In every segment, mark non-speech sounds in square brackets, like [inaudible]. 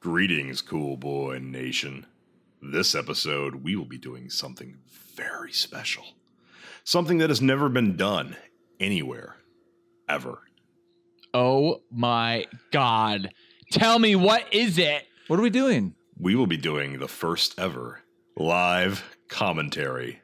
Greetings, cool boy nation. This episode, we will be doing something very special. Something that has never been done anywhere, ever. Oh my god. Tell me what is it? What are we doing? We will be doing the first ever live commentary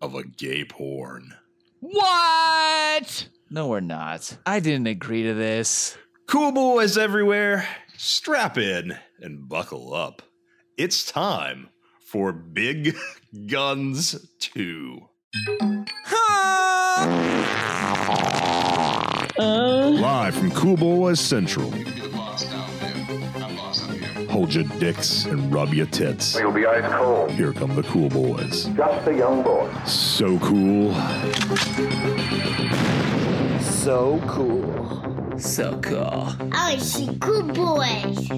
of a gay porn. What? No, we're not. I didn't agree to this. Cool boys everywhere, strap in and buckle up. It's time for Big [laughs] Guns 2. Live from Cool Boys Central. Hold your dicks and rub your tits. You'll be ice cold. Here come the cool boys. Just a young boy. So cool. So cool. So cool. I see good boys.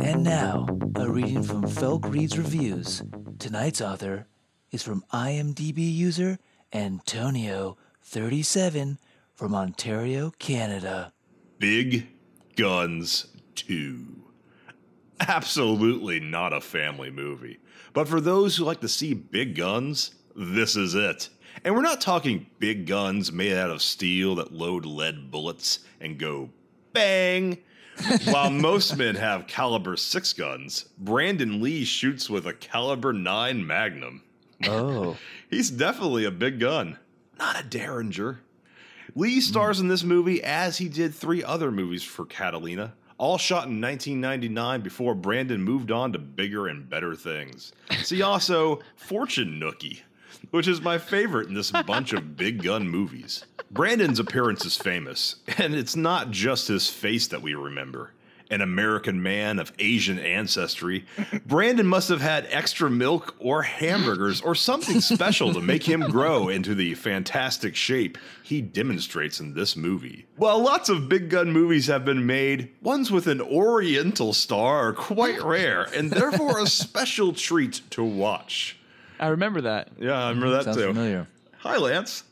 And now, a reading from Felk Reads Reviews. Tonight's author is from IMDb user Antonio37 from Ontario, Canada. Big Guns 2. Absolutely not a family movie. But for those who like to see big guns, this is it. And we're not talking big guns made out of steel that load lead bullets and go bang. While most men have caliber 6 guns, Brandon Lee shoots with a caliber 9 Magnum. Oh, He's definitely a big gun, not a derringer. Lee stars in this movie as he did three other movies for Catalina, all shot in 1999 before Brandon moved on to bigger and better things. See also Fortune Nookie, which is my favorite in this bunch of big gun movies. Brandon's appearance is famous, and it's not just his face that we remember an American man of Asian ancestry, [laughs] Brandon must have had extra milk or hamburgers or [laughs] something special to make him grow into the fantastic shape he demonstrates in this movie. While lots of big gun movies have been made, ones with an oriental star are [laughs] quite rare and therefore a special treat to watch. I remember that. Yeah, I remember that sounds too. familiar. Hi, Lance.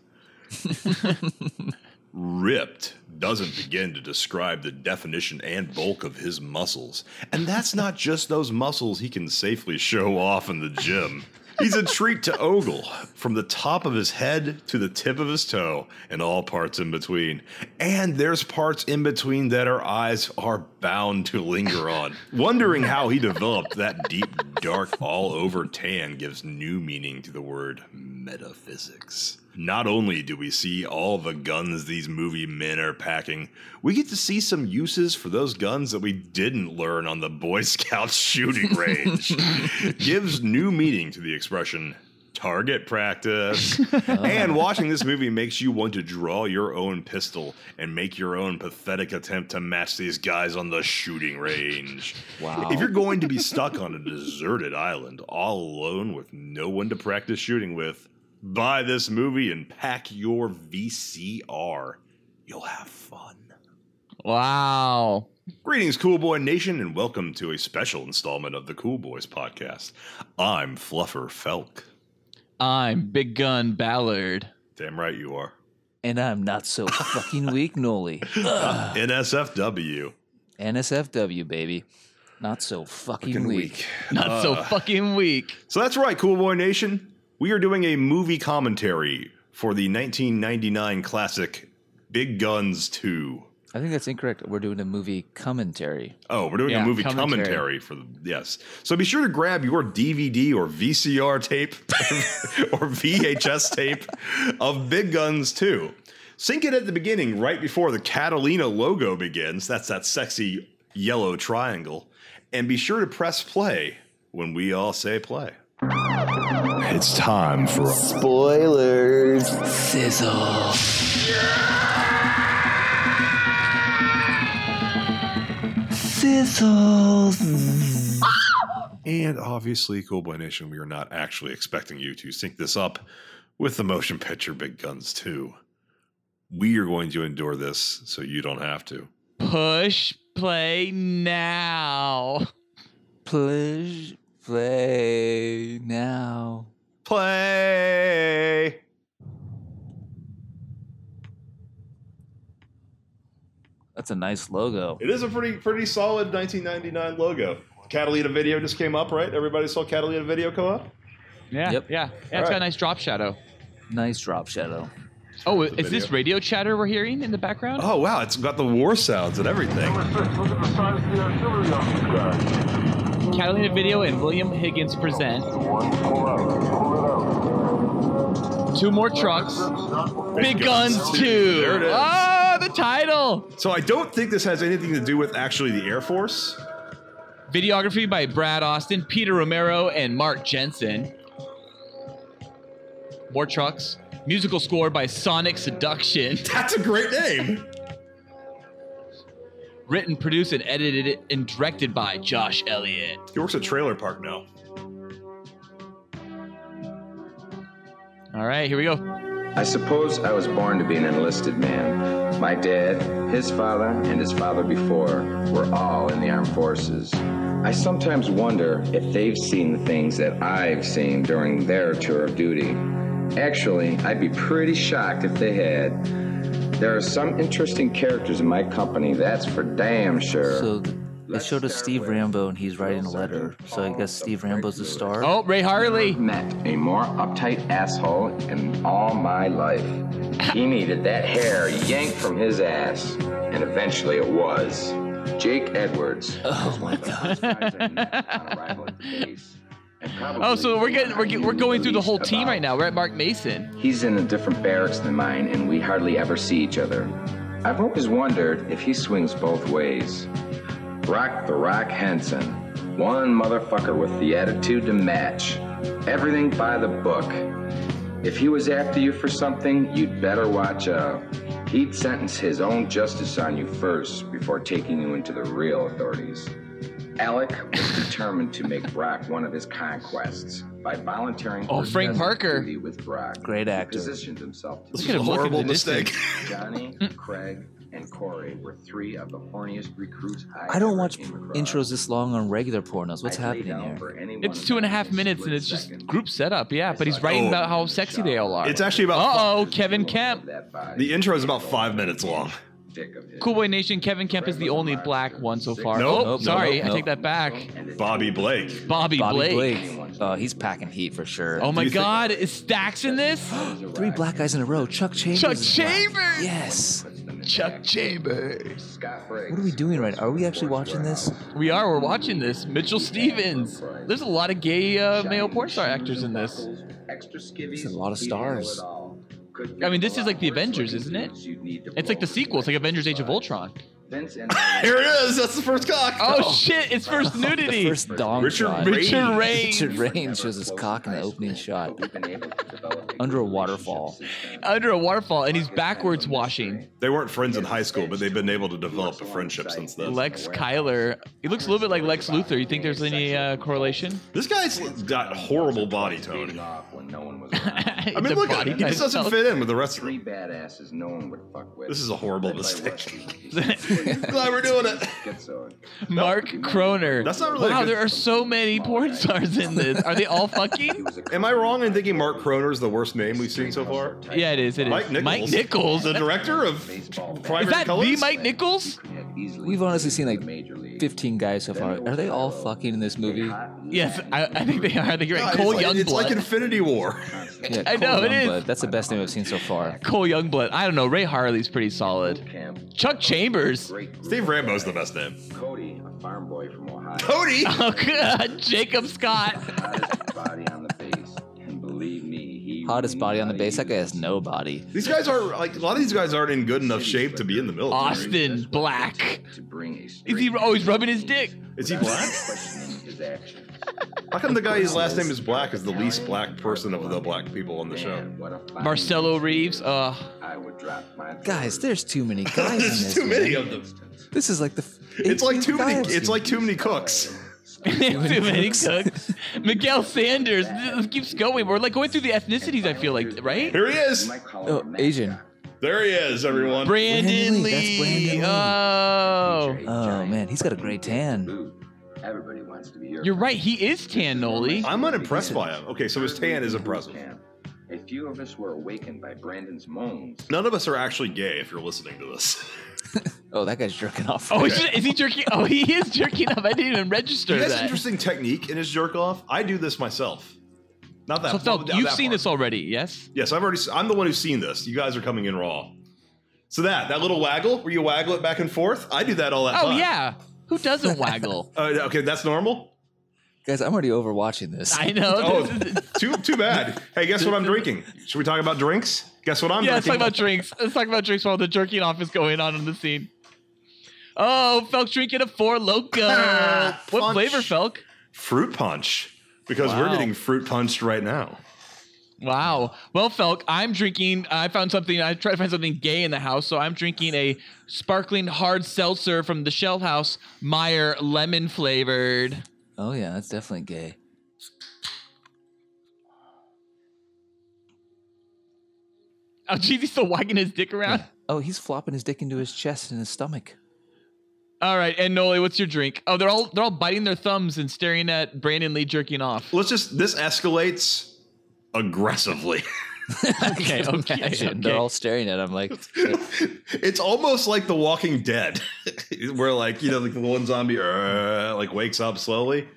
Ripped doesn't begin to describe the definition and bulk of his muscles. And that's not just those muscles he can safely show off in the gym. He's a treat to Ogle, from the top of his head to the tip of his toe and all parts in between. And there's parts in between that our eyes are bound to linger on. Wondering how he developed that deep, dark, all over tan gives new meaning to the word metaphysics. Not only do we see all the guns these movie men are packing, we get to see some uses for those guns that we didn't learn on the Boy [laughs] Scout shooting range. Gives new meaning to the expression target practice. and watching this movie makes you want to draw your own pistol and make your own pathetic attempt to match these guys on the shooting range. Wow. If you're going to be stuck on a deserted island all alone with no one to practice shooting with, buy this movie and pack your VCR. You'll have fun. Wow. Greetings, Cool Boy Nation, and welcome to a special installment of the Cool Boys podcast. I'm Fluffer Felk. I'm Big Gun Ballard. Damn right you are. And I'm not so fucking weak, Noli. NSFW. NSFW, baby. Not so fucking, weak. Not so fucking weak. So that's right, Cool Boy Nation. We are doing a movie commentary for the 1999 classic Big Guns 2. I think that's incorrect. We're doing a movie commentary. Oh, we're doing a Yeah, movie commentary. commentary. for the yes. So be sure to grab your DVD or VCR tape [laughs] or VHS tape of Big Guns 2. Sync it at the beginning, right before the Catalina logo begins. That's that sexy yellow triangle. And be sure to press play when we all say play. It's time for Spoilers. Sizzle. Sizzles. And obviously, Cool Boy Nation, we are not actually expecting you to sync this up with the motion picture Big Guns 2. We are going to endure this so you don't have to. Push play now. Push play now. Play! That's a nice logo. It is a pretty pretty solid 1999 logo. Catalina Video just came up, right? Everybody saw Catalina Video come up. Yeah. Yep. Yeah. yeah it's All got right. a nice drop shadow. Nice drop shadow. Oh, the is this video. radio chatter we're hearing in the background? Oh wow, it's got the war sounds and everything. Look at the size of the artillery on this guy. Catalina Video and William Higgins present One, pull out, pull it out. two more trucks. Big Guns 2. There it is. Ah, the title. So I don't think this has anything to do with actually the Air Force. Videography by Brad Austin, Peter Romero, and Mark Jensen. More trucks. Musical score by Sonic Seduction. [laughs] That's a great name. Written, produced, and edited and directed by Josh Elliott. He works at Trailer Park now. All right, here we go. I suppose I was born to be an enlisted man. My dad, his father, and his father before were all in the armed forces. I sometimes wonder if they've seen the things that I've seen during their tour of duty. Actually, I'd be pretty shocked if they had. There are some interesting characters in my company, that's for damn sure. So th- they Let's showed us start Steve with Rambo and he's writing a letter. Sergeant So I Paul guess Steve Rambo's the star. Oh, Ray Harley. met a more uptight asshole in all my life. He needed that hair yanked from his ass, and eventually it was. Jake Edwards. Oh my god. Oh, so we're getting we're, get- we're going through the whole team right now. We're at Mark Mason. He's in a different barracks than mine, and we hardly ever see each other. I've always wondered if he swings both ways. Rock the Rock Henson. One motherfucker with the attitude to match. Everything by the book. If he was after you for something, you'd better watch out. He'd sentence his own justice on you first before taking you into the real authorities. Alec was determined to make Brock one of his conquests by volunteering Oh, for Frank special Parker. duty with Brock. Great He actor. Positioned himself to This was could a have looked horrible into this [laughs] mistake. Johnny, Craig, and Corey were three of the horniest recruits I, I don't ever watch came across. intros this long on regular pornos. What's I'd lay happening down here? for any one It's of two and a them half in minutes and split it's just second. group setup. Yeah, but he's writing Oh. about how sexy they all are. It's actually about Uh oh, Just Kevin the Kemp. look of that body, the intro is about five minutes long. dick of his. Cool Boy Nation, Kevin Kemp is the only black one so far. Nope, oh, nope, sorry, nope, I nope. take that back. And it- Bobby Blake. Bobby, Bobby Blake. Blake. Oh, he's packing heat for sure. Oh my you think- God, is Stacks in this? Three black guys in a row. Chuck Chambers. Chuck is black. Chambers! Yes. Chuck Chambers. Scott What are we doing right now? Are we actually watching this? We are. We're watching this. Mitchell Stevens. There's a lot of gay uh, male porn star actors in this. There's It's a lot of stars. I mean, this is like the Avengers, isn't it? It's like the sequel. It's like Avengers: Age of Ultron. [laughs] Here it is. That's the first cock. Oh, shit! It's first nudity. The first dong Richard shot. Raines. Richard Raines Richard Raines shows his cock in the opening shot. Under a waterfall. under a waterfall, and he's backwards washing. They weren't friends in high school, but they've been able to develop a friendship since then. Lex Kyler. He looks a little bit like Lex Luthor. You think there's any uh, correlation? This guy's got horrible body tone. [laughs] [laughs] I mean, The look at body him. He just type doesn't tells- fit in with the rest of Three them. badasses no one would fuck with. This is a horrible Led by mistake. Russian- Glad we're doing it. [laughs] Schizoid. Mark Croner. That's not really a Wow, good- there are so many porn stars in this. Are [laughs] they all He fucking? was a Am I wrong in thinking Mark Croner is the worst name we've seen so far? Yeah, it is. It is. Mike Nichols. Mike Nichols. The director of baseball bat. Primary Is that Colors? the Mike Nichols? Could have easily We've honestly seen like the major league. 15 guys so far. Are they all fucking in this movie? Yes, I, I think they are. I think you're God, it's right. Cole like- It's like Youngblood. Infinity War. Yeah, I know, Cole it is. Youngblood. That's the best name I've seen so far. Cole Youngblood. I don't know. Ray Harley's pretty solid. Camp, Chuck Chambers. [laughs] great group. Steve Rambo's the best name. Cody, a farm boy from Ohio. Cody. Oh God, [laughs] Jacob Scott. Hottest body on the base. And believe me, he Hottest body on the base. That guy nobody has no body. These guys are like a lot of these guys aren't in good enough shape to be in the military. Austin Black. uses To bring a Is he? straight Oh, he's rubbing his dick. Is he black? questioning his actions. How come the guy whose last name is Black is the least black person of the black people on the show? Man, what a fine Marcelo leader. Reeves. Uh, I would drop my Guys, there's [laughs] too many guys in There's this. too many man. of them. This is like the. f- It's like 18th too guy many. I've It's seen. like too many cooks. too many cooks. cooks. [laughs] Miguel Sanders. This keeps going. We're like going through the ethnicities. I feel like right. Here he is. Oh, Asian. There he is, everyone. Brandon Brandon Lee, that's Lee. Brandon Lee. Oh. Oh man, he's got a great tan. Everybody wants to be your You're right. He is Tan Noli. I'm unimpressed by him. Okay, so his tan is impressive. A few of us were awakened by Brandon's moans. None of us are actually gay if you're listening to this. Oh, that guy's jerking off. Oh, [laughs] is, is he jerking? Oh, he is jerking up. I didn't even register That's an that. interesting technique in his jerk off. I do this myself. Not that. So, Felk, not you've that seen part. this already, yes? Yes, I've already. I'm the one who's seen this. You guys are coming in raw. So that that little waggle, where you waggle it back and forth, I do that all that Oh time. yeah. Who [laughs] doesn't waggle? Uh, okay, that's normal. Guys, I'm already overwatching this. I know. Oh, [laughs] this is- too too bad. Hey, guess what I'm drinking? Should we talk about drinks? Guess what I'm yeah, let's talk drinking? about drinks. Let's talk about drinks while the jerking off is going on in the scene. Oh, Felk's drinking a Four Loco. what [laughs] Punch. flavor, Felk? fruit punch because we're Wow. getting fruit punched right now. Wow. Well, Felk, I'm drinking. I found something. I tried to find something gay in the house, so I'm drinking a sparkling hard seltzer from the Shell House, Meyer lemon flavored. Oh yeah, that's definitely gay. Oh, geez, he's still wagging his dick around. Oh, he's flopping his dick into his chest and his stomach. All right, and Noli, what's your drink? Oh, they're all they're all biting their thumbs and staring at Brandon Lee jerking off. Let's just this escalates aggressively. [laughs] [laughs] Okay, okay, And They're all staring at him [laughs] like, it's almost like The Walking Dead, [laughs] where like you know like the one zombie uh, like wakes up slowly.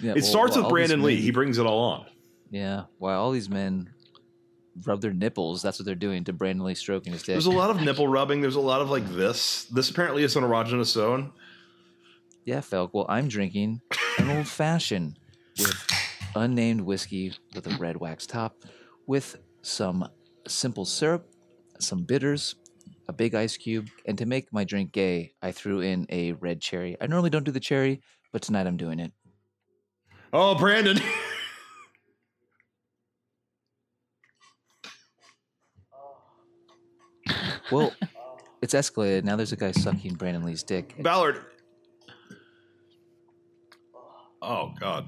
yeah, It well, starts well, with all these Brandon Lee. men- He brings it all on. yeah, while all these men rub their nipples, that's what they're doing to Brandon Lee stroking his dick. There's a lot of nipple rubbing. There's a lot of like this. This apparently is an erogenous zone. yeah, Felk. Well, I'm drinking an old fashioned with unnamed whiskey with a red wax top, with some simple syrup, some bitters, a big ice cube, and to make my drink gay, I threw in a red cherry. I normally don't do the cherry, but tonight I'm doing it. Oh, Brandon. [laughs] Well, it's escalated. Now there's a guy sucking Brandon Lee's dick. Ballard. Oh, God.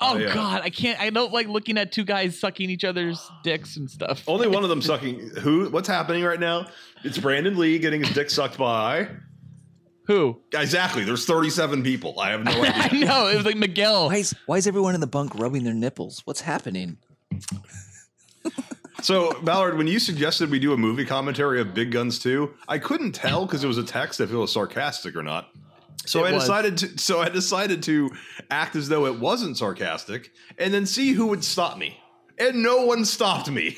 Oh, yeah. God, I can't. I don't like looking at two guys sucking each other's dicks and stuff. Only one [laughs] of them sucking. Who? What's happening right now? It's Brandon Lee getting his dick sucked by. Who? [laughs] Exactly. There's 37 people. I have no I idea. know it was like Miguel. Why is why is everyone in the bunk rubbing their nipples? What's happening? so, Ballard, when you suggested we do a movie commentary of Big Guns 2, I couldn't tell because it was a text if it was sarcastic or not. So It I was. decided to so I decided to act as though it wasn't sarcastic and then see who would stop me. And no one stopped me.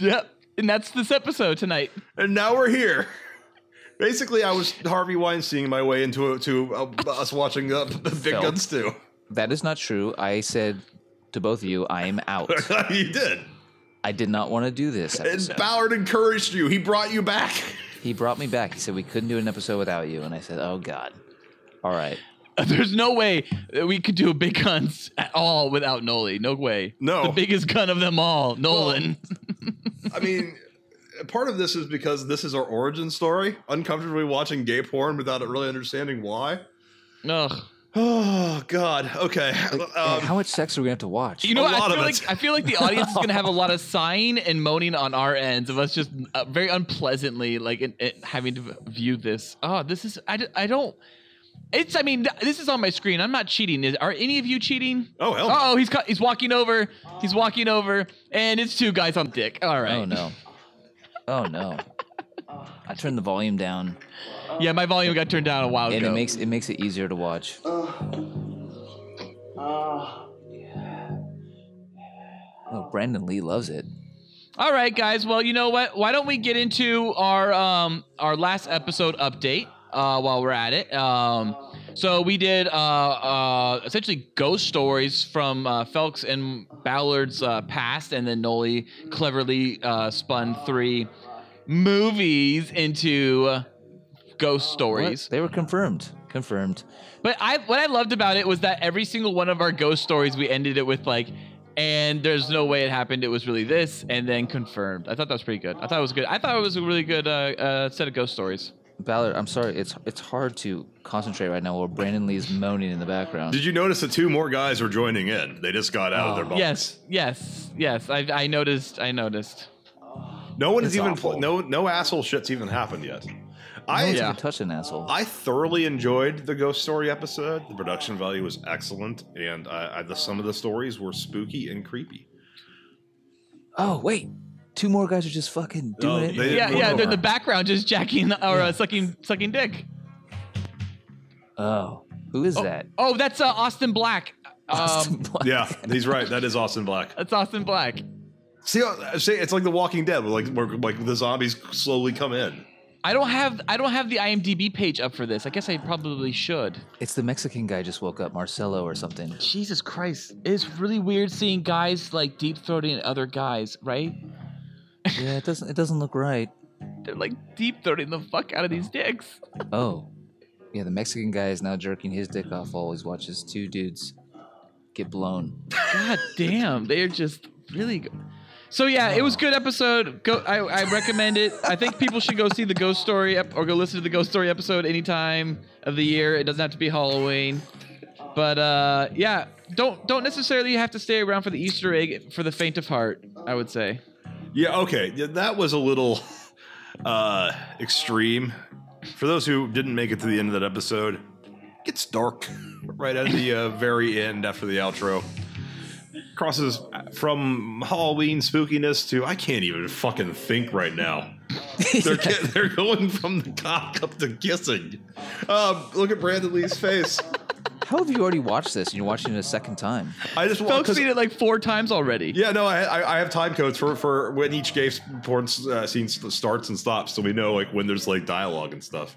Yep, and that's this episode tonight. and now we're here. [laughs] Basically, I was Harvey Weinstein my way into to uh, us watching uh, Big Felt. Guns [laughs] 2. That is not true. I said to both of you, I am out. you did. I did not want to [laughs] do this. And episode. Ballard encouraged you. He brought you back. [laughs] He brought me back. He said we couldn't do an episode without you, and I said, "Oh God, all right." [laughs] There's no way that we could do a big guns at all without Noli. No way. No. the biggest gun of them all, Nolan. I mean, part of this is because this is our origin story. Uncomfortably watching gay porn without really understanding why. [sighs] Ugh. Oh God. Okay. Man, Um, how much sex are we gonna have to watch? You know, A what? I lot of feel it. like I feel like the audience is gonna have a lot of sighing and moaning on our ends of us just uh, very unpleasantly like in, in- having to view this. Oh, this is I, d- I don't. It's I mean th- this is on my screen. I'm not cheating. Is, are any of you cheating? oh hell. no. Oh, he's cu- he's walking over. He's walking over, and it's two guys on dick. All right. oh no, oh no. I turned the volume down, Yeah, my volume got turned down a while and ago. it makes it makes it easier to watch. Oh, Brandon Lee loves it. All right, guys. Well, you know what? Why don't we get into our um our last episode update uh, while we're at it? Um, so we did uh, uh, essentially ghost stories from uh, Felks and Ballard's uh, past, and then Noli cleverly uh, spun three movies into uh, ghost stories. They were confirmed, confirmed. But I what I loved about it was that every single one of our ghost stories we ended it with like and there's no way it happened. It was really this, and then confirmed. I thought that was pretty good. I thought it was good. I thought it was a really good uh, uh, set of ghost stories. Ballard, I'm sorry, it's it's hard to concentrate right now while Brandon Lee is moaning in the background. Did you notice that two more guys were joining in? They just got out of their Oh, bunks. Yes, yes, yes. I, I noticed. I noticed. No one It's has even awful. pl- no no asshole shit's even happened yet. I I Yeah. yeah. touch an asshole. I thoroughly enjoyed the ghost story episode. The production value was excellent, and I, I, the, some of the stories were spooky and creepy. oh wait, two more guys are just fucking doing Oh, it. they- Yeah, Yeah, yeah. They're in whatever. the background, just jacking or uh, sucking, sucking dick. oh, who is that? [laughs] Oh, that's uh, Austin Black. Um, Austin Black. Yeah, he's right. That is Austin Black. that's Austin Black. See, uh, see, it's like The Walking Dead. Like, where, like the zombies slowly come in. I don't have I don't have the IMDb page up for this. I guess I probably should. It's the Mexican guy just woke up, Marcelo or something. Jesus Christ, it's really weird seeing guys like deep throating other guys, right? Yeah, it doesn't it doesn't look right. They're like deep throating the fuck out of these dicks. Oh. Yeah, the Mexican guy is now jerking his dick off while he watches two dudes get blown. God [laughs] damn, they are just really. Go- so yeah, it was good episode. Go, I, I recommend it. I think people should go see the ghost story ep- or go listen to the ghost story episode any time of the year. It doesn't have to be Halloween, but uh, yeah, don't don't necessarily have to stay around for the Easter egg for the faint of heart. I would say. Yeah, okay. Yeah, that was a little [laughs] uh extreme. For those who didn't make it to the end of that episode, it gets dark right at the uh, very end after the outro. Crosses from Halloween spookiness to I can't even fucking think right now. [laughs] [laughs] they're ki- they're going from the cock up to kissing. Um, look at Brandon Lee's face. How have you already watched this and you're watching it a second time? I just want Folks seen it like four times already. Yeah, no, I, I- I have time codes for, for when each gay porn uh, scene st- starts and stops, so we know like when there's like dialogue and stuff.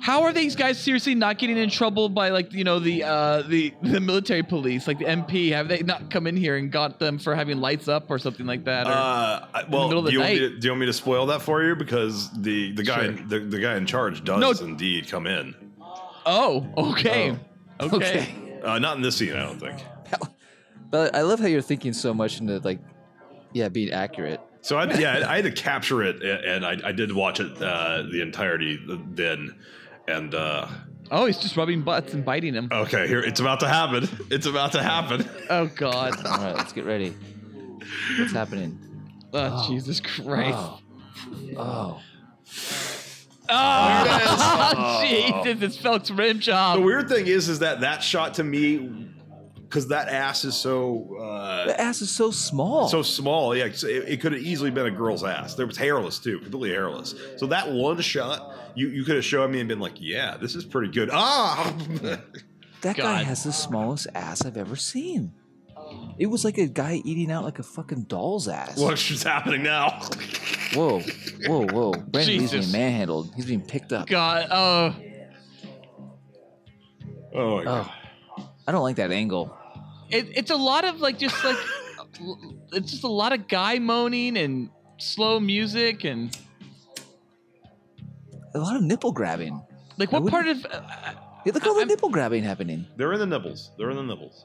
How are these guys seriously not getting in trouble by like you know the uh, the [laughs] the military police, like the MP? Have they not come in here and got them for having lights up or something like that? Or, Uh, I- well, middle do of the you, want me night. to, do you want me to spoil that for you? Because the the guy Sure. the, the guy in charge does No. indeed come in. oh, okay, okay. Uh, not in this scene, I don't think. But I love how you're thinking so much into like yeah, being accurate. So I, yeah, I had to capture it, a- and I, I did watch it uh, the entirety then. And uh, Oh, he's just rubbing butts and biting them. okay, here it's about to happen. [laughs] It's about to happen. Oh God. All right, let's get ready. What's happening? Oh, Jesus Christ. Oh, [laughs] Oh. Oh. Oh, Jesus, it's Felk's rim The job. weird thing is, is that that shot to me, because that ass is so uh, The ass is so small. so small. Yeah, so it, it could have easily been a girl's ass. There was hairless too, completely hairless. So that one shot, you you could have shown me and been like, yeah, this is pretty good. Ah, [laughs] That guy God. has the smallest ass I've ever seen. It was like a guy eating out like a fucking doll's ass. what's happening now? [laughs] Whoa, whoa, whoa. Brandon Lee's being Jesus. manhandled. He's being picked up. God. Oh. Oh, my God. Oh, I don't like that angle. it, it's a lot of like just like [laughs] it's just a lot of guy moaning and slow music and A lot of nipple grabbing. like I what part of uh, Yeah, look at all the I'm- nipple grabbing happening. they're in the nibbles. They're in the nibbles.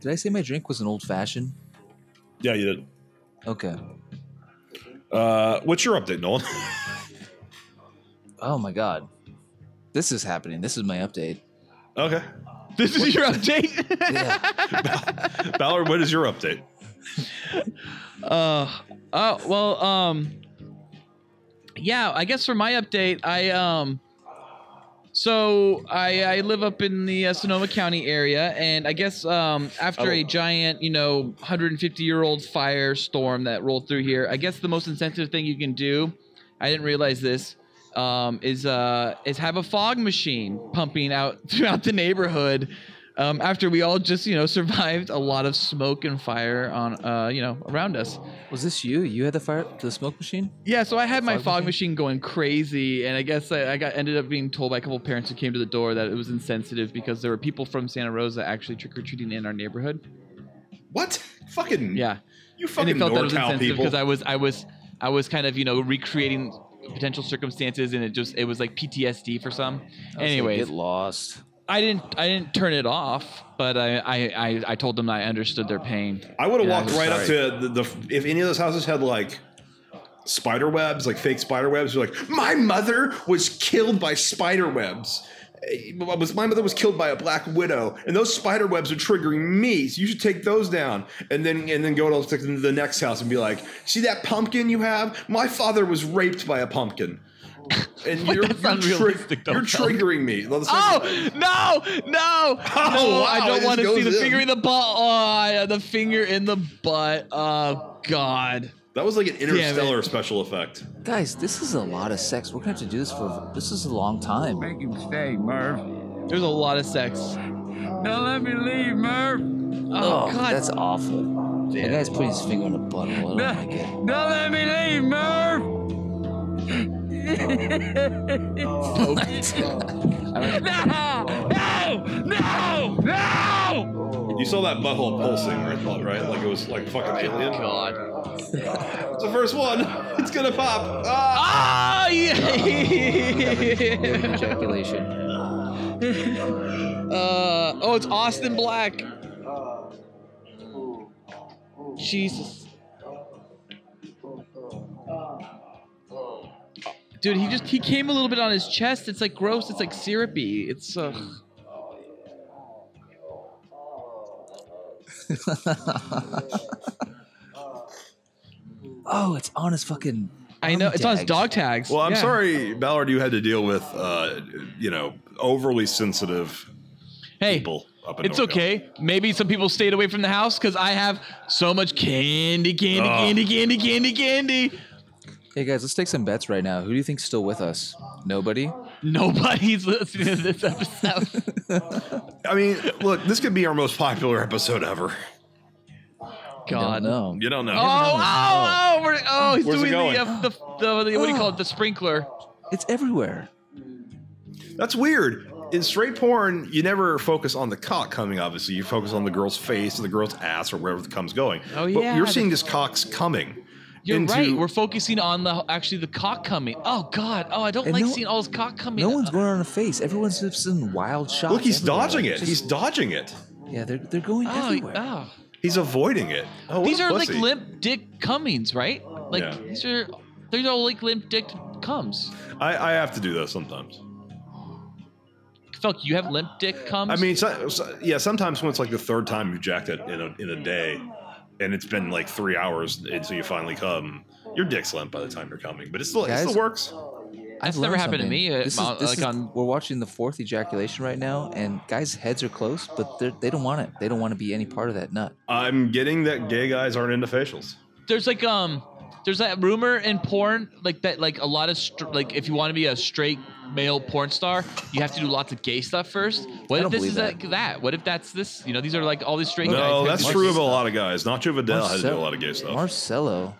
Did I say my drink was an old fashioned? Yeah, you did. Okay. Uh, what's your update, Nolan? [laughs] Oh my god. This is happening. This is my update. okay, [laughs] this is your update? Yeah. Ballard, what is your update? uh oh well um yeah I guess for my update I um so I I live up in the uh, Sonoma County area and I guess um after a giant you know 150 year old firestorm that rolled through here I guess the most insensitive thing you can do I didn't realize this um, is uh, is have a fog machine pumping out [laughs] throughout the neighborhood um, after we all just you know survived a lot of smoke and fire on uh, you know around us. was this you? You had the fire the smoke machine? Yeah, so I had my Fog fog machine? machine going crazy, and I guess I, I got ended up being told by a couple parents who came to the door that it was insensitive because there were people from Santa Rosa actually trick or treating in our neighborhood. What? Fucking Yeah, You fucking and they felt that was NorCal insensitive people. because I was I was I was kind of you know recreating potential circumstances, and it just it was like PTSD for some. I was like, Anyways, get lost. I didn't I didn't turn it off, but I I, I, I told them I understood their pain. I would have Yeah, walked I'm right up to the, the if any of those houses had like spider webs, like fake spider webs. You're like, my mother was killed by spider webs, uh, was my mother was killed by a black widow, and those spider webs are triggering me. So you should take those down, and then and then go to the next house and be like, see that pumpkin you have? My father was raped by a [laughs] pumpkin. And you're, that's you're, unrealistic, though, you're Phil. triggering me. Let's- [laughs] Oh no, no, no! wow, I it don't just want to see goes the in. finger in the butt. Oh, yeah, the finger in the butt. Oh God. That was like an it. interstellar special effect. Guys, this is a lot of sex. We're gonna have to do this for this is a long time. Make him stay, Murph. There's a lot of sex. Don't let me leave, Murph. Oh, Oh, God. that's awful. The guy's putting his finger in a butthole. Oh [laughs] I don't like it. Don't let me leave, Oh, Murph. [laughs] No! No! No! You saw that butthole pulsing, right? right? Like it was like fucking alien. God. It's the first one. [laughs] It's gonna pop. Ah! Ah, yeah. Ejaculation. Uh, oh, it's Austin Black. Jesus. Dude, he just he came a little bit on his chest. It's like gross. It's like syrupy. It's uh Oh, it's on his fucking. I know it's on his tags. dog tags. Well, I'm Yeah. sorry, Ballard. You had to deal with, uh, you know, overly sensitive Hey, people. Up in it's Norco. okay. Maybe some people stayed away from the house because I have so much candy, candy, Ugh. candy, candy, candy, candy. Hey guys, let's take some bets right now. Who do you think's still with us? Nobody. Nobody's [laughs] listening to this episode. I mean, look, this could be our most popular episode ever. God, No. You don't know. Oh, oh, oh, we're, oh he's Where's it doing going? the, uh, the, the, the, what do you call it, the sprinkler. It's everywhere. That's weird. In straight porn, you never focus on the cock coming, obviously. You focus on the girl's face or the girl's ass or wherever the cum's going. Oh, But yeah. you're seeing this cock's coming. You're into- right. We're focusing on the actually the cock coming. Oh God. Oh, I don't And like no- seeing all this cock coming. Oh, No one's going on a face. Everyone's just in wild shots. Look, he's everywhere. dodging it. Just- He's dodging it. yeah, they're they're going Oh, everywhere. oh. He's avoiding it. Oh, what These a are pussy. like limp dick Cummings, right? Like Yeah. these are these are like limp dick Cums. I, I have to do that sometimes. Fuck, you have limp dick Cums. I mean, so, so- yeah, sometimes when it's like the third time you've jacked it in a, in a day and it's been like three hours until you finally come, your dick's limp by the time you're coming. But it still, it Guys? still works. That's I've never learned happened to something. me, uh, This is- mo- this like is- on- we're watching the fourth ejaculation right now, and guys' heads are close, but they're- they don't want it. They don't want to be any part of that nut. I'm getting that gay guys aren't into facials. there's like um there's that rumor in porn like that like a lot of str- like if you want to be a straight male porn star you have to do lots of gay stuff first what I if don't this believe is that. like that what if that's this you know these are like all these straight No, guys that's Marcus- true of a lot of guys. Nacho Vidal had to do a Marcel- lot of gay stuff. Marcelo,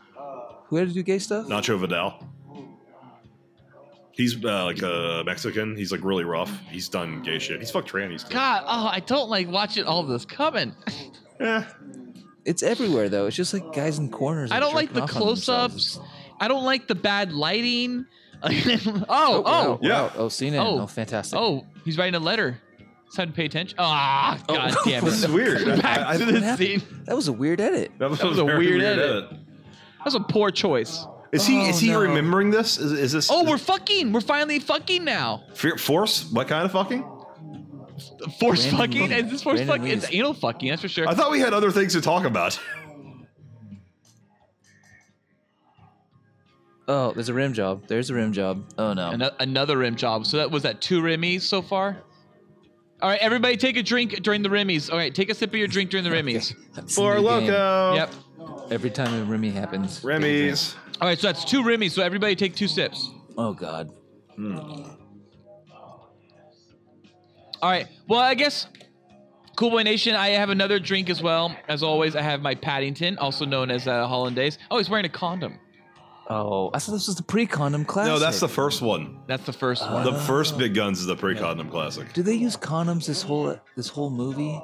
who had to do gay stuff? Nacho Vidal. He's uh, like a Mexican. He's like really rough. He's done gay shit. He's fucked trannies. too. god oh i don't like watching all this coming Eh. It's everywhere though. It's just like guys in corners. i don't like jerking the off on themselves. close-ups i don't like the bad lighting [laughs] oh oh we're oh, out, we're yeah. out. Oh, CNN. Oh. Oh, fantastic. he's writing a letter decided to pay attention ah Oh, [laughs] god damn This is it weird. [laughs] back I- I- to What the happened? scene That was a weird edit. that was, was a very weird edit. that was a poor choice Is he Oh, is he no. remembering this? Is, is this? oh is we're fucking we're finally fucking now Fear, force? What kind of fucking? Force Brandon fucking? Lee. Is this force Brandon fucking? Lee It's is- anal fucking, that's for sure. I thought we had other things to talk [laughs] about. Oh, there's a rim job. There's a rim job. Oh no. Ano- another rim job. So that was that two rimmies so far? All right, everybody take a drink during the rimmies. All right, take a sip of your drink during the rimmies. That's For a new game. loco. Yep. Every time a Remy happens. Remy's. All right, so that's two rimmies. So everybody take two sips. Oh god. All right. Well, I guess Cool Boy Nation, I have another drink as well. As always, I have my Paddington, also known as uh, Hollandaise. Oh, he's wearing a condom. Oh, I thought this was the pre-condom classic. No, that's the first one. That's the first one. The first Big Guns is the pre-condom classic. Do they use condoms this whole this whole movie?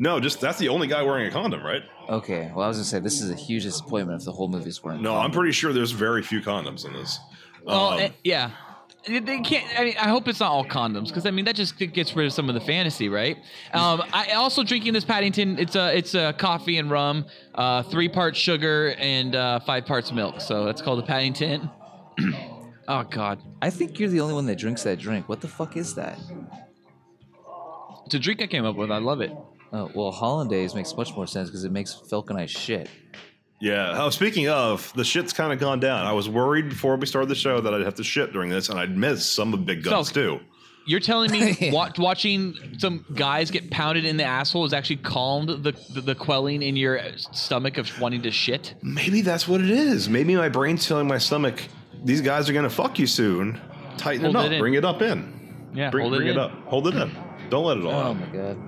No, just that's the only guy wearing a condom, right? Okay. Well, I was gonna say this is a huge disappointment if the whole movie's weren't. No, I'm pretty sure there's very few condoms in this. Oh, Um, eh, yeah. They they can't. I mean, I hope it's not all condoms because I mean that just gets rid of some of the fantasy, right? Um, I also drinking this Paddington. It's a it's a coffee and rum, uh, three parts sugar and uh, five parts milk. So that's called a Paddington. [clears throat] Oh God. I think you're the only one that drinks that drink. What the fuck is that? It's a drink I came up with. I love it. Oh, well, hollandaise makes much more sense because it makes Felk and I shit. Yeah. Oh, speaking of, the shit's kind of gone down. I was worried before we started the show that I'd have to shit during this, and I'd miss some of Big Guns Felk. too. You're telling me wa- watching some guys get pounded in the asshole has actually calmed the, the the quelling in your stomach of wanting to shit? Maybe that's what it is. Maybe my brain's telling my stomach, these guys are gonna fuck you soon. Tighten Hold it up. it in. bring it up in. Yeah. Bring, hold bring it, in. up. Hold it in. Don't let it all Oh out. my god.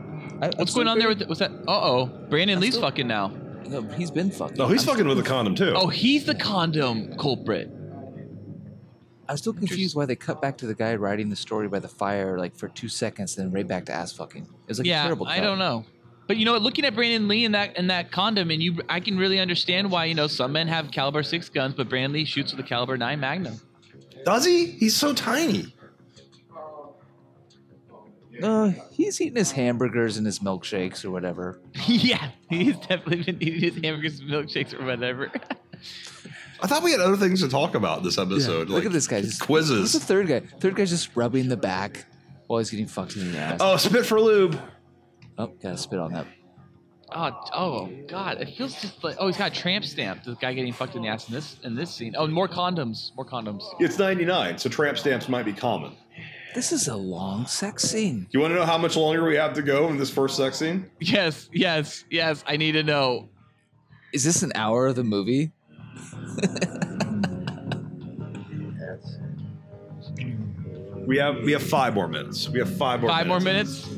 I, I'm What's still going on there pretty- with what's that? Uh oh. Brandon Lee's still- fucking now. No, he's been fucking. No, he's I'm fucking still with a condom too. Oh, he's the condom culprit. I'm still confused why they cut back to the guy writing the story by the fire like for two seconds, then right back to ass fucking. It was like a yeah, terrible. I cut. don't know. But you know, what, looking at Brandon Lee in that in that condom, and you, I can really understand why you know some men have caliber six guns, but Brandon Lee shoots with a caliber nine Magnum. Does he? He's so tiny. No, Uh, he's eating his hamburgers and his milkshakes or whatever. [laughs] yeah, he's definitely been eating his hamburgers, and milkshakes, or whatever. I thought we had other things to talk about this episode. Look like at this guy. Just, Who's the Quizzes. third guy? Third guy's just rubbing the back while he's getting fucked in the ass. Oh, spit for lube. oh gotta spit on that. [laughs] oh, oh God, it feels just like oh, he's got a tramp stamp. The guy getting fucked in the ass in this in this scene. Oh, and more condoms, more condoms. It's 99, so tramp stamps might be common. This is a long sex scene. You want to know how much longer we have to go in this first sex scene? Yes, yes, yes. I need to know. Is this an hour of the movie? We have we have five more minutes. We have five more Five more minutes.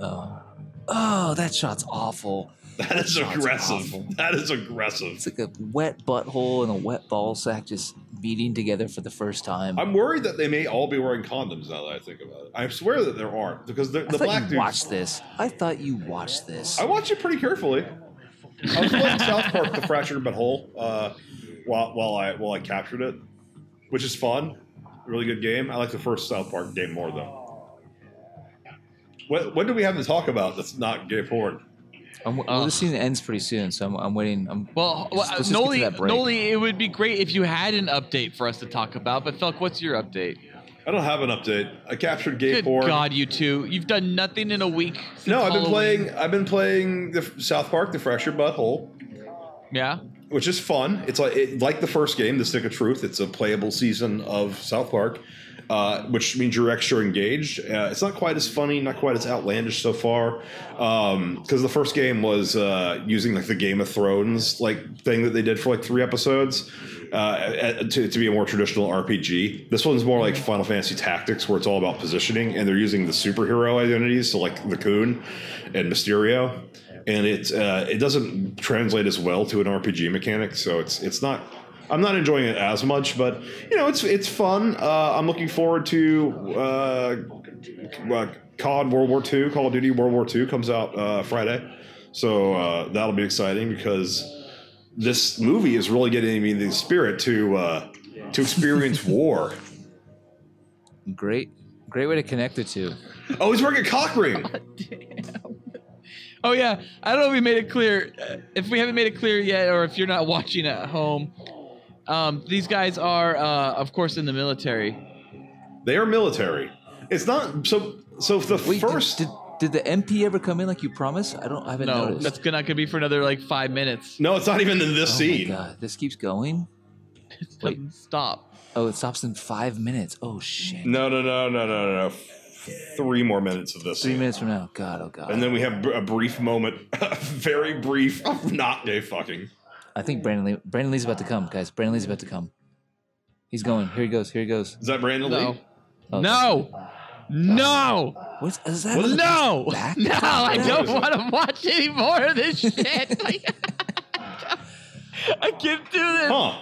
Oh, oh, that shot's awful. [laughs] That is That's aggressive. awful. That is aggressive. It's like a wet butthole and a wet ball sack just meeting together for the first time. I'm worried that they may all be wearing condoms now that I think about it. I swear that there aren't because the, I the thought black you dude. watched this. I thought you watched this. I watch it pretty carefully. I was playing South Park: The Fractured But Whole uh, while while I while I captured it, which is fun. Really good game. I like the first South Park game more though. What what do we have to talk about that's not gay porn? I'm, well, this scene ends pretty soon, so I'm, I'm waiting. I'm, Well, well Let's- let's just get to Noli, that break. Noli, it would be great if you had an update for us to talk about. But Felk, what's your update? I don't have an update. I captured gay Good porn. God, you two! You've done nothing in a week. Since No, I've been Halloween. playing. I've been playing the f- South Park: The Fractured Butthole, Yeah, which is fun. It's like it, like the first game, The Stick of Truth. It's a playable season of South Park, uh, which means you're extra engaged. Uh, it's not quite as funny, not quite as outlandish so far, because the first game was uh, using like the Game of Thrones like thing that they did for like three episodes uh, a- to, to be a more traditional RPG. This one's more like Final Fantasy Tactics, where it's all about positioning, and they're using the superhero identities, so like the Coon and Mysterio, and it uh, it doesn't translate as well to an RPG mechanic, so it's it's not. I'm not enjoying it as much, but you know it's it's fun. Uh, I'm looking forward to uh, uh, COD World War II, Call of Duty World War II comes out uh, Friday, so uh, that'll be exciting because this movie is really getting me in the spirit to uh, to [laughs] experience war. great, great way to connect the two. Oh, he's wearing a cock ring. Oh yeah, I don't know if we made it clear. uh, If we haven't made it clear yet, or if you're not [laughs] watching at home, um, these guys are, uh, of course, in the military. They are military. It's not so. So the Wait, did- first. did, did, the MP ever come in like you promised? I don't. I haven't No, noticed. that's not gonna be for another like five minutes. no, it's not even in this oh scene. My God, this keeps going. Wait. Stop. Oh, it stops in five minutes. Oh shit. No, no, no, no, no, no. no. F- Three more minutes of this Three scene, minutes from now. God, oh god. and then we have br- a brief moment, [laughs] very brief, of not gay fucking. I think Brandon Lee, Brandon Lee's about to come, guys. Brandon Lee's about to come. He's going. Here he goes. Here he goes. Is that Brandon No. Lee? Oh, No. No. What's is that? on the No. [laughs] person's No. back? I What don't is it? want to watch any more of this shit. [laughs] I can't do this. Huh?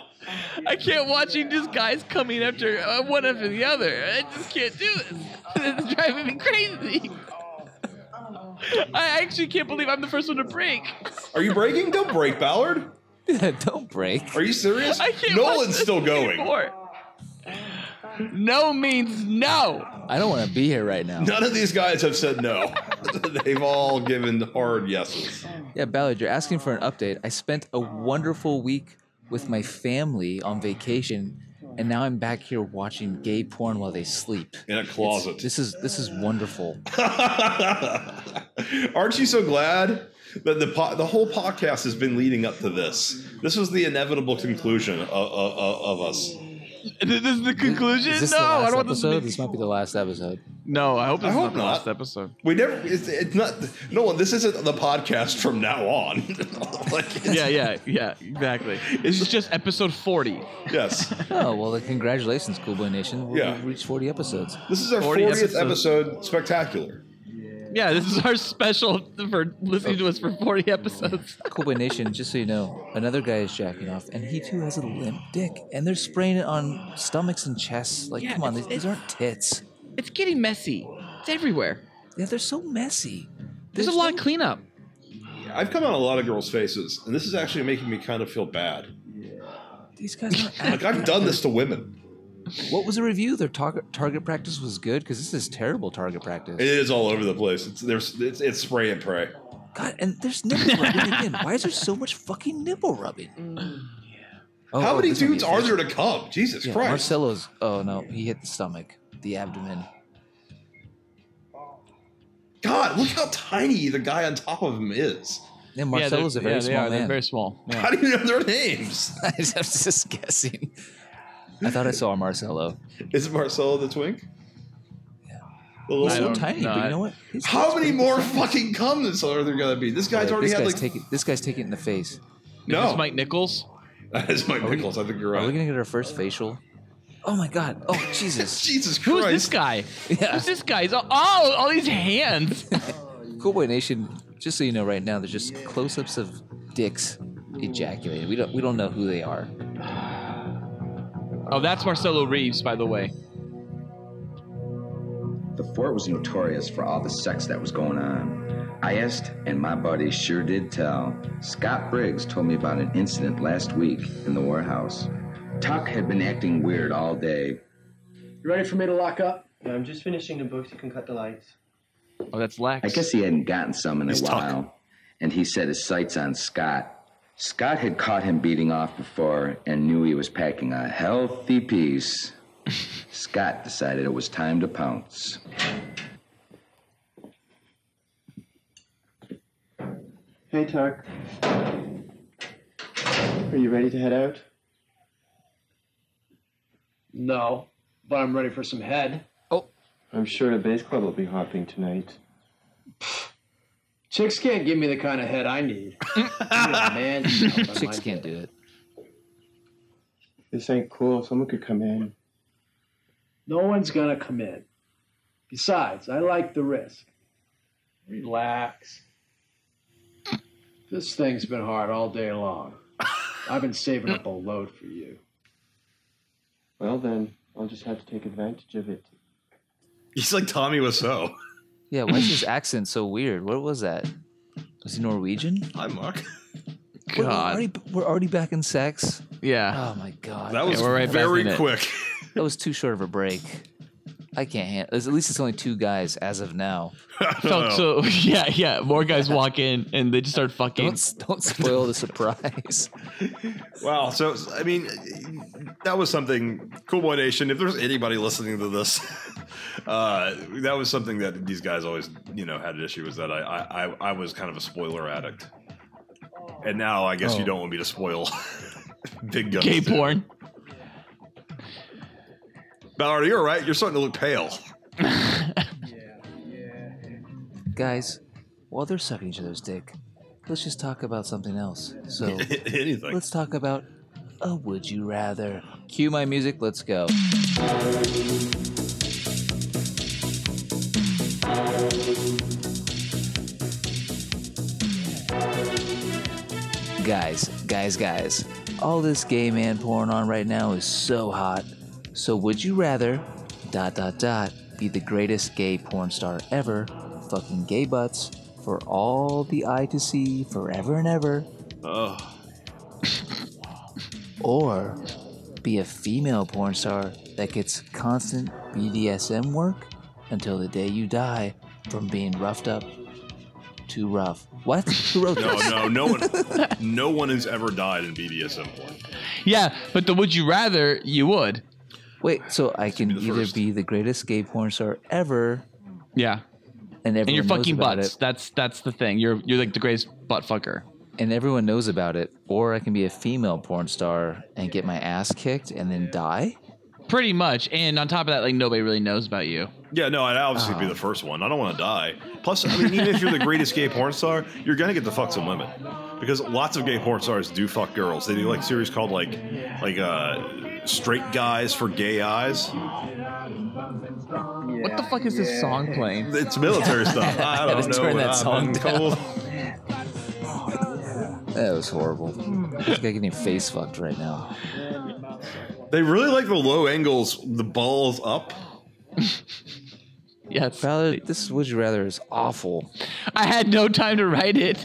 I can't watching these guys coming after uh, one after the other. I just can't do this. [laughs] It's driving me crazy. I actually can't believe I'm the first one to break. Are you breaking? Don't break, Ballard. Yeah, don't break. Are you serious? I can't. watch Nolan's this still going. anymore. No means no. I don't want to be here right now. None of these guys have said no. [laughs] They've all given hard yeses. [laughs] Yeah, Ballard, you're asking for an update. I spent a wonderful week with my family on vacation and now I'm back here watching gay porn while they sleep. in a closet. This is this is wonderful. Aren't you so glad that the po- the whole podcast has been leading up to this? This was the inevitable conclusion of, of, of us. This is the conclusion. Is this no, the I last don't want this to episode? be. This might be the last episode. [laughs] No, I hope I this is hope not the not. last episode. We never. It's, it's not. No one. This isn't the podcast from now on. [laughs] like, it's- Yeah, yeah, yeah, exactly. This is just episode 40. Yes. Oh well, then congratulations, Cool Boy Nation. We've Yeah. reached 40 episodes. This is our 40 40th episodes. episode. Spectacular. Yeah, this is our special for listening to us for 40 episodes. Cool Boy Nation, just so you know, another guy is jacking off, and he too has a limp dick, and they're spraying it on stomachs and chests. Like, Yeah, come on, it's- these, these aren't tits. It's getting messy. It's everywhere. Yeah, they're so messy. There's a lot of cleanup. I've come on a lot of girls' faces, and this is actually making me kind of feel bad. These guys [laughs] aren't. Like I've done this to women. What was the review? Their target target practice was good because this is terrible target practice. It is all over the place. It's there's it's, it's spray and pray. God, and there's nipple rubbing again. Why is there so much fucking nipple rubbing? Mm. Oh, How oh, many this might be dudes a are fish. there to come? Jesus Yeah, Christ! Marcelo's. Oh no, he hit the stomach, the abdomen. God, look how tiny the guy on top of him is. Yeah, Marcelo's yeah, a very yeah, they small are. They're man. [laughs] very small. How do you know their names? [laughs] I was just guessing. I thought I saw Marcelo. Is it Marcelo the twink? Yeah. The He's little- so don't tiny, know. but you know what? His How guy's many pretty more good size. fucking cums are there gonna be? This guy's Like, already this had guy's like taking this guy's taking it in the face. Is no. this Mike Nichols? [laughs] That is Mike Nichols. I think you're Are [laughs] we right. gonna get our first facial? Oh my god! Oh [laughs] Jesus! Jesus Who's Christ! this guy? Yeah. Who's this guy? He's all, oh, all these hands. Cool Boy Nation, just so you know, right now there's just close-ups of dicks ejaculated. We don't we don't know who [laughs] they are. oh, that's Marcelo Reeves, by the way. The fort was notorious for all the sex that was going on. I asked, and my buddy sure did tell. Scott Briggs told me about an incident last week in the warehouse. Tuck had been acting weird all day. You ready for me to lock up? I'm just finishing the books. You can cut the lights. Oh, that's Lex. I guess he hadn't gotten some in a He's Tuck. while, and he set his sights on Scott. Scott had caught him beating off before and knew he was packing a healthy piece. Scott decided it was time to pounce. Hey, Tuck. Are you ready to head out? No, but I'm ready for some head. Oh. I'm sure the base club will be hopping tonight. Chicks can't give me the kind of head I need. I'm a man. Chicks can't do it. This ain't cool. Someone could come in. No one's gonna come in. Besides, I like the risk. Relax. This thing's been hard all day long. I've been saving up a load for you. Well, then, I'll just have to take advantage of it. He's like Tommy Wiseau. Yeah, why [clears throat] is his accent so weird? What was that? Was he Norwegian? Hi, Mark. We're- We're already, we're already back in sex. Yeah. Oh my god. That was we're right back in very it. quick. That was too short of a break. I can't handle. At least it's only two guys as of now. So, so [laughs] yeah, yeah. More guys walk in and they just start fucking. Don't don't spoil the surprise. [laughs] Wow. So, I mean, that was something. Cool Boy Nation, if there's anybody listening to this, [laughs] uh, that was something that these guys always, you know, had an issue was that I, I, I- I was kind of a spoiler addict. And now I guess you Oh. don't want me to spoil [laughs] big guns. Gay dude. porn. Mallory, you're right. You're starting to look pale. Guys, while they're sucking each other's dick, let's just talk about something else. So. [laughs] Anything. Let's talk about a would you rather. Cue my music, let's go. Guys, guys, guys, all this gay man porn on right now is so hot. So would you rather dot dot dot be the greatest gay porn star ever, fucking gay butts for all the eye to see forever and ever? or be a female porn star that gets constant BDSM work until the day you die from being roughed up too [laughs] rough. What? Who wrote No, this? [laughs] no, no one, no one has ever died in BDSM porn. yeah, but the would you rather you would. Wait, so I can either be the greatest gay porn star ever. Yeah. And everyone and you're knows fucking about butts. it, That's that's the thing. You're you're like the greatest butt fucker. and everyone knows about it, or I can be a female porn star and get my ass kicked and then die. Pretty much. And on top of that, like nobody really knows about you. Yeah, no, I'd obviously Ah. be the first one. I don't want to die. Plus, I mean, even if you're the greatest gay porn star, you're gonna get to fuck some women because lots of gay porn stars do fuck girls. They do like series called like like uh, straight guys for gay eyes. What the fuck is this song playing? It's military [laughs] stuff. I don't Gotta know. turn that I've song been down. cold. That was horrible. This guy getting face fucked right now. [laughs] They really like the low angles, the balls up. Yes. Valor, this would you rather is awful. I had no time to write it.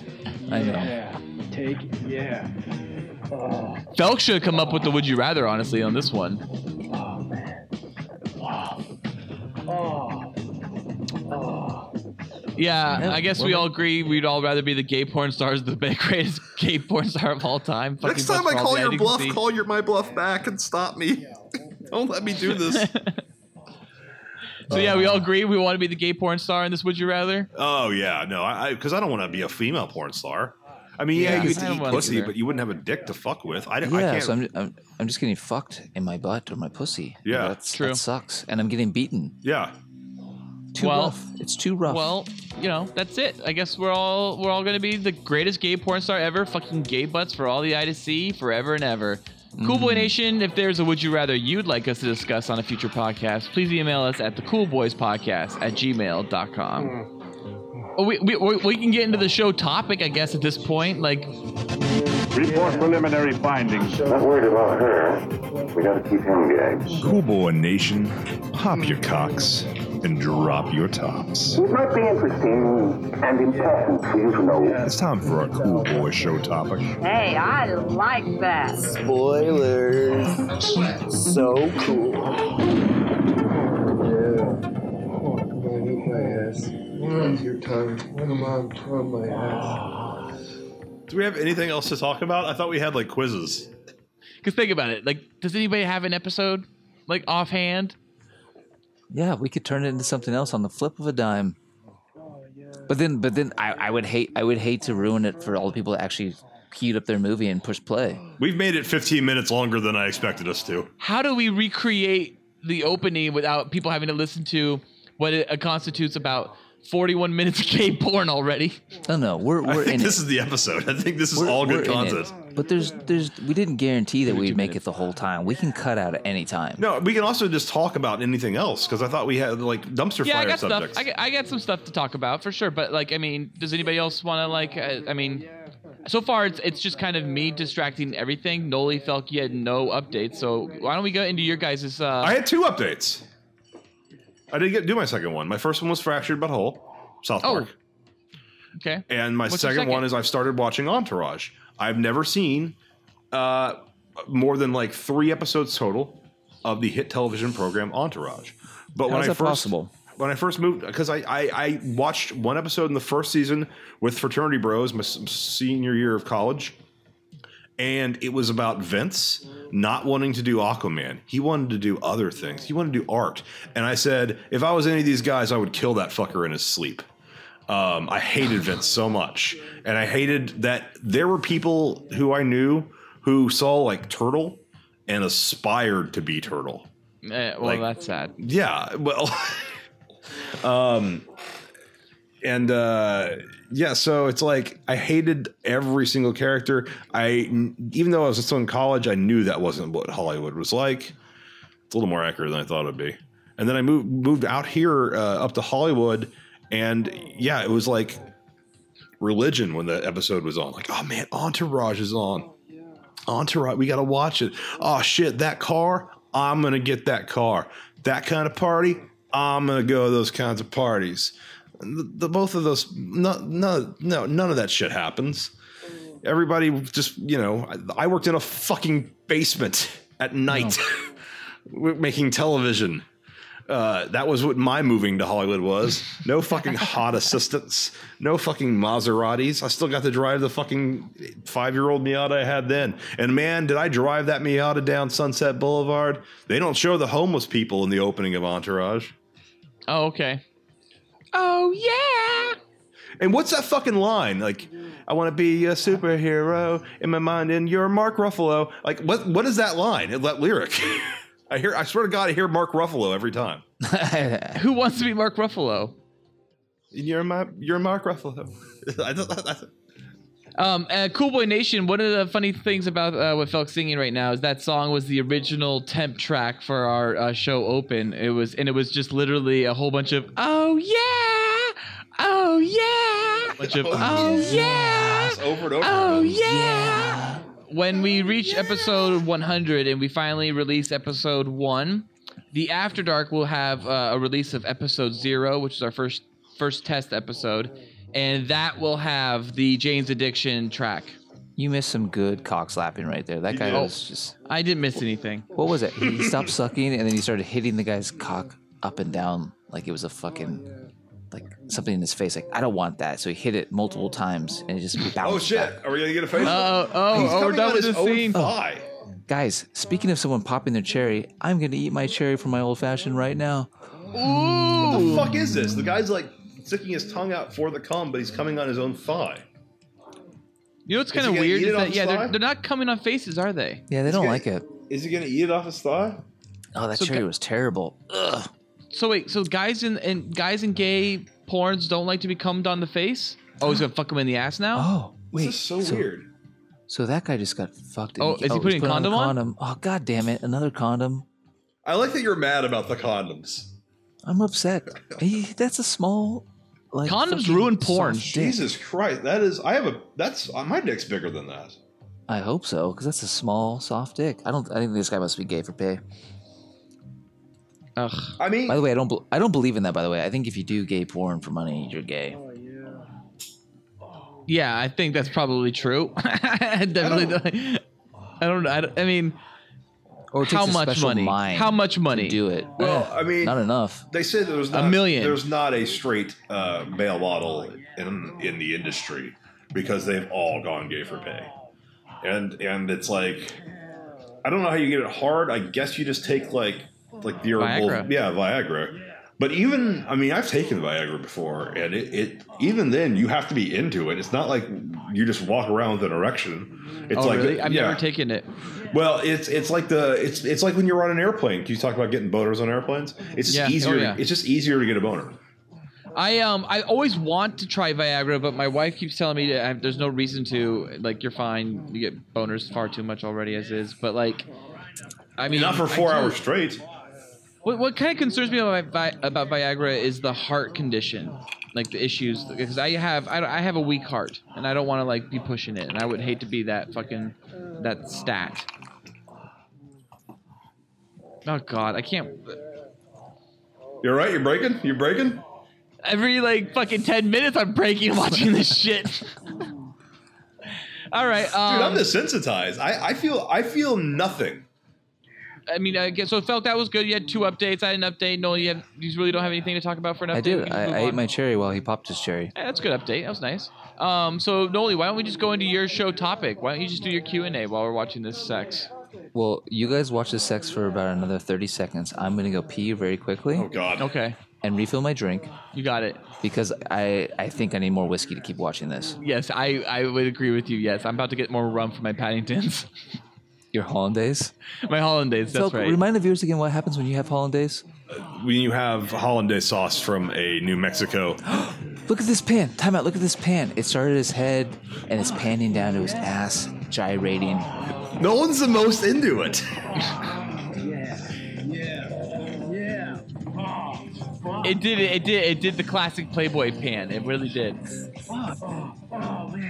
I know. Yeah. Take it. Yeah. Oh, Felk should come up with the would you rather, honestly, on this one. oh man. Wow. Oh. Oh. Yeah, Yeah, I guess we women- all agree we'd all rather be the gay porn stars, the [laughs] greatest gay porn star of all time. Next Fucking time I Buster call Rhymes, your you can bluff, see. call your my bluff back and stop me. [laughs] don't let me do [laughs] this. So yeah, we all agree we want to be the gay porn star in this would you rather? Oh yeah, no, I because I, don't want to be a female porn star. I mean, yeah, Yeah, you get I to don't eat wanna pussy, either. but you wouldn't have a dick to fuck with. I, I Yeah, can't. so I'm, I'm I'm just getting fucked in my butt or my pussy. Yeah. that's True. That sucks, and I'm getting beaten. yeah, Too Well- rough. It's too rough. Well, you know, that's it. I guess we're all we're all gonna be the greatest gay porn star ever, fucking gay butts for all the eye to see forever and ever. Cool Boy Nation, if there's a would you rather you'd like us to discuss on a future podcast, please email us at the Cool Boys Podcast at gmail.com. Oh, we, we, we we can get into the show topic, I guess, at this point. Like, Report preliminary findings. Not worried about her. We gotta keep him gagged. cool boy nation, pop your cocks and drop your tops. It might be interesting and important for you to know. It's time for our cool boy show topic. Hey, I like that. Spoilers. So cool. Do we have anything else to talk about? I thought we had like quizzes. because think about it. Like, does anybody have an episode, like, offhand? yeah, we could turn it into something else on the flip of a dime. But then, but then I, I would hate I would hate to ruin it for all the people that actually queued up their movie and push play. We've made it 15 minutes longer than I expected us to. how do we recreate the opening without people having to listen to what it constitutes about 41 minutes of gay porn already? No, no, we're I we're in think this it. is the episode. I think this is We're- all good we're in it. content. But there's there's we didn't guarantee that we'd make it the whole time. We can cut out at any time. No, we can also just talk about anything else because I thought we had like dumpster Yeah, I fire got subjects. stuff. I got, I got some stuff to talk about for sure. But like, I mean, does anybody else want to like? Uh, I mean, so far it's it's just kind of me distracting everything. Noli Felk, you had no updates. So why don't we go into your guys' uh, I had two updates. I didn't get do my second one. My first one was fractured but whole, South Oh. Park, okay? and my What's your second, one second? is I've started watching Entourage. I've never seen uh, more than like three episodes total of the hit television program Entourage. But How when is I that first possible? [laughs] when I first moved, because I, I I watched one episode in the first season with Fraternity Bros, my s- senior year of college, and it was about Vince not wanting to do Aquaman. He wanted to do other things. He wanted to do art. And I said, if I was any of these guys, I would kill that fucker in his sleep. Um, I hated Vince so much, and I hated that there were people who I knew who saw like Turtle and aspired to be Turtle. Eh, well, like- that's sad. Yeah, well, [laughs] um, and uh, yeah, so it's like I hated every single character. I even though I was still in college, I knew that wasn't what Hollywood was like. It's a little more accurate than I thought it'd be. And then I moved moved out here uh, up to Hollywood, and yeah, it was like religion when the episode was on. Like, oh man, Entourage is on. Entourage, we got to watch it. Oh shit, that car, I'm going to get that car. That kind of party, I'm going to go to those kinds of parties. The, the both of those no no no none of that shit happens. Everybody just, you know, I, I worked in a [laughs] fucking basement at night making television. Uh, that was what my moving to Hollywood was. No [laughs] fucking hot assistants. No fucking Maseratis. I still got to drive the fucking five year old Miata I had then. And man, did I drive that Miata down Sunset Boulevard? They don't show the homeless people in the opening of Entourage. Oh, okay. Oh yeah. And what's that fucking line? Like, I want to be a superhero in my mind, and you're Mark Ruffalo. Like, what? What is that line? That lyric? [laughs] I hear. I swear to God, I hear Mark Ruffalo every time. Who wants to be Mark Ruffalo? You're my. You're Mark Ruffalo. [laughs] I don't, I, Um, uh, cool Boy Nation. One of the funny things about uh, what Felk's singing right now is that song was the original temp track for our uh, show open. It was, and it was just literally a whole bunch of oh yeah, oh yeah, bunch of oh yeah, over and over. oh yeah. When we reach episode 100 and we finally release episode one, the After Dark will have uh, a release of episode zero, which is our first first test episode, and that will have the Jane's Addiction track. You missed some good cock slapping right there. That guy did. was just. I didn't miss anything. What was [laughs] it? He stopped sucking and then he started hitting the guy's cock up and down like it was a fucking. Like something in his face, like I don't want that. So he hit it multiple times, and it just bounced. Oh shit! back. Are we gonna get a face? Oh, oh, He's oh, we're coming out done his with this own scene. thigh. Guys, speaking of someone popping their cherry, I'm gonna eat my cherry from my old fashioned right now. What the fuck is this? The guy's like sticking his tongue out for the cum, but he's coming on his own thigh. You know what's Is he kind of gonna weird eat it is on that the yeah, fly? they're, they're not coming on faces, are they? Yeah, they don't like it. Is he gonna eat it off his thigh? Oh, that So Oh. cherry gu- was terrible. Ugh. So wait, so guys in and guys in gay porns don't like to be cummed on the face. Oh, he's gonna fuck him in the ass now. Oh, wait. This is so, weird. So that guy just got fucked. and Oh, is he he's putting put condom on? Oh, god damn it! Another condom. I like that you're mad about the condoms. I'm upset. He, that's a small. Like Condoms fucking ruin porn. soft dick. Jesus Christ, that is. I have a. That's uh, my dick's bigger than that. I hope so, because that's a small, soft dick. I don't. I think this guy must be gay for pay. Ugh. I mean, By the way, I don't. bel I don't believe in that. By the way, I think if you do gay porn for money, you're gay. Yeah, I think that's probably true. [laughs] I Definitely. don't- I don't know. I, don't- I mean, Or it takes how a much special money? mind How much to money? do it? Well, Eh, I mean, not enough. they say there was A not, million. There's not a straight uh, male model in in the industry because they've all gone gay for pay, and and it's like I don't know how you get it hard. I guess you just take like like the herbal, Viagra. yeah, Viagra. But even I mean, I've taken Viagra before, and it, it even then you have to be into it. It's not like you just walk around with an erection. It's oh, like really? I've yeah. never taken it. Well, it's it's like the it's it's like when you're on an airplane. Can you talk about getting boners on airplanes? It's just Yeah. Oh, easier. yeah. It's just easier to get a boner. I um I always want to try Viagra, but my wife keeps telling me that I, there's no reason to. Like you're fine. You get boners far too much already as is. But like, I mean, Not for I four can't- hours straight. What, what kind of concerns me about, Vi- about Viagra is the heart condition, like the issues. Because I have I, don't- I have a weak heart, and I don't want to like be pushing it, and I would hate to be that fucking that stat. Oh God, I can't. You're right. You're breaking. You're breaking. Every like fucking ten minutes, I'm breaking [laughs] watching this shit. [laughs] All right, um, Dude, I'm desensitized. I, I feel I feel nothing. I mean, I guess so. Felt that was good. You had two updates. I had an update. No, you have, you really don't have anything to talk about for an update. I We did. can just I, move I on. ate my cherry while he popped his cherry. Yeah, that's a good update. That was nice. Um, so Noli, why don't we just go into your show topic? Why don't you just do your Q and A while we're watching this sex? Well, you guys watch the sex for about another 30 seconds. I'm gonna go pee very quickly Oh God. Okay, and refill my drink you got it. because I I think I need more whiskey to keep watching this. Yes, I, I would agree with you. Yes, I'm about to get more rum for my Paddingtons, [laughs] Your hollandaise. my Hollandaise. That's Felk, right. Remind the viewers again what happens when you have hollandaise. When you have hollandaise sauce from a New Mexico, Look at this pan. Time out. Look at this pan. It started his head and it's panning down to his ass, gyrating. no one's the most into it. it did it. It did it did the classic Playboy pan. It really did.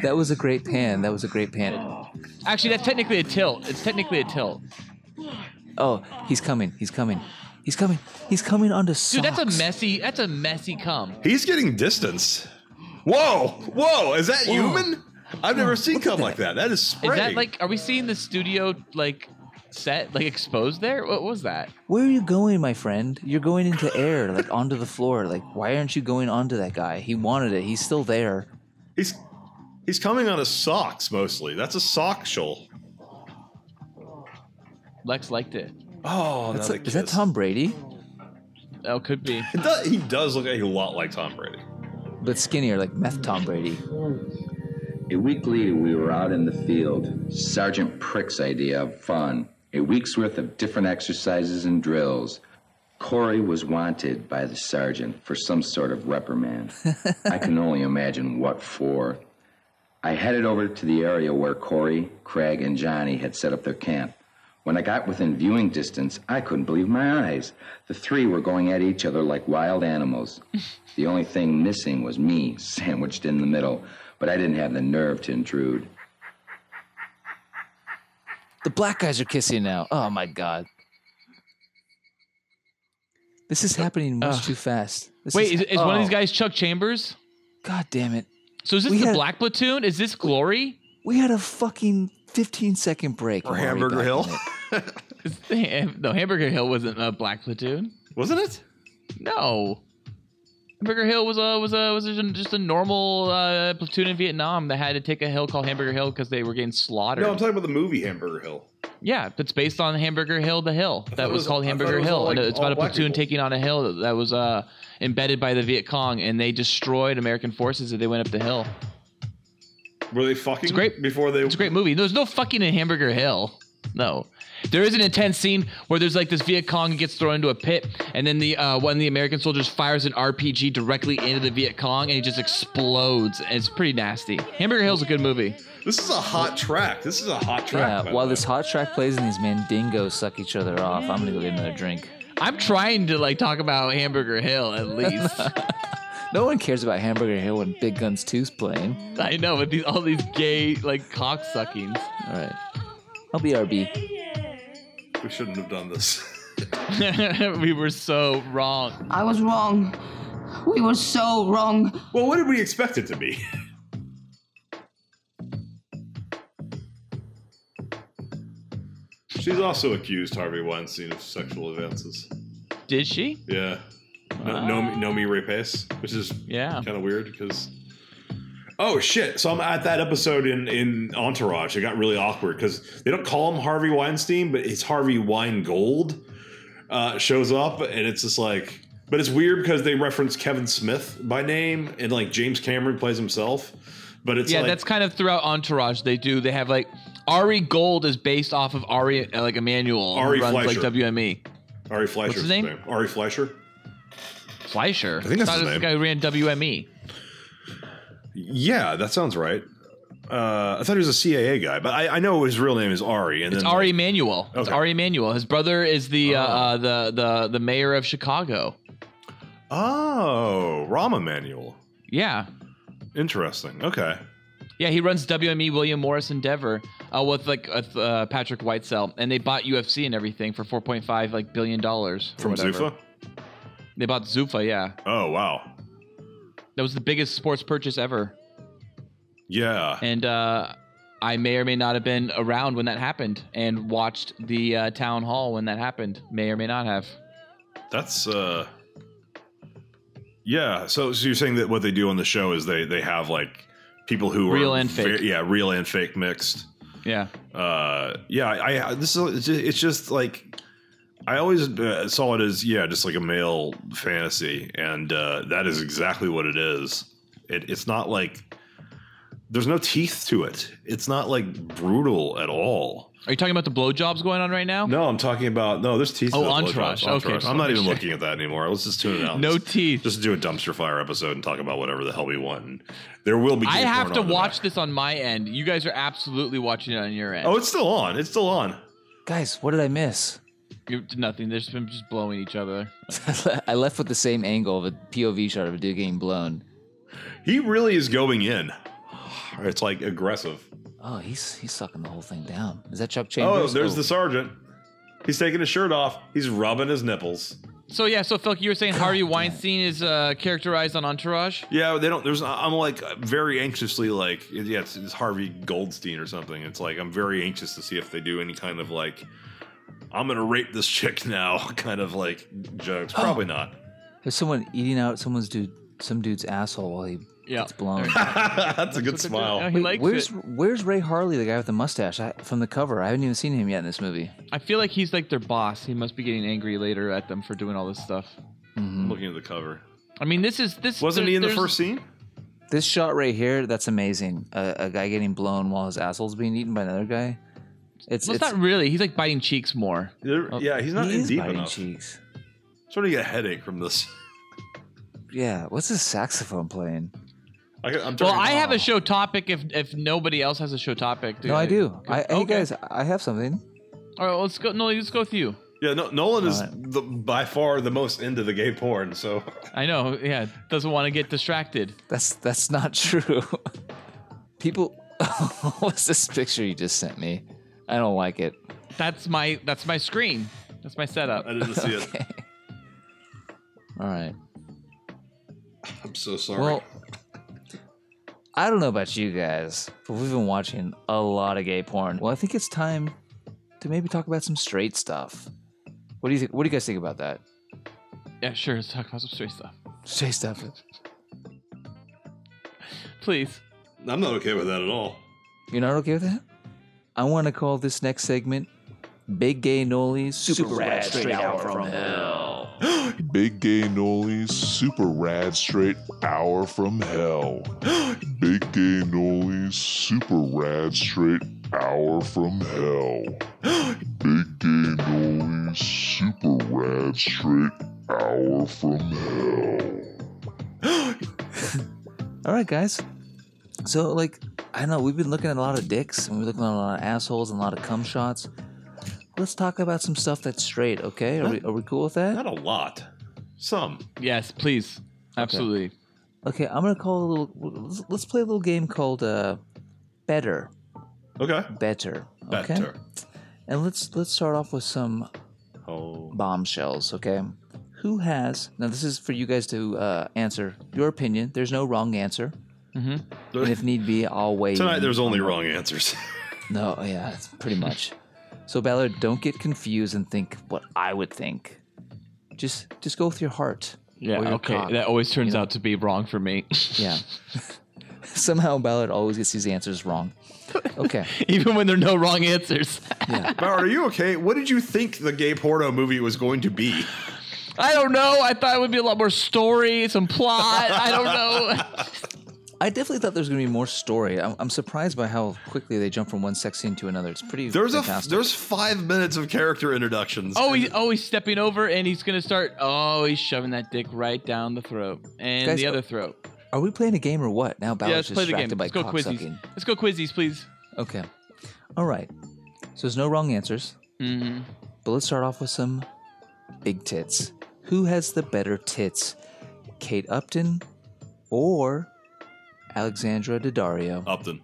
That was a great pan. That was a great pan. Actually, that's technically a tilt. It's technically a tilt. Oh, he's coming. He's coming. He's coming. He's coming onto Dude, socks. that's a messy. That's a messy cum. He's getting distanced. Whoa, whoa! Is that human? I've never seen cum like that. That is Is spraying. that like? Are we seeing the studio like set like exposed there? What was that? Where are you going, my friend? You're going into air, like onto the floor. Like, why aren't you going onto that guy? He wanted it. He's still there. He's he's coming on his socks mostly. That's a sock shoal. Lex liked it. Oh, That's another like- is that kiss. Tom Brady? Oh, could be. It does, he does look a lot like Tom Brady. But skinnier, like meth Tom Brady. A week later, we were out in the field. Sergeant Prick's idea of fun. A week's worth of different exercises and drills. Corey was wanted by the sergeant for some sort of reprimand. I can only imagine what for. I headed over to the area where Corey, Craig, and Johnny had set up their camp. When I got within viewing distance, I couldn't believe my eyes. The three were going at each other like wild animals. The only thing missing was me, [laughs] sandwiched in the middle, but I didn't have the nerve to intrude. The black guys are kissing now. Oh my god. This is happening much too fast. This Wait, is, is one of these oh, guys Chuck Chambers? God damn it. So is this We the had- Black Platoon? Is this Glory? We had a fucking 15 second break. Or I'm already Hamburger back Hill. in it. Is the Ham- no, Hamburger Hill wasn't a Black Platoon. Wasn't it? No, Hamburger Hill was a was a was just a, just a normal uh, platoon in Vietnam that had to take a hill called Hamburger Hill because they were getting slaughtered. No, I'm talking about the movie Hamburger Hill. yeah, it's based on Hamburger Hill, the hill thought that it was, was- called I thought Hamburger it was Hill. all, like, and it's about all a black platoon people. taking on a hill that was uh, embedded by the Viet Cong, and they destroyed American forces as they went up the hill. Were they fucking It's great. before they? It's a great movie. There's no fucking in Hamburger Hill. No. There is an intense scene where there's like this Viet Cong gets thrown into a pit, and then the uh, one of the American soldiers fires an RPG directly into the Viet Cong, and it just explodes. And it's pretty nasty. Hamburger Hill's a good movie. This is a hot track. This is a hot track. by [laughs] Yeah, the while way. this hot track plays and these mandingos suck each other off, I'm gonna go get another drink. I'm trying to like talk about Hamburger Hill at least. [laughs] No one cares about Hamburger Hill when Big Guns 2's playing. I know, but these all these gay like cocksuckings. [laughs] All right. I'll be RB. we shouldn't have done this. [laughs] we were so wrong. I was wrong. We were so wrong. well, what did we expect it to be? She's also accused Harvey Weinstein of sexual advances. Did she? Yeah. No, no, me- no me rapace, which is [laughs] Yeah. kind of weird because. Oh shit! So I'm at that episode in in Entourage. It got really awkward because they don't call him Harvey Weinstein, but it's Harvey Weingold. Uh, shows up, and it's just like, but it's weird because they reference Kevin Smith by name, and like James Cameron plays himself. But it's yeah, like, that's kind of throughout Entourage. They do. They have like Ari Gold is based off of Ari uh, like Emmanuel. who Ari runs like E. Fleischer. WME. Ari Fleischer's his name? Ari Fleischer. Fleischer. I think that's thought his it was the name. guy who ran E. WME. Yeah, that sounds right. Uh, I thought he was a CAA guy, but I, I know his real name is Ari, and It's then Ari Emanuel. It's Okay. Ari Emanuel. His brother is the uh, uh, the the the mayor of Chicago. Oh, Rahm Emanuel. Yeah, Interesting. Okay. yeah. He runs WME William Morris Endeavor uh, with like with, uh, Patrick Whitesell, and they bought UFC and everything for four point five like billion dollars or From whatever. Zufa? They bought Zufa. Yeah, Oh, wow. that was the biggest sports purchase ever. Yeah. and uh, I may or may not have been around when that happened and watched the uh, town hall when that happened. May or may not have. That's uh Yeah, so, so you're saying that what they do on the show is they they have like people who Real are and fake. ve- yeah, real and fake mixed. Yeah. Uh yeah, I, I this is it's ju- it's just like I always uh, saw it as yeah, just like a male fantasy and uh that is exactly what it is. It it's not like there's no teeth to it. It's not like brutal at all. Are you talking about the blowjobs going on right now? No, I'm talking about no. There's teeth. Oh, in the Entourage. blowjobs. Okay, just I'm not wanna make even sure. looking at that anymore. Let's just tune it out. No Let's- teeth. Just do a dumpster fire episode and talk about whatever the hell we want. And there will be. I gay have porn to on the watch this on my end. You guys are absolutely watching it on your back. end. Oh, it's still on. It's still on. Guys, what did I miss? [laughs] You're nothing. They're just, been just blowing each other. I left with the same angle of a POV shot of a dude getting blown. He really is going in. [sighs] It's like aggressive. Oh, he's he's sucking the whole thing down. Is that Chuck Oh, Chambers? there's the sergeant. He's taking his shirt off. He's rubbing his nipples. So yeah, so Felk, you were saying Harvey Weinstein is uh, characterized on Entourage. Yeah, they don't. There's. I'm like uh, very anxiously like. Yeah, it's, it's Harvey Goldstein or something. It's like I'm very anxious to see if they do any kind of like I'm gonna rape this chick now [laughs] kind of like jokes. Probably not. There's someone eating out someone's dude, some dude's asshole while he yeah. [laughs] gets blown. [laughs] That's a good smile. Yeah, Oh, he Wait, Oh. likes where's it. Where's Ray Harley, the guy with the mustache I, from the cover? I haven't even seen him yet in this movie. I feel like he's like their boss. He must be getting angry later at them for doing all this stuff. Mm-hmm. I'm looking at the cover. I mean, this is this. Wasn't there- he in the there's- first scene? This shot right here, that's amazing. A, a guy getting blown while his asshole's being eaten by another guy. It's, Well, it's it's not really. He's like biting cheeks more. There- yeah, he's not he in is deep biting enough. cheeks. Starting to get a headache from this. [laughs] Yeah, what's his saxophone playing? I, I'm Well, turning- I have a show topic. If if nobody else has a show topic, no, I do. I, hey guys, I have something. All right, let's go. No, let's go with you. Yeah, no, Nolan is the, by far the most into the gay porn. So [laughs] I know. Yeah, doesn't want to get distracted. That's that's not true. [laughs] People, [laughs] what's this picture you just sent me? I don't like it. That's my that's my screen. That's my setup. I didn't see it. All right. I'm so sorry. Well, I don't know about you guys, but we've been watching a lot of gay porn. Well, I think it's time to maybe talk about some straight stuff. What do you think? What do you guys think about that? Yeah, sure. Let's talk about some straight stuff, Straight stuff. please. I'm not okay with that at all. You're not okay with that? I want to call this next segment "Big Gay Nollies Super, Rad, Straight, Out, from Hell." Big Gay Nolly's Super Rad Straight Hour from Hell. Big Gay Nolly's Super Rad Straight Hour from Hell. Big Gay Nolly's Super Rad Straight Hour from Hell. All right, guys. So, like, I know we've been looking at a lot of dicks and we've been looking at a lot of assholes and a lot of cum shots. Let's talk about some stuff that's straight, okay? Are, we, are we cool with that? Not a lot. Some. Yes, please. Absolutely. Okay, I'm gonna call a little. let's- Let's play a little game called uh, Better. Okay. Better. Okay. Better. And let's let's start off with some Oh. bombshells. Okay. Who has now? This is for you guys to uh, answer your opinion. There's no wrong answer. Mm-hmm. And if need be, I'll wait. Tonight, there's only wrong answers. No, yeah, it's pretty much. so Ballard, don't get confused and think what I would think. Just just go with your heart. Yeah. or your Okay. cock. That always turns you know? out to be wrong for [laughs] me. [laughs] Yeah. Somehow Ballard always gets these [laughs] answers wrong. Okay. Even when there are no wrong answers. [laughs] Bauer, are you okay? What did you think the gay porno movie was going to be? I don't know. I thought it would be a lot more story, some plot. I don't know. [laughs] I definitely thought there was going to be more story. I'm, I'm surprised by how quickly they jump from one sex scene to another. It's pretty There's a fantastic. there's five minutes of character introductions. Oh, he's oh he's stepping over and he's gonna start. Oh, he's shoving that dick right down the throat and Guys, the other throat. Are we playing a game or what? Now yeah, Ballard's let's play the game. distracted by Let's go cock quizzies. sucking. Let's go quizzies, please. Okay. All right. So there's no wrong answers, Mm-hmm. but let's start off with some big tits. Who has the better tits, Kate Upton or Alexandra Daddario? Upton.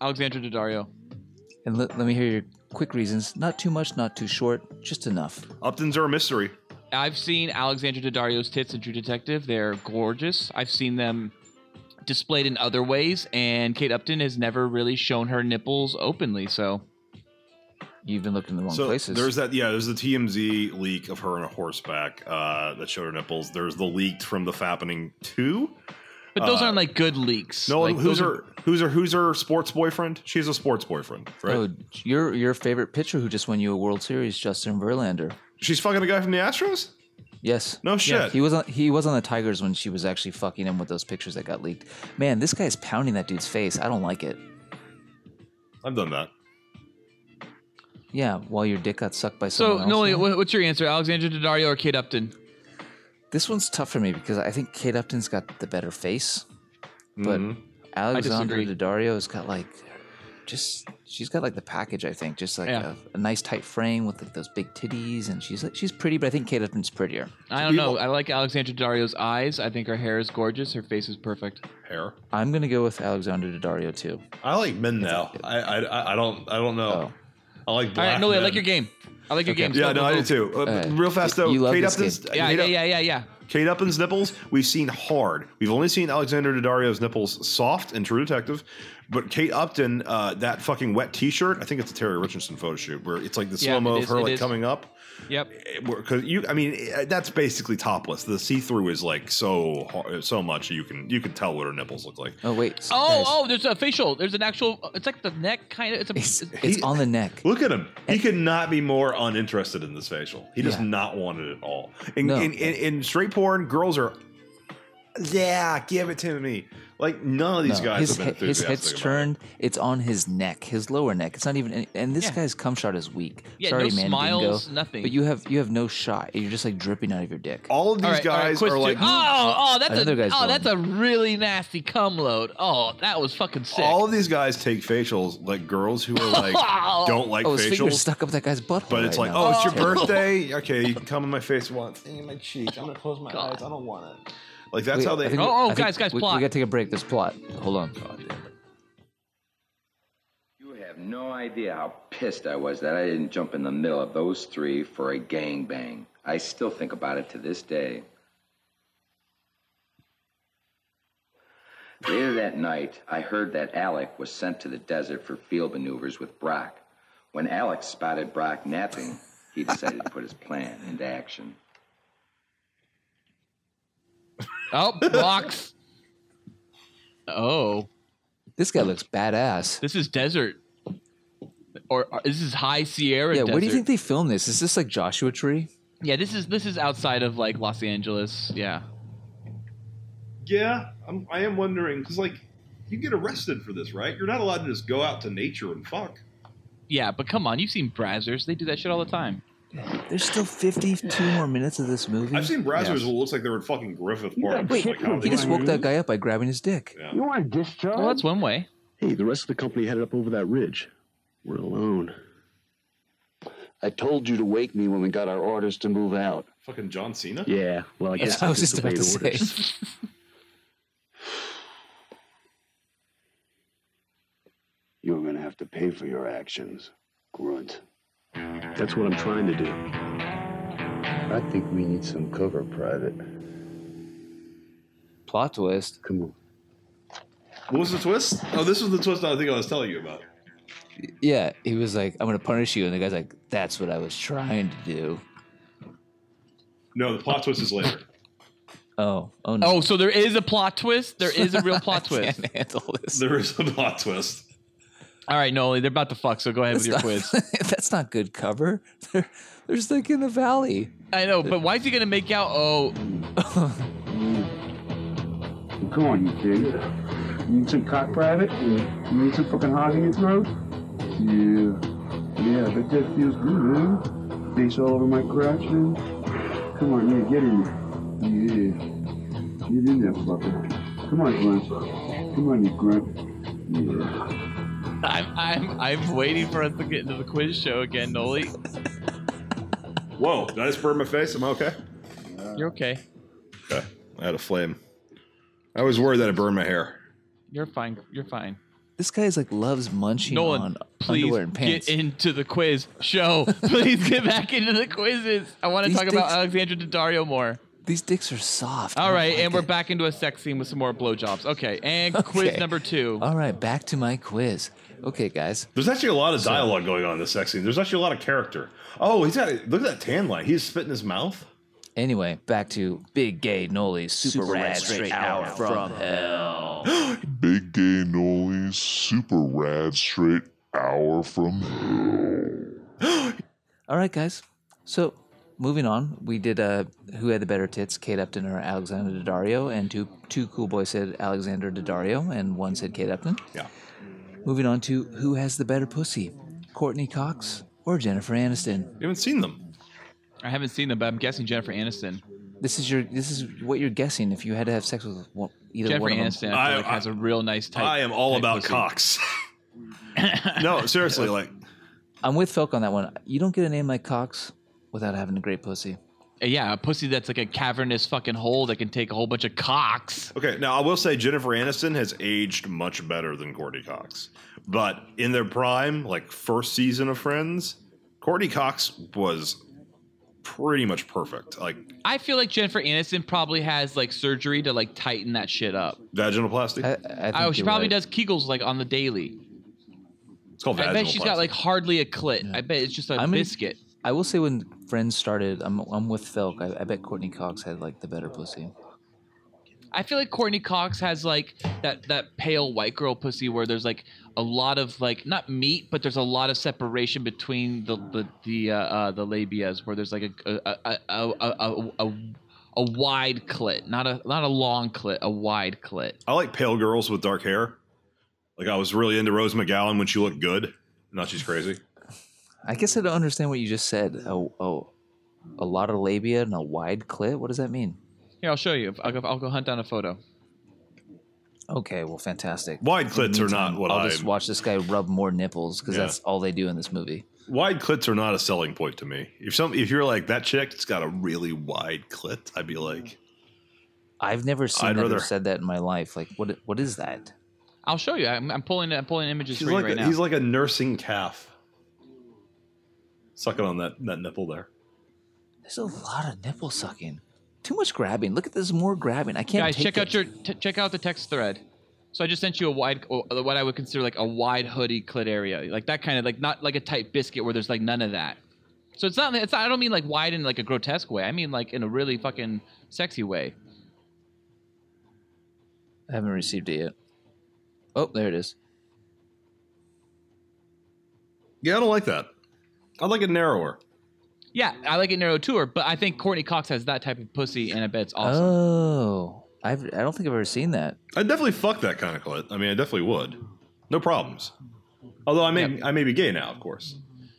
Alexandra Daddario. And let, let me hear your quick reasons. Not too much, not too short, just enough. Upton's are a mystery. I've seen Alexandra Daddario's tits in True Detective. They're gorgeous. I've seen them displayed in other ways, and Kate Upton has never really shown her nipples openly. So You've been looking in the wrong so places. there's that yeah there's the tmz leak of her on a horseback uh that showed her nipples there's the leaked from the fappening 2 But those Uh, aren't like good leaks. no like, who's those her are- who's her who's her sports boyfriend she's a sports boyfriend right Oh, your your favorite pitcher who just won you a World Series, Justin Verlander. she's fucking a guy from the astros Yes. no shit He was on he was on the Tigers when she was actually fucking him with those pictures that got leaked. Man, this guy's pounding that dude's face. I don't like it. i've done that Yeah, while your dick got sucked by So someone else. Noli, wha- what's your answer? Alexandra Daddario or Kate Upton? This one's tough for me because I think Kate Upton's got the better face, but Alexandra disagree. Daddario's got like just she's got like the package. I think just like Yeah. a, a nice tight frame with like those big titties, and she's like she's pretty, but I think Kate Upton's prettier. I don't know. I like Alexandra Daddario's eyes. I think her hair is gorgeous. Her face is perfect. hair I'm gonna go with Alexandra Daddario too. i like men now I, I I- i don't i don't know i like All black right, Noli, I men. like your game. I like your Okay. game. Oh. yeah no Go, go, i go. do too Uh, Uh, real fast though you love kate this upton's game. Yeah, Kate yeah, Up- yeah, yeah, yeah. Kate Upton's nipples, we've seen hard. We've only seen Alexander Daddario's nipples soft in True Detective, But Kate Upton, uh, that fucking wet T-shirt. I think it's a Terry Richardson photo shoot where it's like the Yeah, slow mo it of is, her it like is. coming up. Yep. Because you, I mean, eh, that's basically topless. The see through is like so har- so much you can you can tell what her nipples look like. Oh wait. Oh, oh, there's a facial. There's an actual. It's like the neck kind of. It's a. It's on the neck. Look at him. He could not be more uninterested in this facial. He does Yeah. not want it at all. In, No. in, in, in straight porn, girls are, yeah, give it to me. Like none of these No, guys his, have been he- his enthusiastic head's about it. turned. It's on his neck, his lower neck. It's not even. And, and this guy's cum shot is weak. Yeah, Sorry, no man. smiles, dingo, nothing. But you have you have no shot. You're just like dripping out of your dick. All of All right, all right, quiz two. oh, oh, that's Another a, guy's oh, going. that's a really nasty cum load. Oh, that was fucking sick. All of these guys take facials like girls who are [laughs] like don't like oh, his facials. finger's stuck up that guy's butthole. But it's right like, now. oh, it's [laughs] your birthday. Okay, you can come in my face once. In my cheek. I'm gonna close my eyes. I don't want it. Like that's Wait, how I they. Oh, think- I think we, We gotta take a break. There's plot. Hold on. You have no idea how pissed I was that I didn't jump in the middle of those three for a gangbang. I still think about it to this day. Later that night, I heard that Alec was sent to the desert for field maneuvers with Brock. When Alec spotted Brock napping, he decided to put his plan into action. [laughs] Oh, box. oh. This guy looks badass. This is desert. Or, or this is high Sierra Yeah, desert. where do you think they filmed this? Is this like Joshua Tree? Yeah, this is this is outside of like Los Angeles. Yeah. Yeah, I'm, I am wondering because like you get arrested for this, right? You're not allowed to just go out to nature and fuck. Yeah, but come on, you've seen Brazzers. They do that shit all the time. There's still 52 more minutes of this movie. I've seen Brazzers who looks like they were in fucking Griffith Park. Wait, like, how he they just do it. woke that guy up by grabbing his dick. You want a discharge? Well, that's one way. Hey, the rest of the company headed up over that ridge. We're alone. I told you to wake me when we got our orders to move out. Fucking John Cena. Yeah, well, I guess I just obeyed orders. [laughs] You're going to have to pay for your actions, Grunt. That's what I'm trying to do. I think we need some cover, Private. Plot twist. Come on. What was the twist? Oh, this was the twist I think I was telling you about. Yeah, he was like, I'm going to punish you. And the guy's like, that's what I was trying to do. No, the plot twist is later. Oh, oh no. Oh, so there is a plot twist. There is [laughs] a real plot twist. Can't handle this. There is a plot twist. All right, Noli, they're about to fuck. So go ahead with your quiz. [laughs] that's not good cover. They're, they're like in the valley. I know, but why is he gonna make out? Oh, Come on, you pig. You need some cock, Private? Yeah. You need some fucking hog in your throat? Yeah. Yeah, but that feels good, huh? Face all over my crotch, man. Come on, yeah, get in there. Yeah. Get in there, fucker. Come on, grunt. Come on, you grunt. Yeah. I'm I'm I'm waiting for us to get into the quiz show again, Noli. Whoa! Did I just burn my face? I'm okay. You're okay. Okay. I had a flame. I was worried that I burned my hair. You're fine. You're fine. This guy is like loves munching Nolan, on please underwear and pants. get into the quiz [laughs] show. Please get back into the quizzes. I want to These talk about dicks- Alexandra Daddario more. These dicks are soft. Oh I All don't right, like and we're it. back into a sex scene with some more blowjobs. Okay, [laughs] and quiz Okay. Uh, number two. All right, back to my quiz. Okay, guys. There's actually a lot of dialogue going on in this sex scene. There's actually a lot of character. Oh, he's got look at that tan line. He's spitting his mouth. Anyway, back to Big Gay Noli's Super, Super Rad, Rad Straight, Straight Hour Hour from, from Hell. [gasps] Big Gay Noli's Super Rad Straight Hour from Hell. [gasps] All right, guys. So, moving on, we did uh, who had the better tits, Kate Upton or Alexander Daddario, and two two cool boys said Alexander Daddario, and one said Kate Upton. Yeah. Moving on to who has the better pussy, Courtney Cox or Jennifer Aniston. You haven't seen them. I haven't seen them, but I'm guessing Jennifer Aniston. This is your this is what you're guessing if you had to have sex with one, either Jennifer one of Aniston them. I I- feel like has a real nice type. I am all type about pussy. cocks. [laughs] no, seriously, like I'm with Felk on that one. You don't get a name like Cox without having a great pussy. Uh, Yeah, a pussy that's like a cavernous fucking hole that can take a whole bunch of cocks. okay. Now I will say Jennifer Aniston has aged much better than Courtney Cox, but in their prime, like first season of Friends, Courtney Cox was pretty much perfect. Like I feel like Jennifer Aniston probably has like surgery to like tighten that shit up. vaginoplasty. oh, she probably does Kegels like on the daily. It's called I bet she's got vaginoplasty. like hardly a clit. I bet it's just a I'm in- biscuit. I will say when Friends started, I'm I'm with Felk. I, I bet Courtney Cox had like the better pussy. I feel like Courtney Cox has like that that pale white girl pussy where there's like a lot of like not meat, but there's a lot of separation between the the the uh, uh, the labias where there's like a a a, a, a, a, a a wide clit, not a not a long clit, a wide clit. I like pale girls with dark hair. Like I was really into Rose McGowan when she looked good. Now she's crazy. I guess I don't understand what you just said. Oh, oh, a lot of labia and a wide clit. What does that mean? Here, I'll show you. I'll go, I'll go hunt down a photo. Okay, well, fantastic. Wide In the clits are not meantime, what Mm-hmm. I'll I'm- just watch this guy rub more nipples because Yeah. that's all they do in this movie. Wide clits are not a selling point to me. If some if you're like that chick, it's got a really wide clit, I'd be like, I've never seen I'd that rather- or said that in my life. Like, what what is that? I'll show you. I'm, I'm pulling I'm pulling images she's for you like right a, now. he's like a nursing calf. Sucking on that, that nipple there. There's a lot of nipple sucking. Too much grabbing. Look at this more grabbing. I can't. Guys, take check it. out your t- check out the text thread. So I just sent you a wide, or what I would consider like a wide hoodie clit area, like that kind of like not like a tight biscuit where there's like none of that. So it's not. It's not. I don't mean like wide in like a grotesque way. I mean like in a really fucking sexy way. I haven't received it yet. Oh, there it is. Yeah, I don't like that. I like it narrower. Yeah, I like it narrow tour, but I think Courtney Cox has that type of pussy, and I bet it's awesome. Oh, I've I don't think I've ever seen that. I'd definitely fuck that kind of clit. I mean, I definitely would. No problems. Although I may I may be gay now, of course.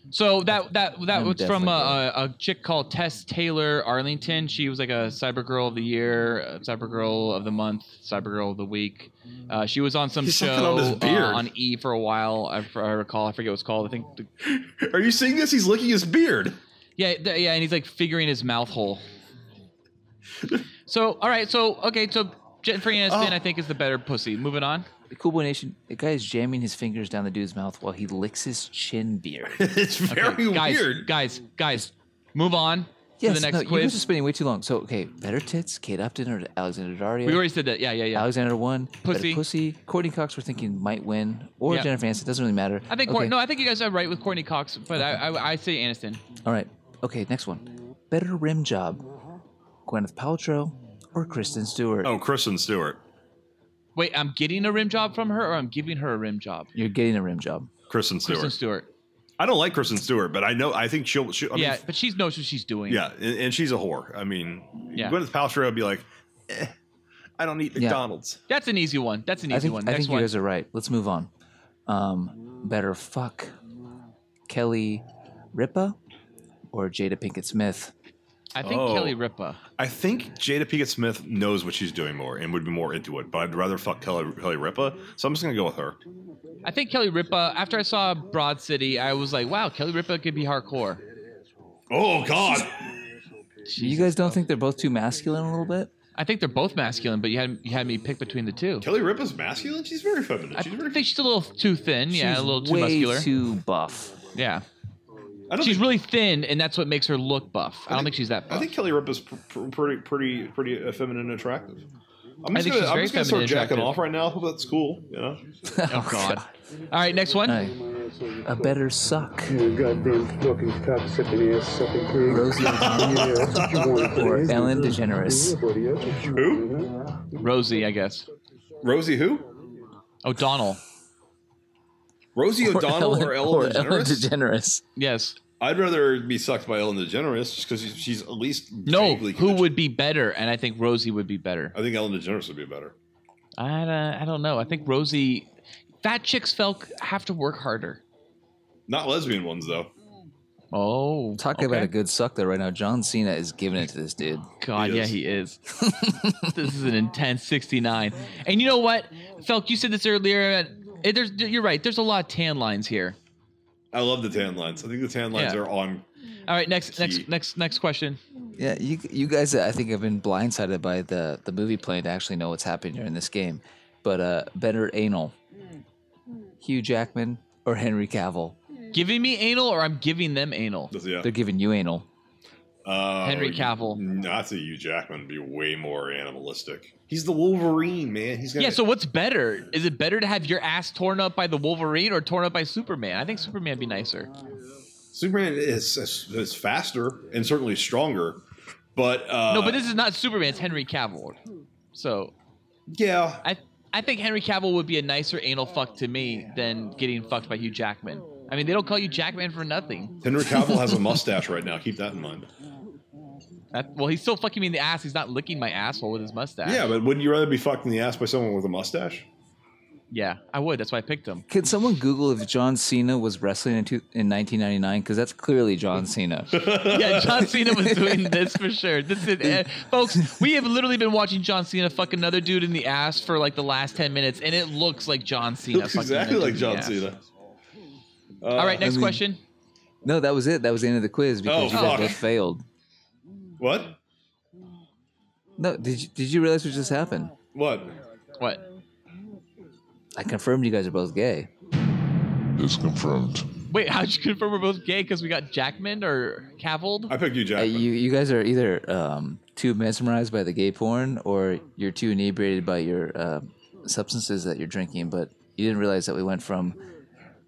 So that that that I'm was from definitely a, a, a chick called Tess Taylor Arlington. She was like a Cyber Girl of the Year, uh, Cyber Girl of the Month, Cyber Girl of the Week. Uh, she was on some He's sucking show on his uh, beard. on E for a while. I, I recall. I forget what it's called. I think. The, Are you seeing this? He's licking his beard. [laughs] yeah, th- yeah, and he's like figuring his mouth hole. so all right, so okay, so Jennifer Aniston, Oh. I think, is the better pussy. Moving on. Cool Boy Nation. The guy is jamming his fingers down the dude's mouth while he licks his chin [laughs] beard. it's very guys, weird. Guys, guys, move on Yes, to the no, next you quiz. guys are spending way too long. So, okay, better tits, Kate Upton or Alexander Daria. We already said that. Yeah, yeah, yeah. Alexander won. better Pussy. pussy. Courtney Cox, we're thinking might win, or Yeah. Jennifer Aniston. Doesn't really matter. I think okay. Courtney no, I think you guys are right with Courtney Cox, but I, I I say Aniston. All right. Okay, next one. Better rim job, Gwyneth Paltrow or Kristen Stewart. Oh, Kristen Stewart. Wait, I'm getting a rim job from her, or I'm giving her a rim job. You're getting a rim job. Kristen Stewart. Kristen Stewart. I don't like Kristen Stewart, but I know I think she'll. she I mean, yeah, but she knows what she's doing. yeah, and, and she's a whore. I mean, Yeah. Gwyneth Paltrow would be like, eh, I don't eat Yeah. McDonald's. that's an easy one. That's an I easy think, one. I Next think one. you guys are right. Let's move on. Um, better fuck Kelly Ripa or Jada Pinkett Smith. I think Oh. Kelly Ripa. I think Jada Pinkett Smith knows what she's doing more and would be more into it, but I'd rather fuck Kelly, Kelly Ripa, so I'm just gonna go with her. I think Kelly Ripa. After I saw Broad City, I was like, wow, Kelly Ripa could be hardcore. Oh God. you guys don't think they're both too masculine a little bit? I think they're both masculine, but you had you had me pick between the two. [laughs] Kelly Ripa's masculine. She's very feminine. She's I very. think she's a little too thin. yeah, She's a little too way muscular. Too buff. [laughs] yeah. I don't She's really thin, and that's what makes her look buff. I don't think she's that buff. I think Kelly Ripa's pr- pr- pretty, pretty, pretty uh, feminine and attractive. I'm I just think gonna, she's I'm very just gonna start feminine and jacking attractive. off right now. Hope that's cool. You know. oh God. All right, next one. A [laughs] better suck. You goddamn fucking cock sucking ass sucking pig. Rosie yeah, that's what you want or Ellen DeGeneres. Who? Rosie, I guess. Rosie who? O'Donnell. Rosie O'Donnell [laughs] or Ellen, DeGeneres? DeGeneres. Yes. I'd rather be sucked by Ellen DeGeneres just because she's at least No, vaguely- who would be better? And I think Rosie would be better. I think Ellen DeGeneres would be better. I don't, I don't know. I think Rosie, fat chicks felt have to work harder. Not lesbian ones though. Oh, Talk okay. about a good suck there right now. John Cena is giving it to this dude. God, yeah, he [laughs] is. this is an intense 69. And you know what, Felk, you said this earlier. eh, There's, you're right. There's a lot of tan lines here. I love the tan lines. I think the tan lines Yeah. are on. All right, next, next, next, next question. Yeah, you you guys, I think, have been blindsided by the the movie playing to actually know what's happening during this game. But uh, better anal, Hugh Jackman or Henry Cavill? Giving me anal, or I'm giving them anal. Yeah. They're giving you anal. Uh, Henry Cavill. No, I think Hugh Jackman would be way more animalistic. He's the Wolverine, man. He's gonna Yeah, so what's better? Is it better to have your ass torn up by the Wolverine or torn up by Superman? I think Superman'd be nicer. Superman is, is is faster and certainly stronger, but uh, no, but this is not Superman. It's Henry Cavill. So, yeah, I I think Henry Cavill would be a nicer anal fuck to me than getting fucked by Hugh Jackman. I mean, they don't call you Jackman for nothing. Henry Cavill has a mustache right now. Keep that in [laughs] mind. That, well, he's still fucking me in the ass. He's not licking my asshole with his mustache. Yeah, but wouldn't you rather be fucked in the ass by someone with a mustache? Yeah, I would. That's why I picked him. Can someone Google if John Cena was wrestling in, two, in 1999? Because that's clearly John Cena. yeah, [laughs] John Cena was doing this for sure. This is, eh, folks, we have literally been watching John Cena fuck another dude in the ass for like the last ten minutes, and it looks like John Cena. looks fucking exactly another like dude John in the ass. Cena. Uh, All right, next Uh, I mean- question. No, that was it. That was the end of the quiz because Oh, you guys fuck. both failed. What? No, did you, did you realize what just happened? What? What? I confirmed you guys are both gay. It's confirmed. Wait, [laughs] how'd you confirm we're both gay? Because we got Jackman or Cavilled? I picked you, Uh, you you guys are either um, too mesmerized by the gay porn or you're too inebriated by your uh, substances that you're drinking. But you didn't realize that we went from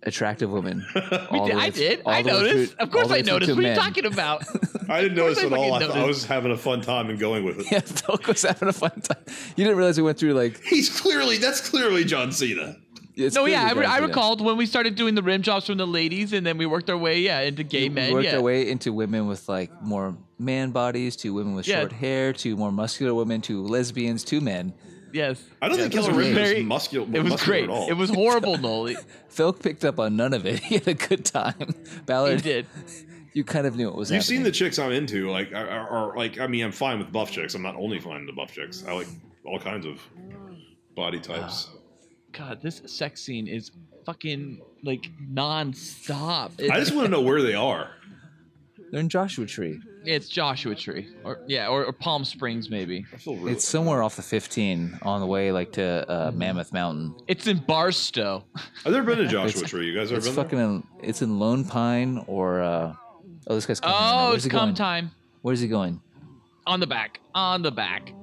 attractive women. [laughs] We all did, the I way- did. all I the way noticed. through- of course all the I way through noticed. to What are you men. [laughs] talking about? I didn't notice I at all. I, fucking thought I noticed. was having a fun time and going [laughs] with it. Yeah, Felk was having a fun time. You didn't realize we went through like. He's clearly that's clearly John Cena. it's no, clearly yeah, I, John re- I Cena. recalled when we started doing the rim jobs from the ladies, and then we worked our way, yeah, into gay men. We worked yeah. our way into women with like more man bodies, to women with Yeah. short hair, to more muscular women, to lesbians, to men. Yes. I don't Yeah, think those Keller were Ripken very- is muscular. It was muscular great. At all. It was [laughs] horrible, Noli. Felk picked up on none of it. [laughs] He had a good time. Ballard, He did. you kind of knew it was You've happening. seen the chicks I'm into, like are, are, are like I mean I'm fine with buff chicks. I'm not only fine with buff chicks. I like all kinds of body types. God, this sex scene is fucking like non-stop. It- I just want to know where they are. They're in Joshua Tree. Oh, It's Joshua Tree, or yeah, or, or Palm Springs maybe. It's somewhere off the 15 on the way like to uh, Mm-hmm. Mammoth Mountain. It's in Barstow. Oh, I've never been to Joshua It's- Tree. You guys ever It's been fucking in, it's in Lone Pine or uh, oh this guy's coming. right now. Oh, Where's it's he come going? time. Where's he going? On the back. On the back.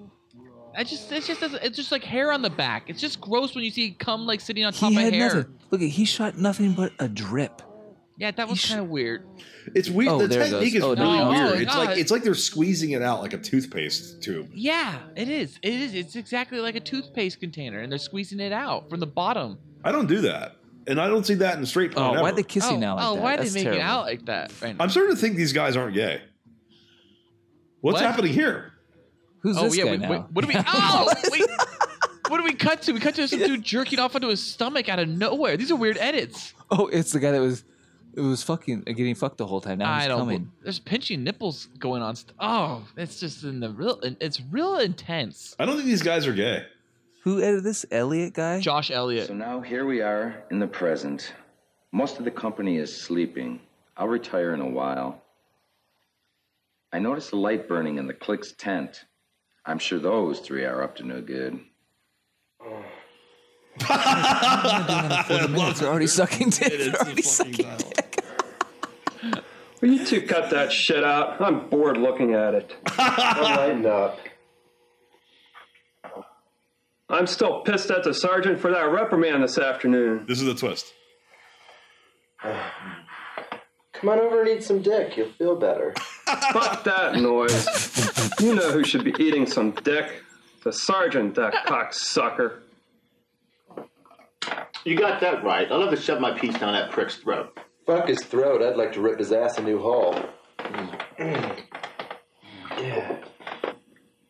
I just it's just it's just like hair on the back. It's just gross when you see cum like sitting on top he of had hair. nothing. Look, he shot nothing but a drip. Yeah, that was kind of weird. there? It's weird. Oh, the there it technique goes. is Oh, there really it goes. weird. Oh, it's God. like it's like they're squeezing it out like a toothpaste tube. Yeah, it is. It is. It's exactly like a toothpaste container, and they're squeezing it out from the bottom. I don't do that, and I don't see that in straight porn. Oh, why ever. they kissing oh, now like oh, that? why are That's they making terrible. out like that? Right now? I'm starting to think these guys aren't gay. What's What? happening here? Who's oh this yeah. guy wait, now? wait, what do we? Oh, wait. What do we cut to? We cut to some dude jerking off onto his stomach out of nowhere. These are weird edits. [laughs] Oh, it's the guy that was it was fucking getting fucked the whole time. Now he's I don't. coming. There's pinching nipples going on. St- oh, it's just in the real. It's real intense. I don't think these guys are gay. Who edited this? Elliot guy? Josh Elliott. So now here we are in the present. Most of the company is sleeping. I'll retire in a while. I notice a light burning in the click's tent. I'm sure those three are up to no good. They're [laughs] already sucking dick. They're already sucking dick. Will you two cut that shit out? I'm bored looking at it. Lighten up. I'm still pissed at the sergeant for that reprimand this afternoon. This is the twist. Come on over and eat some dick. You'll feel better. Fuck that noise. you know who should be eating some dick. The sergeant, that cocksucker. You got that right. I'll never shove my piece down that prick's throat. Fuck his throat. I'd like to rip his ass a new hole.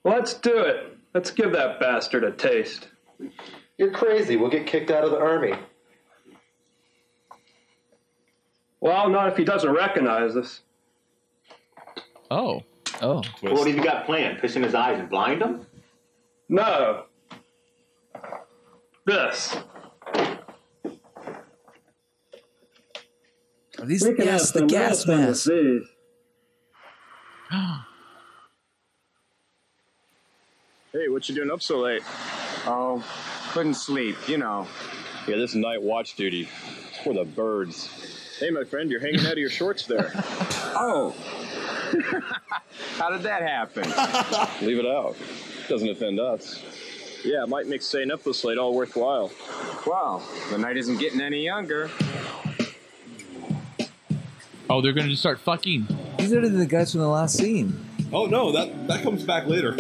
Let's do it. Let's give that bastard a taste. You're crazy. We'll get kicked out of the army. Well, not if he doesn't recognize us. Oh. Oh. What have you got planned? Piss in his eyes and blind him? No. This. Are these the gas, the gas mask. Hey, what you doing up so late? Oh, couldn't sleep, you know. Yeah, this night watch duty. It's for the birds. Hey, my friend, you're hanging out of your shorts there. oh, [laughs] How did that happen? Leave it out. Doesn't offend us. Yeah, it might make staying up this late all worthwhile. Wow, the night isn't getting any younger. Oh, they're gonna just start fucking. These are the guys from the last scene. Oh no, that that comes back later.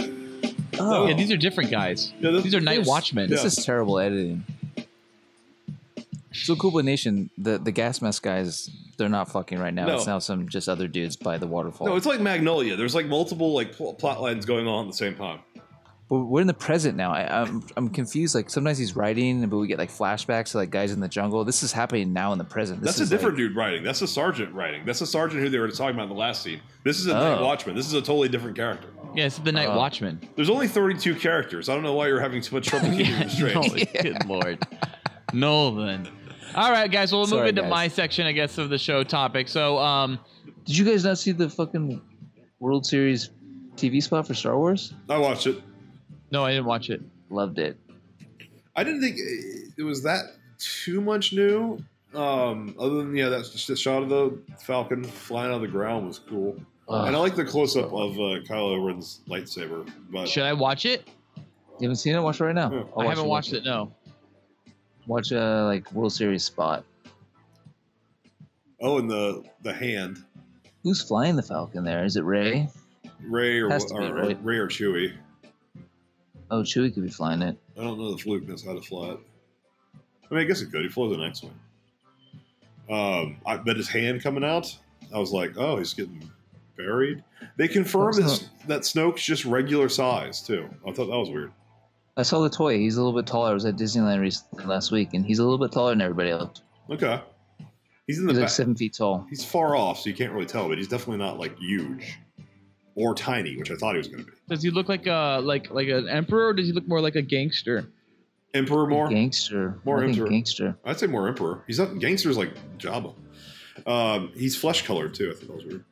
Oh. Yeah, these are different guys. these are night watchmen. This is terrible editing. So Kubla Nation, the, the gas mask guys, they're not fucking right now. No. It's now some just other dudes by the waterfall. No, it's like Magnolia. There's like multiple like pl- plot lines going on at the same time. but we're in the present now. I, I'm I'm confused. Like sometimes he's writing, but we get like flashbacks to like guys in the jungle. This is happening now in the present. This That's a is different dude writing. That's a sergeant writing. That's a sergeant who they were talking about in the last scene. This is a night Oh. watchman. This is a totally different character. Yeah, it's the night Uh-huh. Oh. watchman. There's only 32 characters. I don't know why you're having so much trouble keeping [laughs] them straight. [laughs] Good lord, Nolan. All right, guys. Well, we'll move Sorry, into guys. my section, I guess, of the show topic. So, um, Like, did you guys not see the fucking World Series TV spot for Star Wars? I watched it. No, I didn't watch it. Loved it. I didn't think it- it was that too much new. Um, other than yeah, that sh- shot of the Falcon flying out of the ground was cool, Ugh. and I like the close up of uh, Kylo Ren's lightsaber. But should I watch it? You haven't seen it? Watch it right now. Hmm. I'll I watch haven't watched it. No. Watch a like World Series spot. Oh, and the the hand, Who's flying the Falcon there? Is it Ray? Ray or, Has to or, be, or right? Ray or Chewie. Oh, Chewie could be flying it. I don't know if Luke knows how to fly it. I mean, I guess it could. He flew the next one. Um, I, but his hand coming out, I was like, oh, he's getting buried. They confirmed That's that, that Snoke's just regular size too. I thought that was weird. I saw the toy. He's a little bit taller. I was at Disneyland recently last week, and he's a little bit taller than everybody else. Okay. He's in the He's like back. seven feet tall. He's far off, so you can't really tell, but he's definitely not like huge or tiny, which I thought he was going to be. Does he look like a like like an emperor, or does he look more like a gangster? Emperor more? Gangster. More I think emperor. gangster. I'd say more emperor. He's not gangster's like Jabba. Um, he's flesh colored too. I thought that was weird.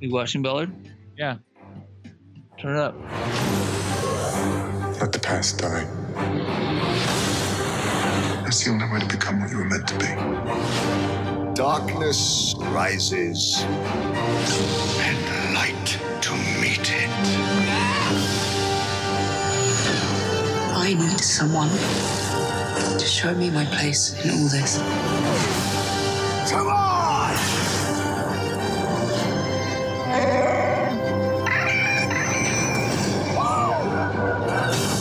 You watching Bellard? Yeah. Turn it up. Let the past die. That's the only way to become what you were meant to be. Darkness rises, and light to meet it. I need someone to show me my place in all this. Come on!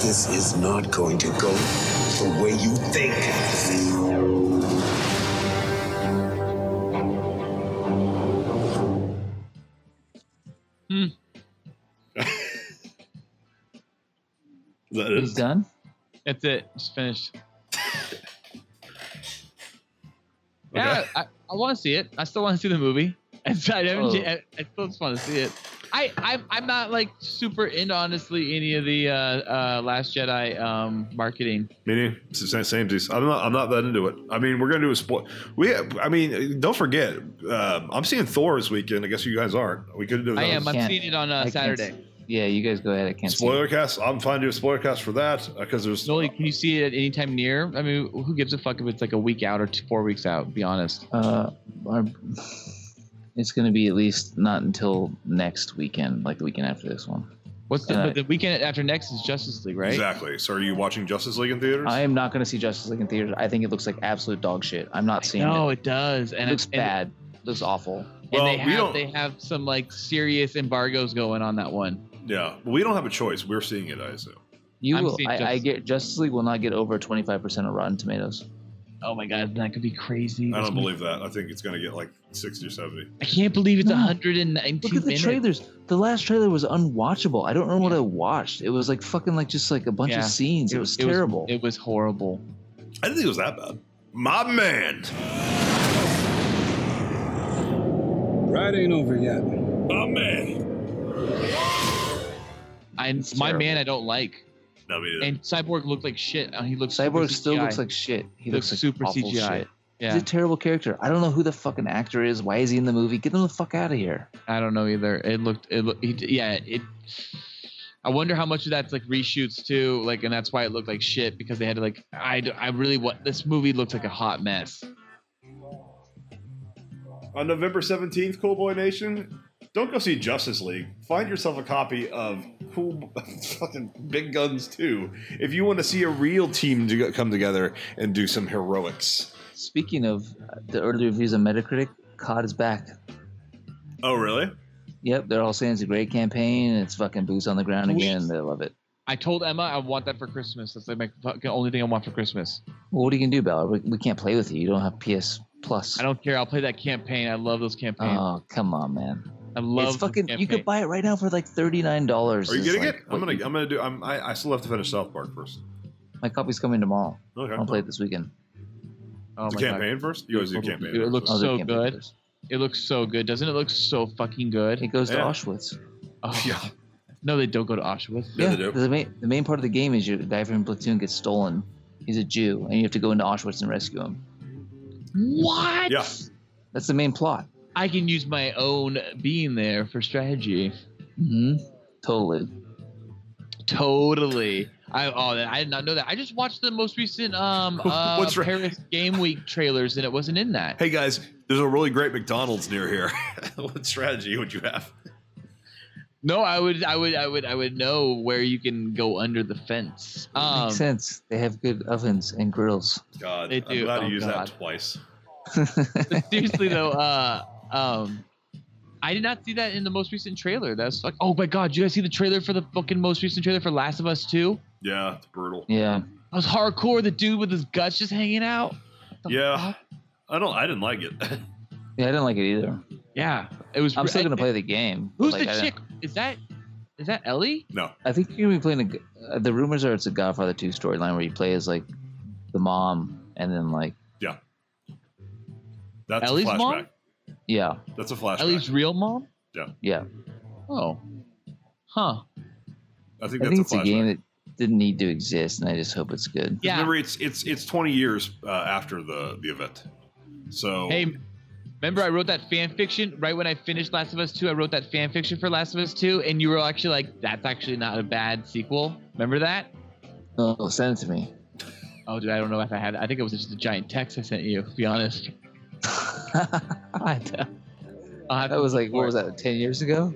This is not going to go the way you think. Is that He's done. That's it. It's [laughs] finished. Yeah, I, I want to see it. I still want to see the movie. [laughs] I, haven't- Oh. I, I still just want to see it. I, I I'm not like super into honestly any of the uh, uh, Last Jedi um, marketing. Meaning, same, same I'm not. I'm not that into it. I mean, we're gonna do a spoil. We. I mean, don't forget. Um, I'm seeing Thor this weekend. I guess you guys aren't. We could do. I another- am. I'm seeing it on I uh, can't Saturday. see- Yeah, you guys go ahead. I can't. Spoiler cast. I'm fine doing spoiler cast for that because there's Noli, can you see it at any time near? I mean, who gives a fuck if it's like a week out or two, four weeks out? Be honest. Uh, our, it's going to be at least not until next weekend, like the weekend after this one. What's the, And I- but the weekend after next is Justice League, right? exactly. So, are you watching Justice League in theaters? I am not going to see Justice League in theaters. I think it looks like absolute dog shit. I'm not seeing No, it. it does, and it looks and- bad. It looks awful. And Well, they we have don't- they have some like serious embargoes going on that one. yeah. Well, we don't have a choice. We're seeing it. I assume. You I'm will. seeing I, I Justice- get Justice League will not get over 25% of Rotten Tomatoes. Oh my god, that could be crazy. I That's don't gonna be- believe that. I think it's going to get like 60 or 70. I can't believe it's No. 119 Look at the minutes. trailers. The last trailer was unwatchable. I don't know what I watched. It was like fucking like just like a bunch Yeah. of scenes. It, was terrible. It was, horrible. I didn't think it was that bad. My man. Ride ain't over yet. My man. I, my man, I don't like. No, me neither. And Cyborg looked like shit. Uh, He looks. super Cyborg still CGI. looks like shit. He Looks looks, like super awful CGI. Shit. Yeah. He's a terrible character. I don't know who the fucking actor is. Why is he in the movie? Get him the fuck out of here. I don't know either. It looked. It looked. Yeah. It. I wonder how much of that's like reshoots too. Like, and that's why it looked like shit because they had to like. I. d- I really want this movie looks like a hot mess. On November 17th, Cool Boy Nation, Don't go see Justice League. Find yourself a copy of Cool [laughs] fucking Big Guns 2 if you want to see a real team to go- come together and do some heroics. Speaking of uh, the early reviews on Metacritic, COD is back. Oh, really? Yep, they're all saying it's a great campaign. and It's fucking boots on the ground again. They love it. I told Emma I want that for Christmas. That's like my fucking only thing I want for Christmas. Well, what are you gonna do, Bella? We, we can't play with you. You don't have PS Plus. I don't care. I'll play that campaign. I love those campaigns. Oh, come on, man. I love it's the fucking. You campaign. could buy it right now for like thirty nine dollars. Are you getting it? I'm gonna I'm gonna do. I'm, I I still have to finish South Park first. My copy's coming tomorrow. Okay. I'll play it this weekend. Oh the my God. campaign first. You always do campaign. It first, looks right? so good. It looks so good. Doesn't it look so fucking good? It goes to Yeah. Auschwitz. [laughs] Oh. No, they don't go to Auschwitz. yeah, the main the main part of the game is your the guy from platoon gets stolen. He's a Jew, and you have to go into Auschwitz and rescue him. What? Yeah. That's the main plot. I can use my own being there for strategy. hmm Mm-hmm. Totally. Totally. I oh that- I did not know that. I just watched the most recent um uh, [laughs] What's re- Paris Game Week trailers and it wasn't in that. Hey guys, there's a really great McDonald's near here. [laughs] what strategy would you have? No, I would I would I would I would know where you can go under the fence. Um, Makes sense. They have good ovens and grills. [laughs] God, They I'm do. glad Oh, you used God. that twice. [laughs] Seriously though, uh, um, I did not see that in the most recent trailer. That's like, oh my god, you guys see the trailer for the fucking most recent trailer for Last of Us Two? Yeah, it's brutal. Yeah. I was hardcore. The dude with his guts just hanging out. Yeah. I don't. I didn't like it. [laughs] Yeah, I didn't like it either. Yeah, it was. I'm still I- gonna play the game. but, Who's like, I the don't- chick? Is that is that Ellie? No. I think you're gonna be playing. A, g- uh, the rumors are it's a Godfather Two storyline where you play as like the mom, and then like Yeah. That's Ellie's a flashback. mom? yeah, That's a flashback. Ellie's real mom? Yeah. yeah. Oh. Huh. I I think think, that's a it's a flashback. game that didn't need to exist, and I just hope it's good. Yeah. Remember, it's it's it's 20 years uh, after the the event. So Hey, remember I wrote that fan fiction right when I finished Last of Us 2. I wrote that fan fiction for Last of Us 2, and you were actually like, "That's actually not a bad sequel." Remember that? Oh, send it to me. [laughs] Oh, dude, I don't know if I had. I think it was just a giant text I sent you. To be honest. I that was like what was that? Ten years ago?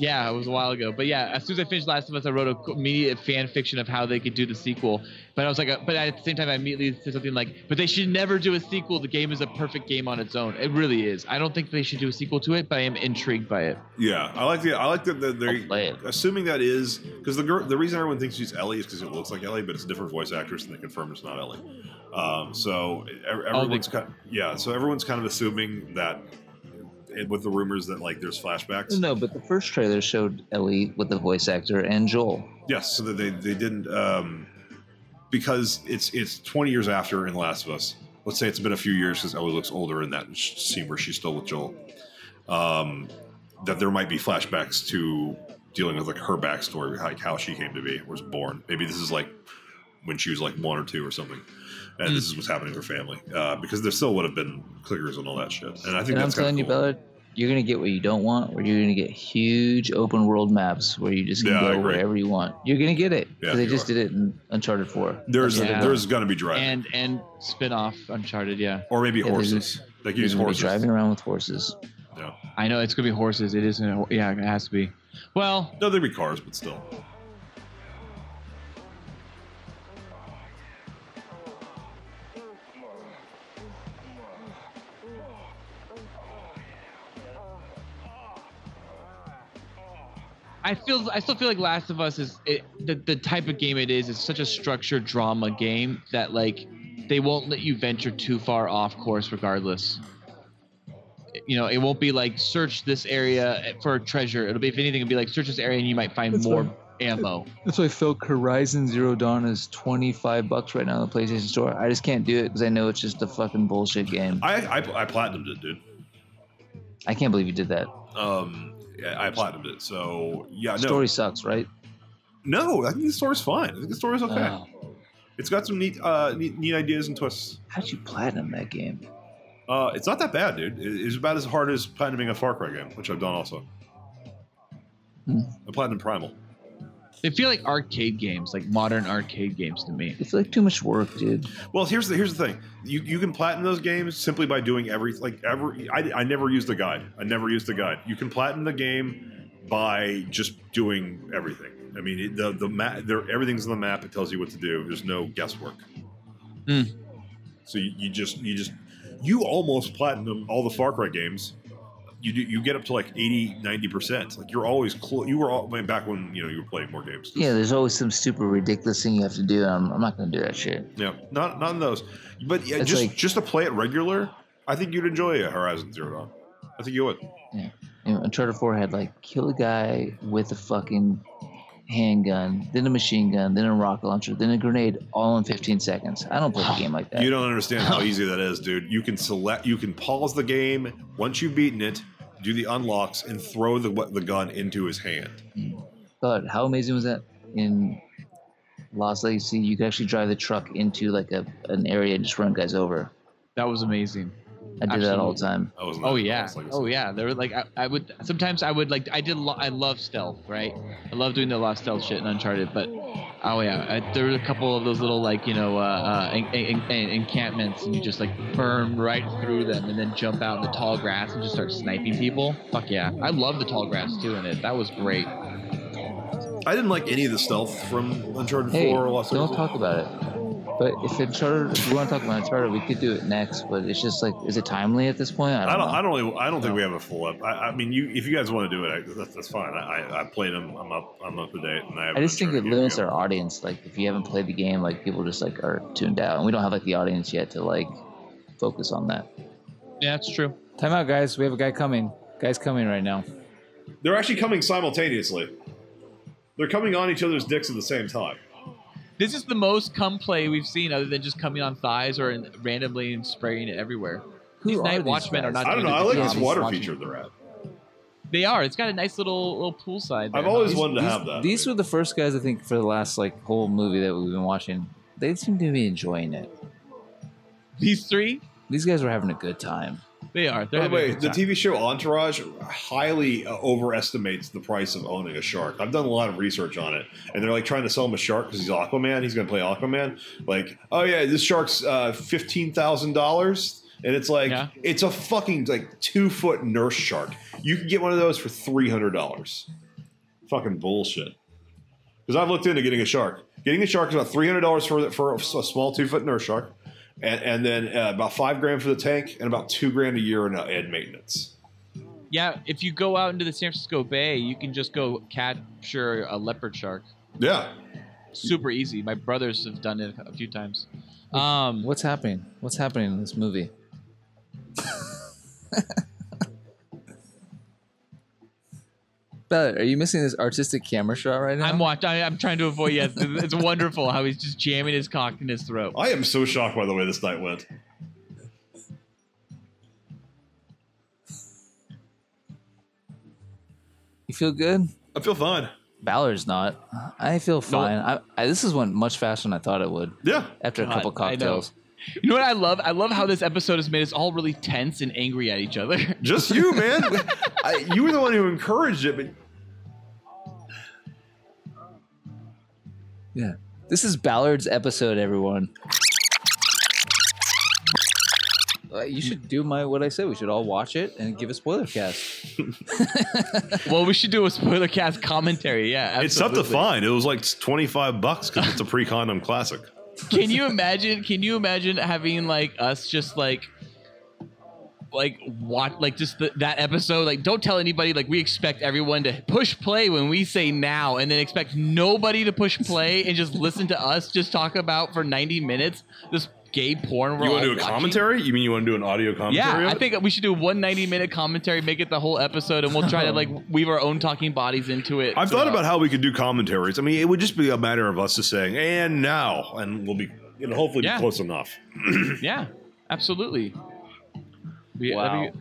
Yeah, it was a while ago. But yeah, as soon as I finished Last of Us, I wrote a co- immediate fan fiction of how they could do the sequel. But I was like, uh, but at the same time, I immediately said something like, but they should never do a sequel. The game is a perfect game on its own. It really is. I don't think they should do a sequel to it, but I am intrigued by it. Yeah, I like the I like that that they're assuming that is because the girl the reason everyone thinks she's Ellie is because it looks like Ellie, but it's a different voice actress, and they confirm it's not Ellie. Um, so e- everyone's kind yeah, so everyone's kind of assuming that and with the rumors that like there's flashbacks. No, but the first trailer showed Ellie with the voice actor and Joel. Yes, so that they they didn't um, because it's it's 20 years after in The Last of Us. Let's say it's been a few years since Ellie looks older in that sh- scene where she's still with Joel. Um, that there might be flashbacks to dealing with like her backstory, like how she came to be, was born. Maybe this is like when she was like one or two or something, and Hmm. this is what's happening to her family. Uh, because there still would have been clickers and all that shit. And I think and I'm that's kind telling of you, Bella, you're gonna get what you don't want, or you're gonna get huge open world maps where you just can Yeah, I go agree. wherever you want. You're gonna get it. 'cause Yeah, they you just are. did it in Uncharted 4. There's Yeah. there's gonna be driving, And and spin off Uncharted, yeah. or maybe Yeah, they're horses. gonna- They could they're use gonna be horses. Driving around with horses. Yeah. I know it's gonna be horses. It isn't. a ho- Yeah, it has to be. Well, no, there'd be cars, but still. I feel I still feel like Last of Us is it, the the type of game it is. It's such a structured drama game that like they won't let you venture too far off course, regardless. You know, it won't be like search this area for a treasure. It'll be if anything, it'll be like search this area and you might find That's more fine. ammo. That's why I felt Horizon Zero Dawn is 25 bucks right now on the PlayStation Store. I just can't do it because I know it's just a fucking bullshit game. I I, I platinumed it, dude. I can't believe you did that. Um, yeah, I platinumed it, so yeah. No, Story sucks, right? Uh, no, I think the story's fine. I think the story's okay. It's got some neat, uh, neat, neat ideas and twists. How'd you platinum that game? Uh, it's not that bad, dude. It- It's about as hard as platinuming a Far Cry game, which I've done also. Hmm. I platinum Primal. They feel like arcade games, like modern arcade games to me. It's like too much work, dude. Well, here's the here's the thing. You you can platinum those games simply by doing every like every. I, I never used the guide. I never used the guide. You can platinum the game by just doing everything. I mean, it, the the map there everything's on the map. It tells you what to do. There's no guesswork. Hmm. So you, you just you just you almost platinum all the Far Cry games. You do, you get up to like 80 90 percent. Like you're always close. You were all, I mean, back when you know you were playing more games. Yeah, there's always some super ridiculous thing you have to do. I'm, I'm not going to do that shit. Yeah, not not in those, but yeah, It's just like- just to play it regular, I think you'd enjoy Horizon Zero Dawn. I think you would. Yeah. You know, Uncharted 4 had like kill a guy with a fucking handgun, then a machine gun, then a rocket launcher, then a grenade, all in 15 seconds. I don't play [sighs] the game like that. You don't understand [laughs] how easy that is, dude. You can select, you can pause the game once you've beaten it, do the unlocks, and throw the the gun into his hand. God, how amazing was that in Lost Legacy? You could actually drive the truck into like a, an area and just run guys over. That was amazing. I did that all the Absolutely. time. Oh yeah, oh yeah. There were like I, I would sometimes I would like I did lo- I love stealth right. I love doing the lot stealth shit in Uncharted, but oh yeah, I, there were a couple of those little like you know uh, uh, en- en- en- encampments and you just like burn right through them and then jump out in the tall grass and just start sniping people. Fuck yeah, I love the tall grass too in it. That was great. I didn't like any of the stealth from Uncharted Hey, 4 or Lost don't Legacy. talk about it. But if Uncharted, if you want to talk about Uncharted, we could do it next. But it's just like, is it timely at this point? I don't, I don't. know. I don't. Really, I don't think we have a full up. I, I mean, you. If you guys want to do it, I, that's, that's fine. I, I- I played them. I'm up. I'm up to date, and I have I just think it limits our audience. Like, if you haven't played the game, like people just like are tuned out, and we don't have like the audience yet to like focus on that. Yeah, that's true. Time out, guys. We have a guy coming. Guy's coming right now. They're actually coming simultaneously. They're coming on each other's dicks at the same time. This is the most cum play we've seen, other than just coming on thighs or in, randomly and spraying it everywhere. these night watchmen are not. I don't know. doing I a like good this job. water feature they're at. They are. It's got a nice little little poolside. there. I've always Nice. wanted to These- have that. These were the first guys I think for the last like whole movie that we've been watching. They seem to be enjoying it. These three. These guys were having a good time. They are. By the way, the TV show Entourage highly uh, overestimates the price of owning a shark. I've done a lot of research on it, and they're like trying to sell him a shark because he's Aquaman. He's going to play Aquaman. Like, oh yeah, this shark's uh, fifteen thousand dollars, and it's like it's a fucking like two foot nurse shark. You can get one of those for three hundred dollars. Fucking bullshit. Because I've looked into getting a shark. Getting a shark is about three hundred dollars for for a small two foot nurse shark, and, and then uh, about five grand for the tank, and about two grand a year in, uh, in maintenance. Yeah, if you go out into the San Francisco Bay, you can just go capture a leopard shark. Yeah. Super easy. My brothers have done it a few times. Um, what's happening? What's happening in this movie? [laughs] Bella, are you missing this artistic camera shot right now? I'm watching. I'm trying to avoid. Yes, it's wonderful how he's just jamming his cock in his throat. I am so shocked by the way this night went. You feel good? I feel fine. Ballard's not. I feel fine. I, I, this is went much faster than I thought it would. Yeah. After a God, couple I know. cocktails. You know what I love? I love how this episode has made us all really tense and angry at each other. [laughs] Just you, man. [laughs] I, you were the one who encouraged it, but Yeah. This is Ballard's episode, everyone. Uh, You should do my what I said. We should all watch it and give a spoiler cast. well, we should do a spoiler cast commentary. Yeah, absolutely. it's tough to find. It was like twenty five bucks because it's a pre condom classic. can you imagine can you imagine having like us just like like what like just the, that episode like don't tell anybody like we expect everyone to push play when we say now and then expect nobody to push play and just listen to us just talk about for 90 minutes this gay porn You we're all want to do a watching? commentary? You mean you want to do an audio commentary? yeah on i it? think we should do one 90 minute commentary make it the whole episode and we'll [laughs] try to like weave our own talking bodies into it I've thought somehow. about how we could do commentaries. I mean, it would just be a matter of us just saying "and now," and we'll be it'll hopefully Yeah. be close enough. yeah absolutely We- Wow. that'd be-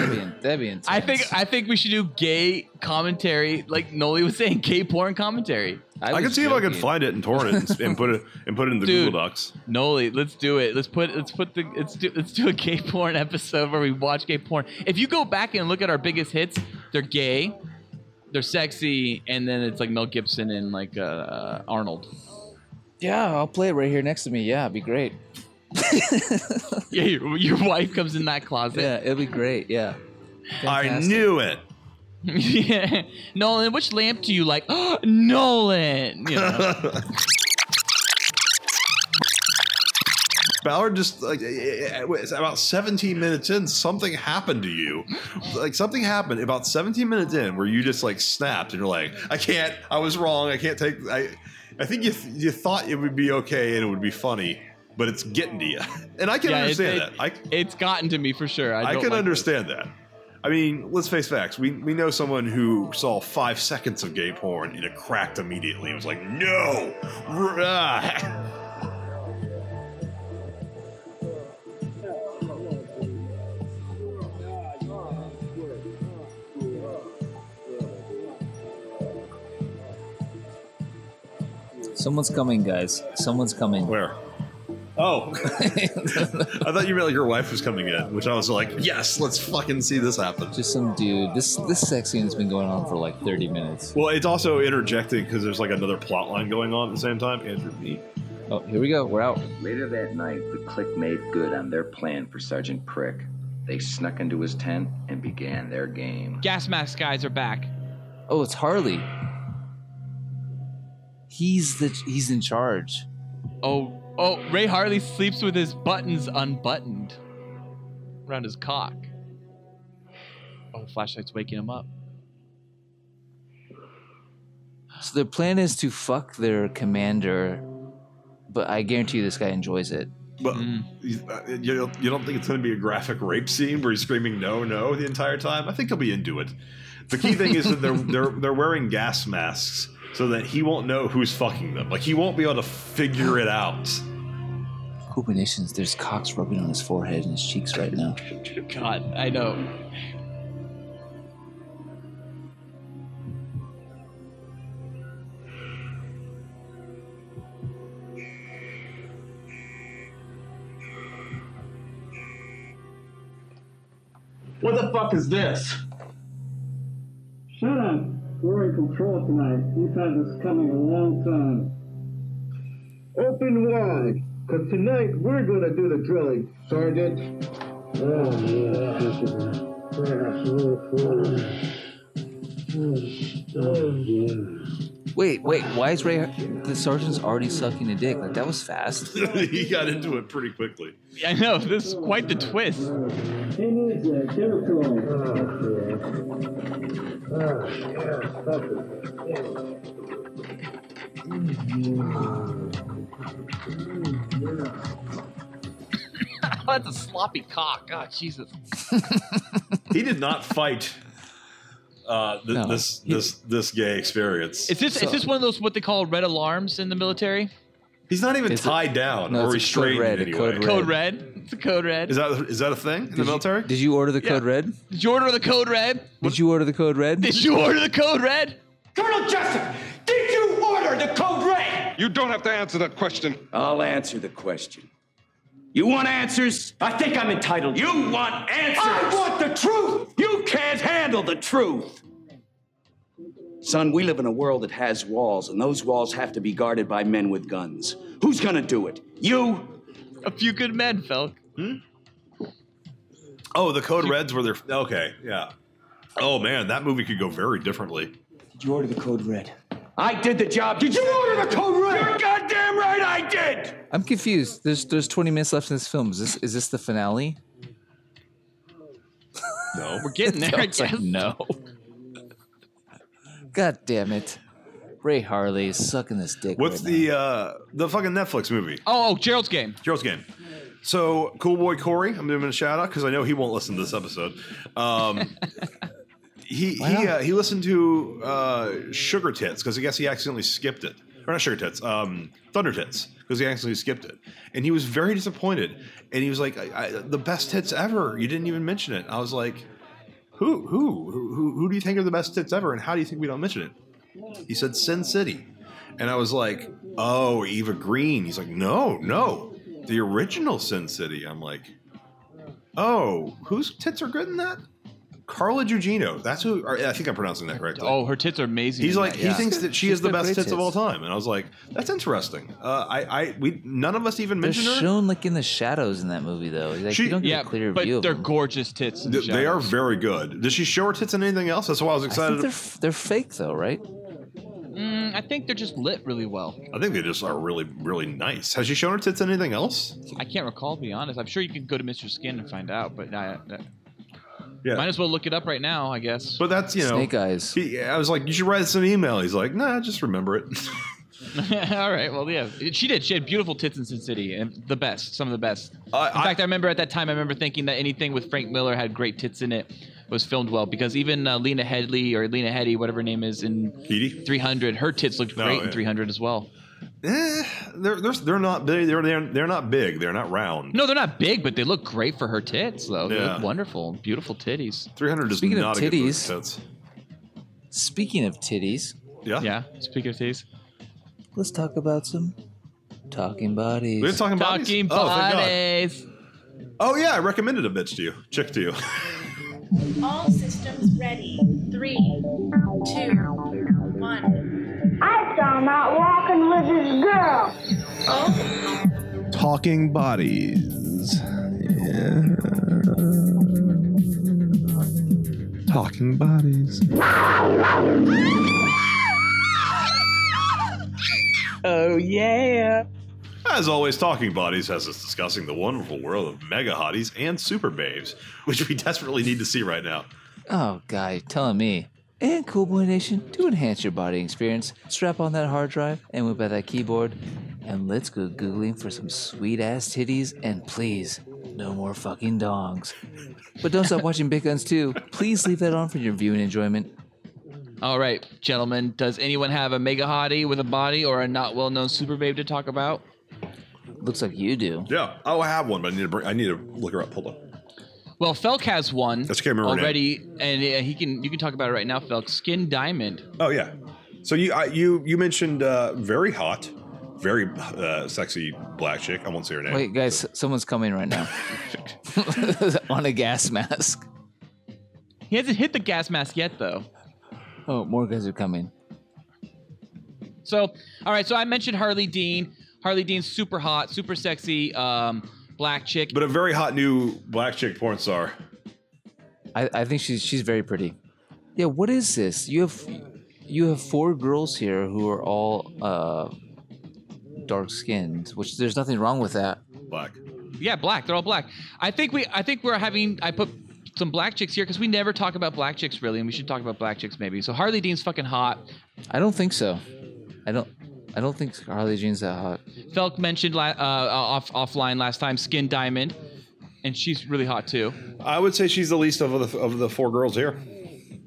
that'd, be, that'd be intense. I think I think we should do gay commentary, like Noli was saying, gay porn commentary. I, can see if I can find it and torrent it and, and put it and put it in the Dude. Google Docs. Noli, let's do it. Let's put let's put the let's do let's do a gay porn episode where we watch gay porn. If you go back and look at our biggest hits, they're gay, they're sexy, and then it's like Mel Gibson and like uh, Arnold. [laughs] Yeah, I'll play it right here next to me. Yeah, it'd be great. yeah, your, your wife comes in that closet. Yeah, it'd be great. Yeah. I knew it. [laughs] yeah. Nolan, which lamp do you like? [gasps] Nolan. You know. Ballard just like eh, eh, eh, it's about 17 minutes in, something happened to you. Like something happened about 17 minutes in where you just like snapped and you're like, I can't. I was wrong. I can't take. I, I think you you thought it would be okay and it would be funny, but it's getting to you. And I can Yeah, it- understand it- that. I it's gotten to me for sure. I, I, don't can like understand that. I mean, let's face facts. We we know someone who saw five seconds of gay porn and it cracked immediately. and was like, no, ah, Rah. Someone's coming, guys. Someone's coming. Where? [laughs] Oh, [laughs] I thought you meant like your wife was coming in, which I was like, yes, let's fucking see this happen. [laughs] Just some dude. This this sex scene has been going on for like 30 minutes. Well, it's also interjecting because there's like another plot line going on at the same time. Andrew, me. Oh, here we go. We're out. Later that night, the clique made good on their plan for Sergeant Prick. They snuck into his tent and began their game. Gas mask guys are back. Oh, it's Harley. He's the he's in charge. Oh, oh, Ray Harley sleeps with his buttons unbuttoned around his cock. Oh, flashlight's waking him up. So their plan is to fuck their commander, but I guarantee you this guy enjoys it. But you, uh, you don't- you don't think it's going to be a graphic rape scene where he's screaming no, no the entire time? I think he'll be into it. The key thing is that they're they're they're wearing gas masks so that he won't know who's fucking them. Like he won't be able to figure it out. [laughs] Cooper Nations, there's cocks rubbing on his forehead and his cheeks right now. God, I know. What the fuck is this? Shut up. We're in control tonight. We've had this coming a long time. Open wide, because tonight we're going to do the drilling, Sergeant. Oh, yeah, this is a crash. Oh, yeah. Wait, wait, why is Ray the sergeant's already sucking a dick? Like that was fast. he got into it pretty quickly. I know, this is quite the twist. He needs that. Give it to him. Oh, yeah. Stop [laughs] That's a sloppy cock. God, Jesus. He did not fight uh, th- No. this this this gay experience. Is this is this one of those what they call red alarms in the military? He's not even It's a- tied down no, or it's a code restrained red, in any way. a code red. Code red. It's a code red. Is that is that a thing in the military? Did you order the code red? Did you order the code red? Did you order the code red? Did you order the code red? Colonel Jessup, did you order the code red? You don't have to answer that question. I'll answer the question. You want answers? I think I'm entitled. You want answers? I want the truth. You can't handle the truth. Son, we live in a world that has walls, and those walls have to be guarded by men with guns. Who's gonna do it? You? A few good men, Felk. Oh, the code reds were there. Okay, yeah. Oh man, that movie could go very differently. Did you order the code red? I did the job. Did you order the code red? You're goddamn right I did. I'm confused. There's there's 20 minutes left in this film. Is this is this the finale? No, we're [laughs] getting there. I It's like, guess. no. God damn it. Ray Harley is sucking this dick. What's right the uh the fucking Netflix movie? Oh, oh, Gerald's game. Gerald's game. So, cool boy Corey, I'm giving him a shout out because I know he won't listen to this episode. Um, he he uh, he listened to uh, Sugar Tits because I guess he accidentally skipped it, or not Sugar Tits, um, Thunder Tits because he accidentally skipped it, and he was very disappointed. And he was like, I, I, "The best hits ever! You didn't even mention it." I was like, "Who who who who- who do you think are the best hits ever? And how do you think we don't mention it?" He said Sin City. And I was like, oh, Eva Green. He's like, no, no, the original Sin City. I'm like, oh, whose tits are good in that? Carla Gugino. That's who or, I think I'm pronouncing that correctly. Oh, her tits are amazing. He's in like that, he yeah. thinks that she She's is the got best great tits, of all time, and I was like, that's interesting. Uh, I, I, we none of us even They're mentioned her. shown like in the shadows in that movie, though. Like, She- you don't get yeah, a clear but view. of they're them. gorgeous tits. Th- they are very good. Does she show her tits in anything else? That's why I was excited. they're f- they're fake though, right? Mm, I think they're just lit really well. I think they just are really, really nice. Has she shown her tits in anything else? I can't recall, to be honest. I'm sure you could go to Mr. Skin and find out, but I, I- Yeah. might as well look it up right now, I guess. But that's you know, Snake eyes. He, I was like, you should write us an email. He's like, nah, just remember [laughs] it. [laughs] All right, well, yeah, she did. She had beautiful tits in Sin City, and the best, some of the best. in fact, I remember at that time, I remember thinking that anything with Frank Miller had great tits in it was filmed well because even uh, Lena Headley or Lena Headey, whatever her name is in 300, her tits looked Oh, great yeah. in 300 as well. Eh, they're, they're they're not big. They're they're they're not big. They're not round. No, they're not big, but they look great for her tits, though. They Yeah. look wonderful, beautiful titties. 300 is Speaking of not a good movie, titties- tits. Speaking of titties, Yeah. Yeah. Speaking of titties, let's talk about some talking bodies. We're talking bodies. Talking Oh, thank God. bodies. Oh yeah, I recommended a bitch to you. Chick to you. All systems ready. Three, two, one. I saw Matt walking with his girl. Talking bodies. Yeah. Talking bodies. Oh yeah. As always, Talking Bodies has us discussing the wonderful world of mega hotties and super babes, which we [laughs] desperately need to see right now. Oh, guy, you're telling me. And Cool Boy Nation, to enhance your body experience, strap on that hard drive and whip out that keyboard, and let's go googling for some sweet ass titties. And please, no more fucking dongs. But don't [laughs] stop watching Big Guns too. Please leave that on for your viewing enjoyment. All right, gentlemen, does anyone have a mega hottie with a body or a not well known super babe to talk about? Looks like you do. Yeah. Oh, I have one, but I need to bring. I need to look her up. Hold on. Well, Felk has one That's okay, I remember her name. already, and uh, he can you can talk about it right now, Felk. Skin Diamond. Oh yeah. So you I, you you mentioned uh, very hot, very uh, sexy black chick. I won't say her name. Wait, guys, someone's coming right now [laughs] on a gas mask. He hasn't hit the gas mask yet, though. Oh, more guys are coming. So, all right, so I mentioned Harley Dean. Harley Dean's super hot, super sexy, um, black chick. But a very hot new black chick porn star. I, I think she's she's very pretty. Yeah, what is this? You have you have four girls here who are all uh, dark skinned, which there's nothing wrong with that. Black. Yeah, black. They're all black. I think we. I think we're having. I put some black chicks here because we never talk about black chicks really, and we should talk about black chicks maybe. So Harley Dean's fucking hot. I don't think so. I don't I don't think Harley Jean's that hot. Felk mentioned la- uh, off offline last time Skin Diamond, and she's really hot too. I would say she's the least of the of the four girls here.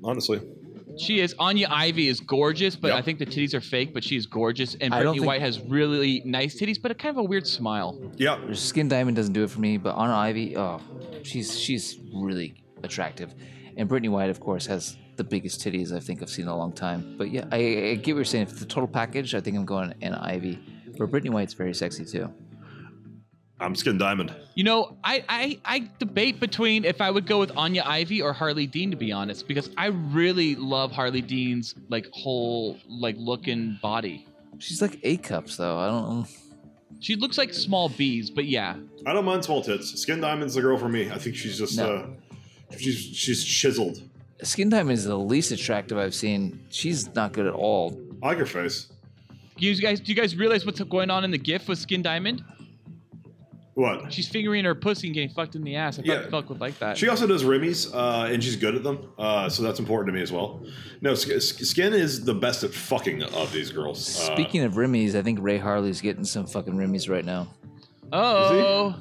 Honestly. She is Anya Ivy is gorgeous, but I think the titties are fake. But she's gorgeous, and I don't Brittany think- White has really nice titties, but a kind of a weird smile. Yeah. Her skin diamond doesn't do it for me, but Anna Ivy, oh, she's she's really attractive, and Brittany White, of course, has the biggest titties I think I've seen in a long time. But yeah, I, I get what you're saying. For the total package, I think I'm going Anna Ivy, but Brittany White's very sexy too. I'm skin diamond. You know, I, I I debate between if I would go with Anya Ivy or Harley Dean to be honest, because I really love Harley Dean's like whole like look and body. She's like A cups though. I don't. She looks like small bees, but yeah. I don't mind small tits. Skin diamond's the girl for me. I think she's just No. uh, she's she's chiseled. Skin diamond is the least attractive I've seen. She's not good at all. I like her face. You guys, do you guys realize what's going on in the GIF with Skin Diamond? What? She's fingering her pussy and getting fucked in the ass. I Yeah. thought Fuck would like that. She also does Remy's, uh, and she's good at them, uh, so that's important to me as well. No, Sk- Sk- Skin is the best at fucking of these girls. Uh, Speaking of Remy's, I think Ray Harley's getting some fucking Remy's right now. Oh.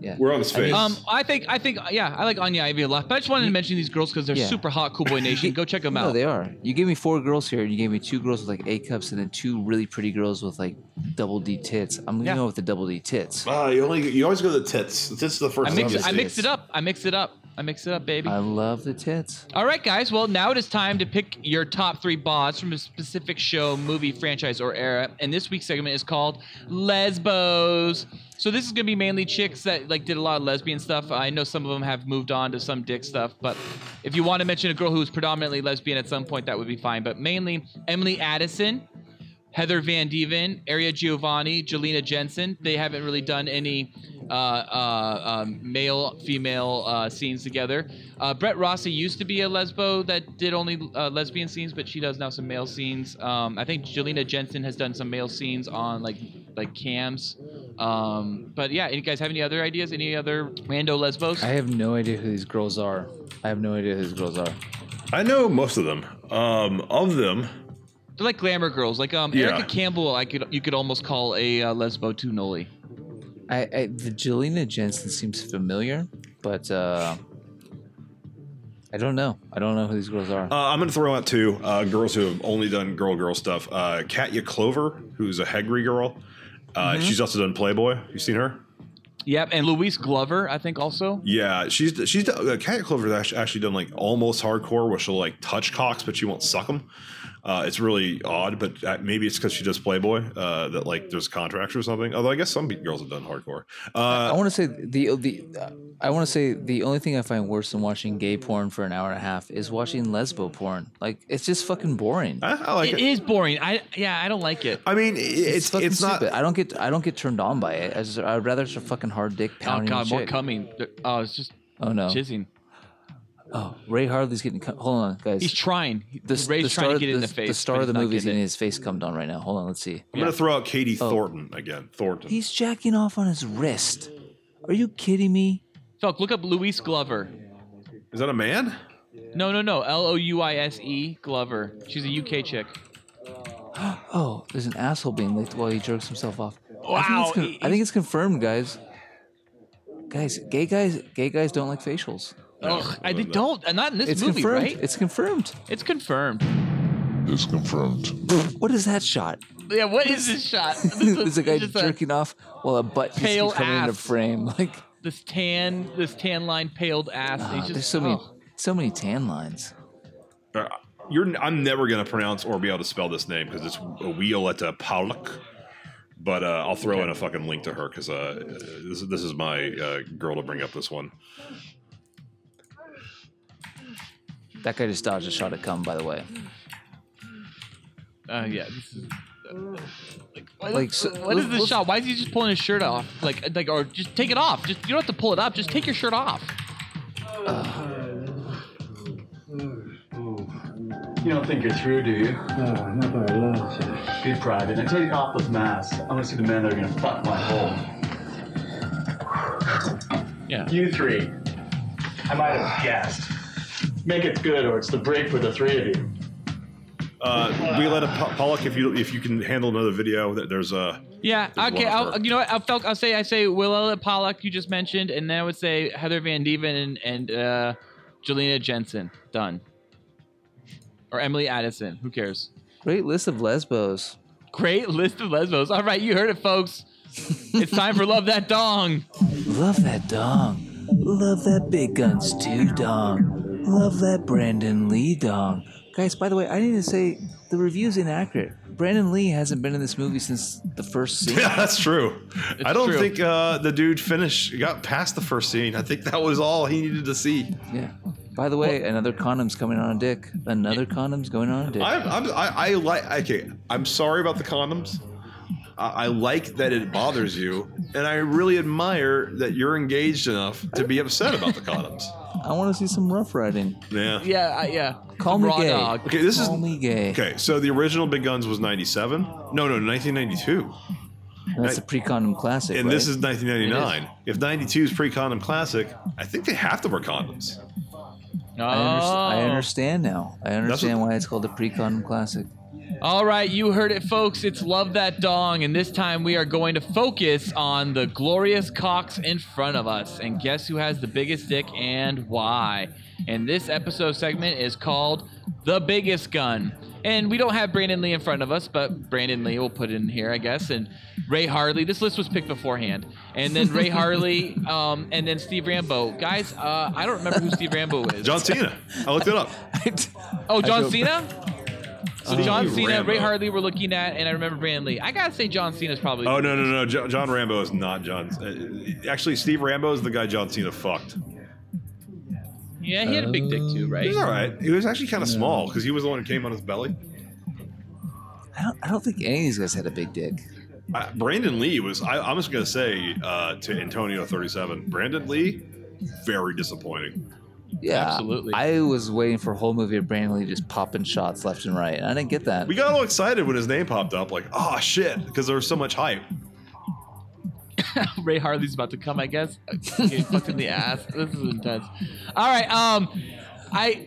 Yeah, we're on his I mean, Um, I think I think yeah, I like Anya Ivy a lot, but I just wanted to mention these girls because they're Yeah. super hot, [laughs] cool boy nation. Go check them No, out. they are. You gave me four girls here, and you gave me two girls with like A cups, and then two really pretty girls with like double D tits. I'm gonna go with the double D tits. Ah, you only you always go to the tits. The tits are the I first. mixed, I mixed it up. I mixed it up. I mixed it up, baby. I love the tits. All right, guys. Well, now it is time to pick your top three bods from a specific show, movie, franchise, or era. And this week's segment is called Lesbos. So this is gonna be mainly chicks that like did a lot of lesbian stuff. I know some of them have moved on to some dick stuff, but if you want to mention a girl who was predominantly lesbian at some point, that would be fine. But mainly Emily Addison, Heather Van Deven, Aria Giovanni, Jelena Jensen. They haven't really done any uh, uh, um, male female uh, scenes together. Uh, Brett Rossi used to be a lesbo that did only uh, lesbian scenes, but she does now some male scenes. Um, I think Jelena Jensen has done some male scenes on like like cams. Um, but yeah, any guys have any other ideas? Any other rando lesbos? I have no idea who these girls are. I have no idea who these girls are. I know most of them. Um, of them, They're like glamour girls. Like um, Yeah. Erica Campbell, I could you could almost call a uh, lesbo too Noli. I, I the Jelena Jensen seems familiar, but uh, I don't know. I don't know who these girls are. Uh, I'm going to throw out two uh, girls who have only done girl girl stuff. Uh, Katya Clover, who's a Hegri girl. Uh, Mhm. She's also done Playboy. You seen her? Yep, and Louise Glover, I think also. Yeah, she's she's done, uh, Katya Clover's actually, actually done like almost hardcore, where she'll like touch cocks, but she won't suck them. Uh, it's really odd, but uh, maybe it's because she does Playboy uh, that like there's contracts or something. Although I guess some be- girls have done hardcore. Uh, I want to say the the uh, I want to say the only thing I find worse than watching gay porn for an hour and a half is watching lesbo porn. Like it's just fucking boring. I, like it is boring. I yeah, I don't like it. I mean, it's fucking it's not- stupid. I don't get I don't get turned on by it. I just, I'd rather it's a fucking hard dick Oh pounding. god, more chick. coming. There- Oh, it's just Oh no, jizzing. Oh, Ray Harley's getting. cum- Hold on, guys. He's trying. s- Ray's trying to get it in the, the face, The star but of the he's not movie is getting getting his face cummed on right now. Hold on, let's see. I'm going to throw out Katie Oh. Thornton again. Thornton. He's jacking off on his wrist. Are you kidding me? Felk, look up Luis Glover. Is that a man? No, no, no. L O U I S E Glover. She's a UK chick. Oh, there's an asshole being licked while he jerks himself off. I think Wow, it's, con- I think it's confirmed, guys. Guys, gay guys, gay guys don't like facials. Ugh, I they don't. and Not in this it's movie, confirmed. right? It's confirmed. It's confirmed. It's confirmed. What is that shot? Yeah, what is this shot? This is [laughs] [laughs] there's a guy just a- jerking off while a butt keeps pale coming into ass. frame. [laughs] Like this tan, this tan line, paled ass. and he's ah, just, oh. there's so many, so many tan lines. Uh, You're, I'm never going to pronounce or be able to spell this name because it's a wheel at a Pauluk. But uh, I'll throw in a fucking link to her because uh, this, this is my uh, girl to bring up this one. That guy just dodged a shot at cum, by the way. Oh uh, yeah, this is. What, Like, so- what is this let's- shot? Why is he just pulling his shirt off? Like, uh, like, or just take it off. Just you don't have to pull it up. Just take your shirt off. You don't think you're through, do you? No, not that I love you. Be private and take off those masks. I want to see the men that are gonna fuck my hole. Yeah. You three. I might have guessed. Make it good, or it's the break for the three of you. Uh, wheel at a Pa- Pauluk, if you if you can handle another video, th- there's a. Yeah. There's okay. one of I'll, you know what? I'll, Felk, I'll say I say Willa Pollock you just mentioned, and then I would say Heather Van Deven and and uh, Jelena Jensen. Done. Or Emily Addison. Who cares? Great list of lesbos. Great [laughs] list of lesbos. All right, you heard it, folks. it's time for love that dong. Love that dong. Love that Big Guns 2 dong. Love that Brandon Lee dong. Guys, by the way, I need to say the review's inaccurate. Brandon Lee hasn't been in this movie since the first [laughs] scene. Yeah, that's true. I don't true. think uh, the dude finished, got past the first scene. I think that was all he needed to see. Yeah. By the way, another condom's coming on a dick. Another condom's going on a dick. I'm, I'm, I, I like. Okay, I'm sorry about the condoms. I, I like that it bothers you, and I really admire that you're engaged enough to be upset about the condoms. I want to see some rough riding. Yeah. Yeah. I yeah. Call me Raw gay. dog. Okay, this Call is me gay. okay. So the original Big Guns was '97. No, no, 1992. That's a Ni- pre-condom classic. And this right? is 1999. If 92 is pre-condom classic, I think they have to wear condoms. I, underst- I Oh. understand now. I understand why it's called a pre-condom classic. All right, you heard it, folks. It's Love That Dong, and this time we are going to focus on the glorious cocks in front of us. And guess who has the biggest dick and why? And this episode segment is called The Biggest Gun. And we don't have Brandon Lee in front of us, but Brandon Lee will put it in here, I guess. And Ray Harley. This list was picked beforehand. And then Ray Harley, um, and then Steve Rambo. Guys, uh, I don't remember who Steve Rambo is. John Cena. I looked it up. [laughs] Oh, I John don't- Cena? So Steve John Cena, Ray Rambo. Harley we're looking at, and I remember Brandon Lee. I gotta say John Cena's probably Oh no no no! Jo- John Rambo is not John. uh, Actually, Steve Rambo is the guy John Cena fucked. Yeah, he had a big dick too, right? He [laughs] was all right. He was actually kind of small because he was the one who came on his belly. I don't, I don't think any of these guys had a big dick. Uh, Brandon Lee was. I, I'm just gonna say uh, to Antonio 37. Brandon Lee, very disappointing. Yeah, absolutely. I was waiting for a whole movie of Brandon Lee just popping shots left and right, and I didn't get that. We got all excited when his name popped up, like, oh shit, because there was so much hype. Ray Harley's about to come, I guess. Get fucked in the ass. This is intense. All right. Um, [laughs] I, I,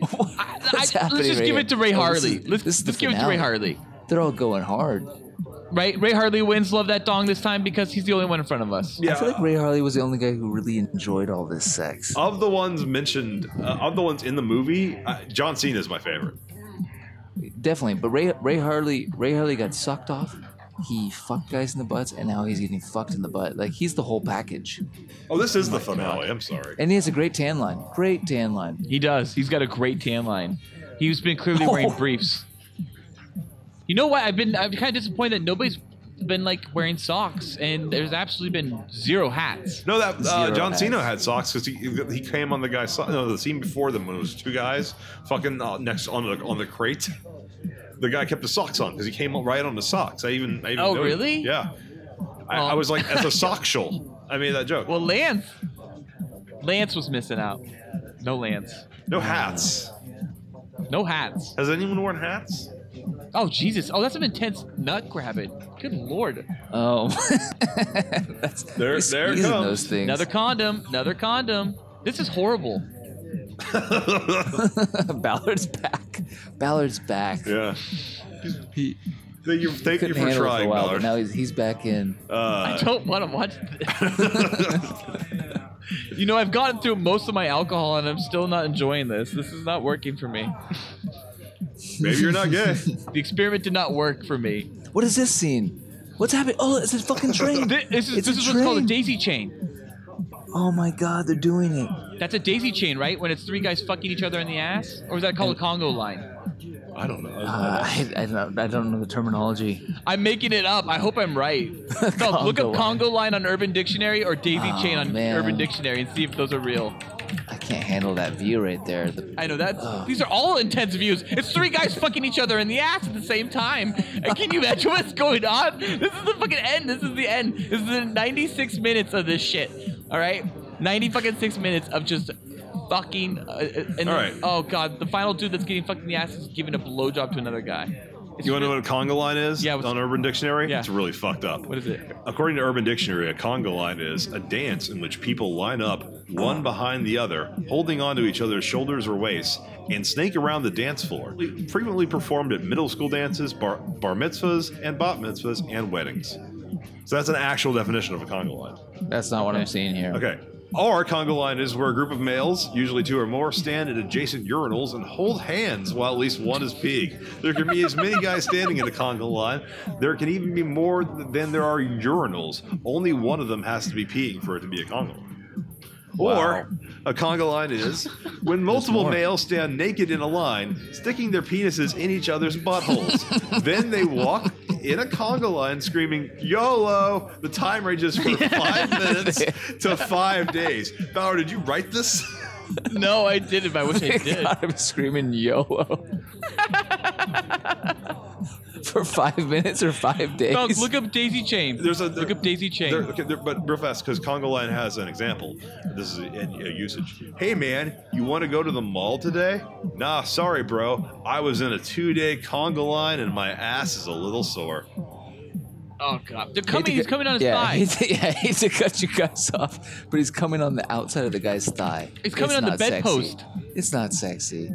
I let's happening just right give here? it to Ray Oh, this Harley. is- let's let's give it to Ray Harley. They're all going hard. Right? Ray Harley wins. Love that dong this time because he's the only one in front of us. I feel like Ray Harley was the only guy who really enjoyed all this sex. Uh, Of the ones mentioned, uh, of the ones in the movie, uh, John Cena is my favorite. Definitely, but Ray Ray Harley Ray Harley got sucked off. He fucked guys in the butts, and now he's getting fucked in the butt. Like he's the whole package. Oh, this is the finale. I'm sorry. And he has a great tan line. Great tan line. He does. He's got a great tan line. He's been clearly wearing briefs. You know what? I've been I'm kind of disappointed that nobody's been like wearing socks, and there's absolutely been zero hats. No, that uh, Zero John hats. Cena had socks because he he came on the guy's so- no the scene before them when it was two guys fucking uh, next on the on the crate. The guy kept his socks on because he came right on the socks. I even, I even Oh, noted it. really? Yeah, I, I Oh. was like as a [laughs] sock shoal. I made that joke. Well, Lance, Lance was missing out. No Lance. No hats. No hats. Has anyone worn [laughs] hats? Oh Jesus! Oh, that's an intense nut grabbing. Good lord. [laughs] Oh, that's, there, he's there it squeezing comes. those things. [laughs] Another condom. Another condom. This is horrible. Ballard's back. Ballard's back. Yeah. He, thank you, thank you for trying, Ballard. Now he's, he's back in. Uh, I [laughs] don't want to watch this. [laughs] you know, I've gotten through most of my alcohol and I'm still not enjoying this. This is not working for me. Maybe you're not gay. the experiment did not work for me. What is this scene? What's happening? Oh, it's a [laughs] fucking train. Thi- This is, It's this a is what's called a train. daisy chain. Oh my God, they're doing it. That's a daisy chain, right? When it's three guys fucking each other in the ass? Or is that called a Congo line? I don't know. Uh, I, I, don't, I don't know the terminology. I'm making it up. I hope I'm [laughs] right. No, look Congo up line. Congo line on Urban Dictionary or daisy Oh, chain on man. Urban Dictionary and see if those are real. I can't handle that view right there. The- I know that's these are all intense views. It's three guys fucking each other in the ass at the same time. And Can you imagine what's going on? This is the fucking end. This is the end. This is the 96 minutes of this shit. All right, 90 fucking six minutes of just fucking. Uh, uh, and All then- right. Oh god, the final dude that's getting fucked in the ass is giving a blowjob to another guy. You want to know what a conga line is? Yeah, on Urban Dictionary. Yeah. it's really fucked up. What is it? According to Urban Dictionary, a conga line is a dance in which people line up one behind the other, holding onto each other's shoulders or waists, and snake around the dance floor. Frequently performed at middle school dances, bar, bar mitzvahs, and bat mitzvahs, and weddings. So that's an actual definition of a conga line. That's not what I'm seeing here. Okay. Our conga line is where a group of males, usually two or more, stand at adjacent urinals and hold hands while at least one is peeing. There can be as many guys standing in a conga line. There can even be more th- than there are urinals. Only one of them has to be peeing for it to be a conga line. Or a conga line [laughs] is when multiple males stand naked in a line, sticking their penises in each other's buttholes. then they walk in a conga line screaming, YOLO! The time ranges [laughs] from five minutes to five days. Bauer, did you write this? [laughs] [laughs] No, I didn't. but I wish [laughs] I did. God, I'm screaming YOLO. [laughs] For five minutes or five days. Bounce, look up Daisy Chain. There's a look up Daisy Chain. There- okay, there- but real fast, because Congo Line has an example. This is a, a usage. Hey, man, you want to go to the mall today? Nah, sorry, bro. I was in a two day Congo Line and my ass is a little sore. Oh god, they're Hate to coming. He's cut- coming on his yeah, thigh. hate to- [laughs] yeah, hate to cut you guys off, but he's coming on the outside of the guy's thigh. He's coming on the not sexy. bedpost. It's not sexy.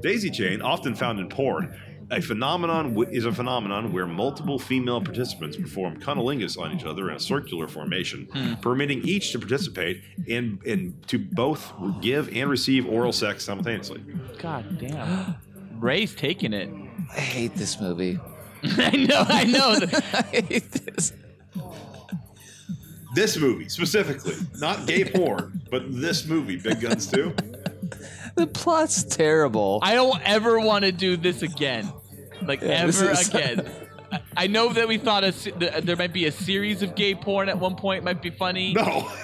Daisy chain, often found in porn, a phenomenon w- is a phenomenon where multiple female participants perform cunnilingus on each other in a circular formation, permitting each to participate and and to both give and receive oral sex simultaneously. God damn. Ray's taking it. I hate this movie. [laughs] [laughs] I know. I know. I hate this. This movie specifically, not gay porn, but this movie, Big Guns 2. The plot's terrible. I don't ever want to do this again, like Yeah, this ever is- [laughs] again. I- I know that we thought a, se- th- there might be a series of gay porn at one point. Might be funny. No. [laughs]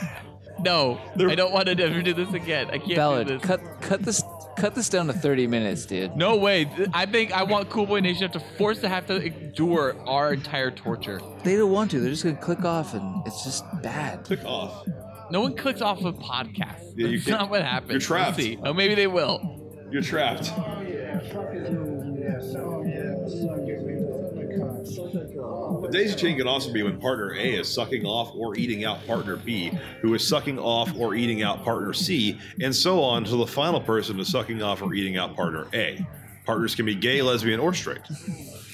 No, I don't want to ever do this again. I can't do Ballard, this. cut cut this cut this down to thirty minutes, dude. No way. Th- I think I want Cool Boy Nation to force to have to endure our entire torture. They don't want to. They're just gonna click off, and it's just bad. Click off. No one clicks off of podcasts. Yeah, you That's can't- not what happens. you're trapped. Let's see. Oh, maybe they will. You're trapped. The daisy chain can also be when partner A is sucking off or eating out partner B, who is sucking off or eating out partner C, and so on until the final person is sucking off or eating out partner A. Partners can be gay, lesbian, or straight.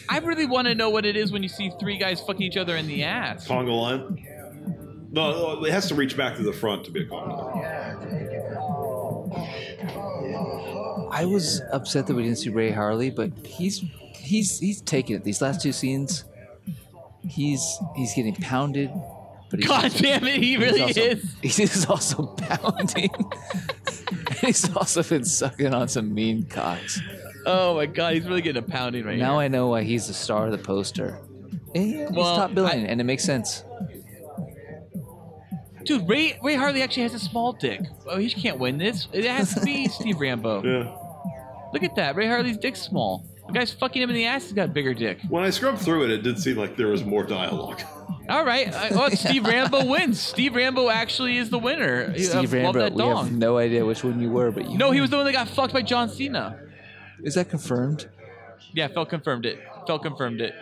I really want to know what it is when you see three guys fucking each other in the ass. Conga line. No, no, it has to reach back to the front to be a conga line. I was upset that we didn't see Ray Harley, but he's he's he's taking it. These last two scenes, he's he's getting pounded. But he's God also- damn it, he he's really also- is. [laughs] He's also pounding. [laughs] he's also been sucking on some mean cocks. Oh my god, he's really getting a pounding right now I know why he's the star of the poster. And yeah, he's Well, top billing, and it makes sense. now. Dude, Ray Ray Harley actually has a small dick. Oh, he can't win this. It has to [laughs] be Steve Rambo. Yeah. Look at that. Ray Harley's dick's small. The guy's fucking him in the ass. He's got a bigger dick. When I scrubbed through it, it did seem like there was more dialogue. All right. I, [laughs] well, Steve Rambo wins. Steve Rambo actually is the winner. He- Steve I love Rambo. that We have dong. no idea which one you were, but you No, he was the one that got fucked by John Cena. is that confirmed? Yeah, Phil confirmed it. Phil confirmed it.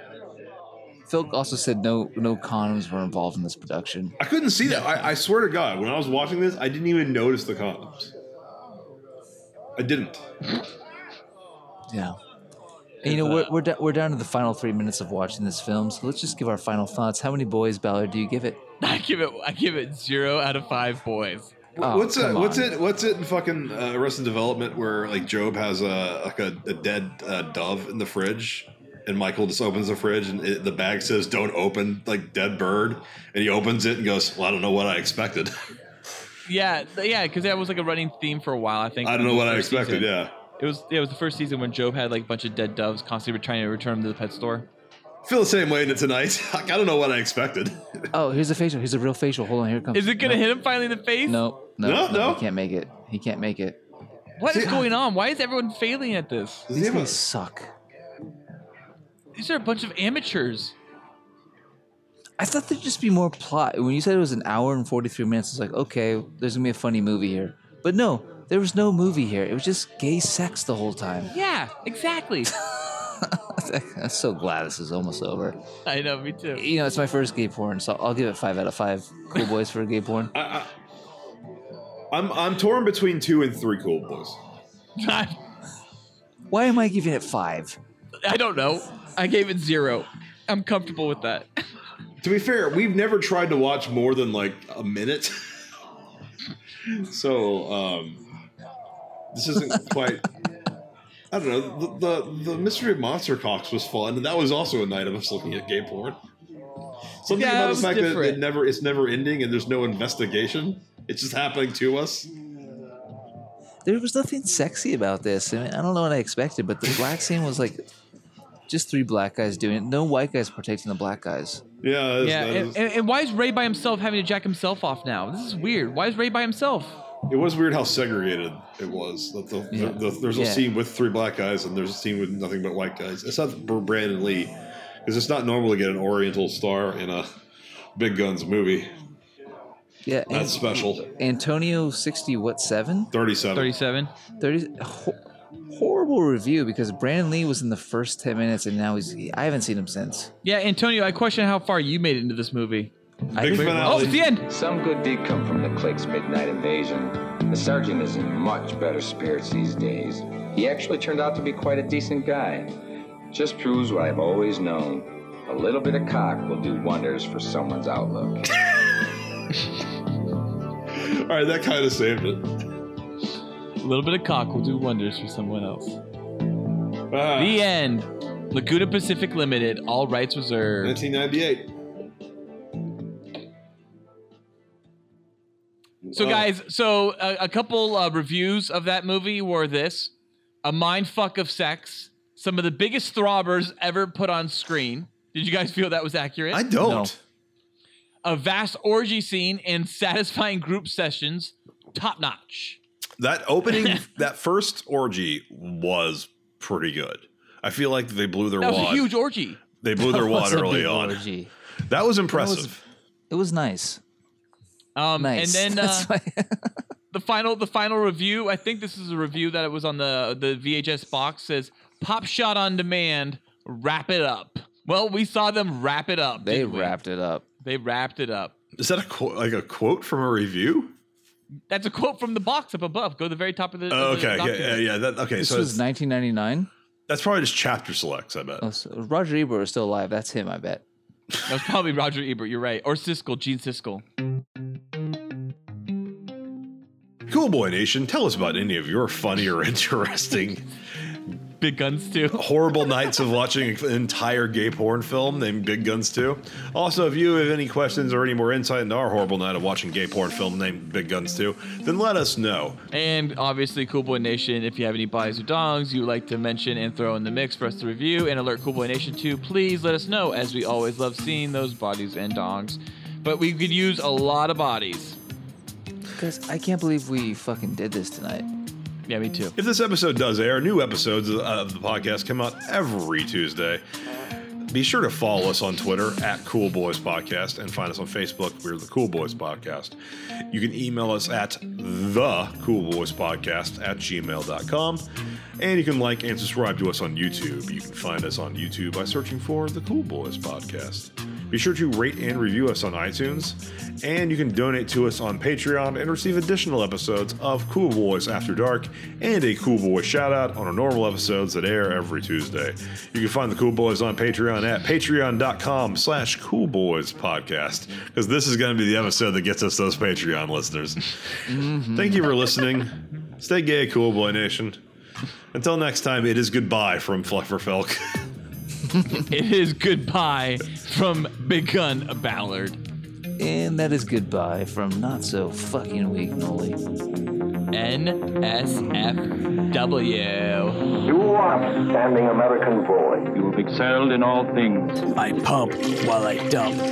[laughs] Phil also said no no condoms were involved in this production. I couldn't see that. I, I swear to God, when I was watching this, I didn't even notice the condoms. I didn't. Yeah. And you know we're we're, da- we're down to the final three minutes of watching this film, so let's just give our final thoughts. How many boys, Ballard, do you give it? I give it. I give it zero out of five boys. what's it? What's it? What's it in fucking uh, Arrested Development where like Job has a like a, a dead uh, dove in the fridge, and Michael just opens the fridge and it, the bag says "Don't open like dead bird," and he opens it and goes, "Well, I don't know what I expected. Yeah, th- yeah, because that was like a running theme for a while. I think. I don't know in the what I first expected." season. Yeah. It was yeah, it was the first season when Job had like a bunch of dead doves constantly trying to return them to the pet store. Feel the same way in it tonight. [laughs] Like, I don't know what I expected. Oh, here's a facial. Here's a real facial. Hold on, here it comes. Is it gonna No. hit him finally in the face? No, no, No, no, no. He can't make it. He can't make it. What is going on? Why is everyone failing at this? Does he have a- These suck. These are a bunch of amateurs. I thought there'd just be more plot. When you said it was an hour and 43 minutes, it's like, okay, there's gonna be a funny movie here. But no, there was no movie here. It was just gay sex the whole time. [laughs] Yeah, exactly. I'm so glad this is almost over. [laughs] I know, me too. You know, it's my first gay porn, so I'll give it five out of five. Cool boys for a [laughs] gay porn. [laughs] I, I, I'm I'm torn between two and three cool boys. I, Why am I giving it five? I don't know. I gave it zero. I'm comfortable with that. To be fair, we've never tried to watch more than like a minute. [laughs] so, um, this isn't quite. I don't know. The, the the mystery of monster cocks was fun, and that was also a night of us looking at gay porn. Something Yeah, it about was the fact that different. it never it's never ending, and there's no investigation. It's just happening to us. There was nothing sexy about this. I, mean, I don't know what I expected, but the black scene was like just three black guys doing it. No white guys protecting the black guys. Yeah, that is- yeah, that and, is- and, and why is Ray by himself having to jack himself off now? This is weird. Why is Ray by himself? it was weird how segregated it was. That the, the, the, there's a Yeah. scene with three black guys, and there's a scene with nothing but white guys. It's not for Brandon Lee, because it's not normal to get an Oriental star in a Big Guns movie. Yeah, That's and- special. Antonio sixty what seven? Thirty seven. Thirty seven. Thirty. Ho- horrible review because Brandon Lee was in the first ten minutes and now he's. I haven't seen him since. Yeah, Antonio, I question how far you made it into this movie. Big oh, it's the end. Some good did come from the clique's midnight invasion. The sergeant is in much better spirits these days. He actually turned out to be quite a decent guy. Just proves what I've always known. A little bit of cock will do wonders for someone's outlook. All right, that kind of saved it. A little bit of cock will do wonders for someone else. Ah, The end. Laguna Pacific Limited, all rights reserved. 1998. So, Oh. guys, so a, a couple uh, reviews of that movie were this a mind fuck of sex, some of the biggest throbbers ever put on screen. Did you guys feel that was accurate? I don't. A vast orgy scene and satisfying group sessions, top notch. That [laughs] opening, that first orgy was pretty good. I feel like they blew their That was a wad. huge orgy. They blew That their was wad a early big on. orgy. That was It was, impressive. it was nice. Um, Nice. And then uh, [laughs] That's why- the final the final review. I think this is a review that it was on the the VHS box. Says pop shot on demand. Wrap it up. Well, we saw them wrap it up. They didn't we? wrapped it up. They wrapped it up. Is that a quote, like a quote from a review? That's a quote from the box up above. Go to the very top of the. Oh, of the okay, yeah, document. yeah, yeah. That, okay, This so was it's, 1999. that's probably just chapter selects. I bet. Oh, so Roger Ebert was still alive. That's him, I bet. That was probably Roger Ebert. You're right, or Siskel, Gene Siskel. Cool Boy Nation, tell us about any of your funny or [laughs] interesting. Big Guns 2. Horrible nights of watching an entire gay porn film named Big Guns 2. Also, if you have any questions or any more insight into our horrible night of watching gay porn film named Big Guns 2, then let us know. And obviously, Cool Boy Nation, if you have any buys or dongs you would like to mention and throw in the mix for us to review and alert Cool Boy Nation to, please let us know, as we always love seeing those bodies and dongs. But we could use a lot of bodies. Guys, I can't believe we fucking did this tonight. Yeah, me too. [laughs] If this episode does air, new episodes of the podcast come out every Tuesday. Be sure to follow us on Twitter at Cool Boys Podcast and find us on Facebook. We're the Cool Boys Podcast. You can email us at the Cool Boys Podcast at gmail.com. And you can like and subscribe to us on YouTube. You can find us on YouTube by searching for the Cool Boys Podcast. Be sure to rate and review us on iTunes. And you can donate to us on Patreon and receive additional episodes of Cool Boys After Dark and a Cool Boy shout out on our normal episodes that air every Tuesday. You can find the Cool Boys on Patreon at patreon.com slash Cool Boys Podcast because this is going to be the episode that gets us those Patreon listeners. Thank you for listening. Stay gay, Cool Boy Nation. Until next time, it is goodbye from Fluffer Felk. it is goodbye from Big Gun Ballard. And that is goodbye from not so fucking weak Noli. NSFW. You are standing American boy. You have excelled in all things. I pump while I dump.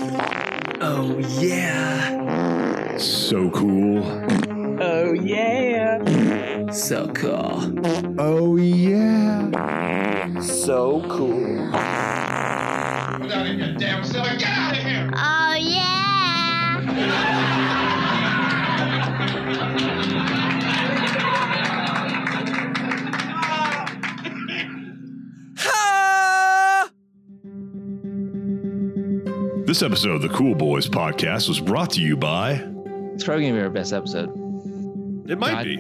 Oh yeah. So cool. Oh yeah. So cool. Oh yeah. So cool. Oh, This episode of the Cool Boys podcast was brought to you by. It's probably gonna be our best episode. [laughs] It might God. be.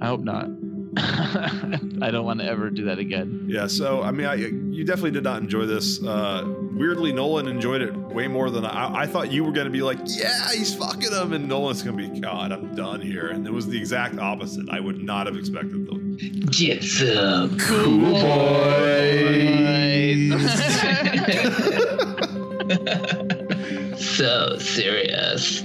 I hope not. [laughs] I don't want to ever do that again. Yeah, so I mean, I, you definitely did not enjoy this. Uh, weirdly, Nolan enjoyed it way more than I, I thought. You were going to be like, "Yeah, he's fucking him," and Nolan's going to be, "God, I'm done here." And it was the exact opposite. I would not have expected them. Get some cool boys. so serious.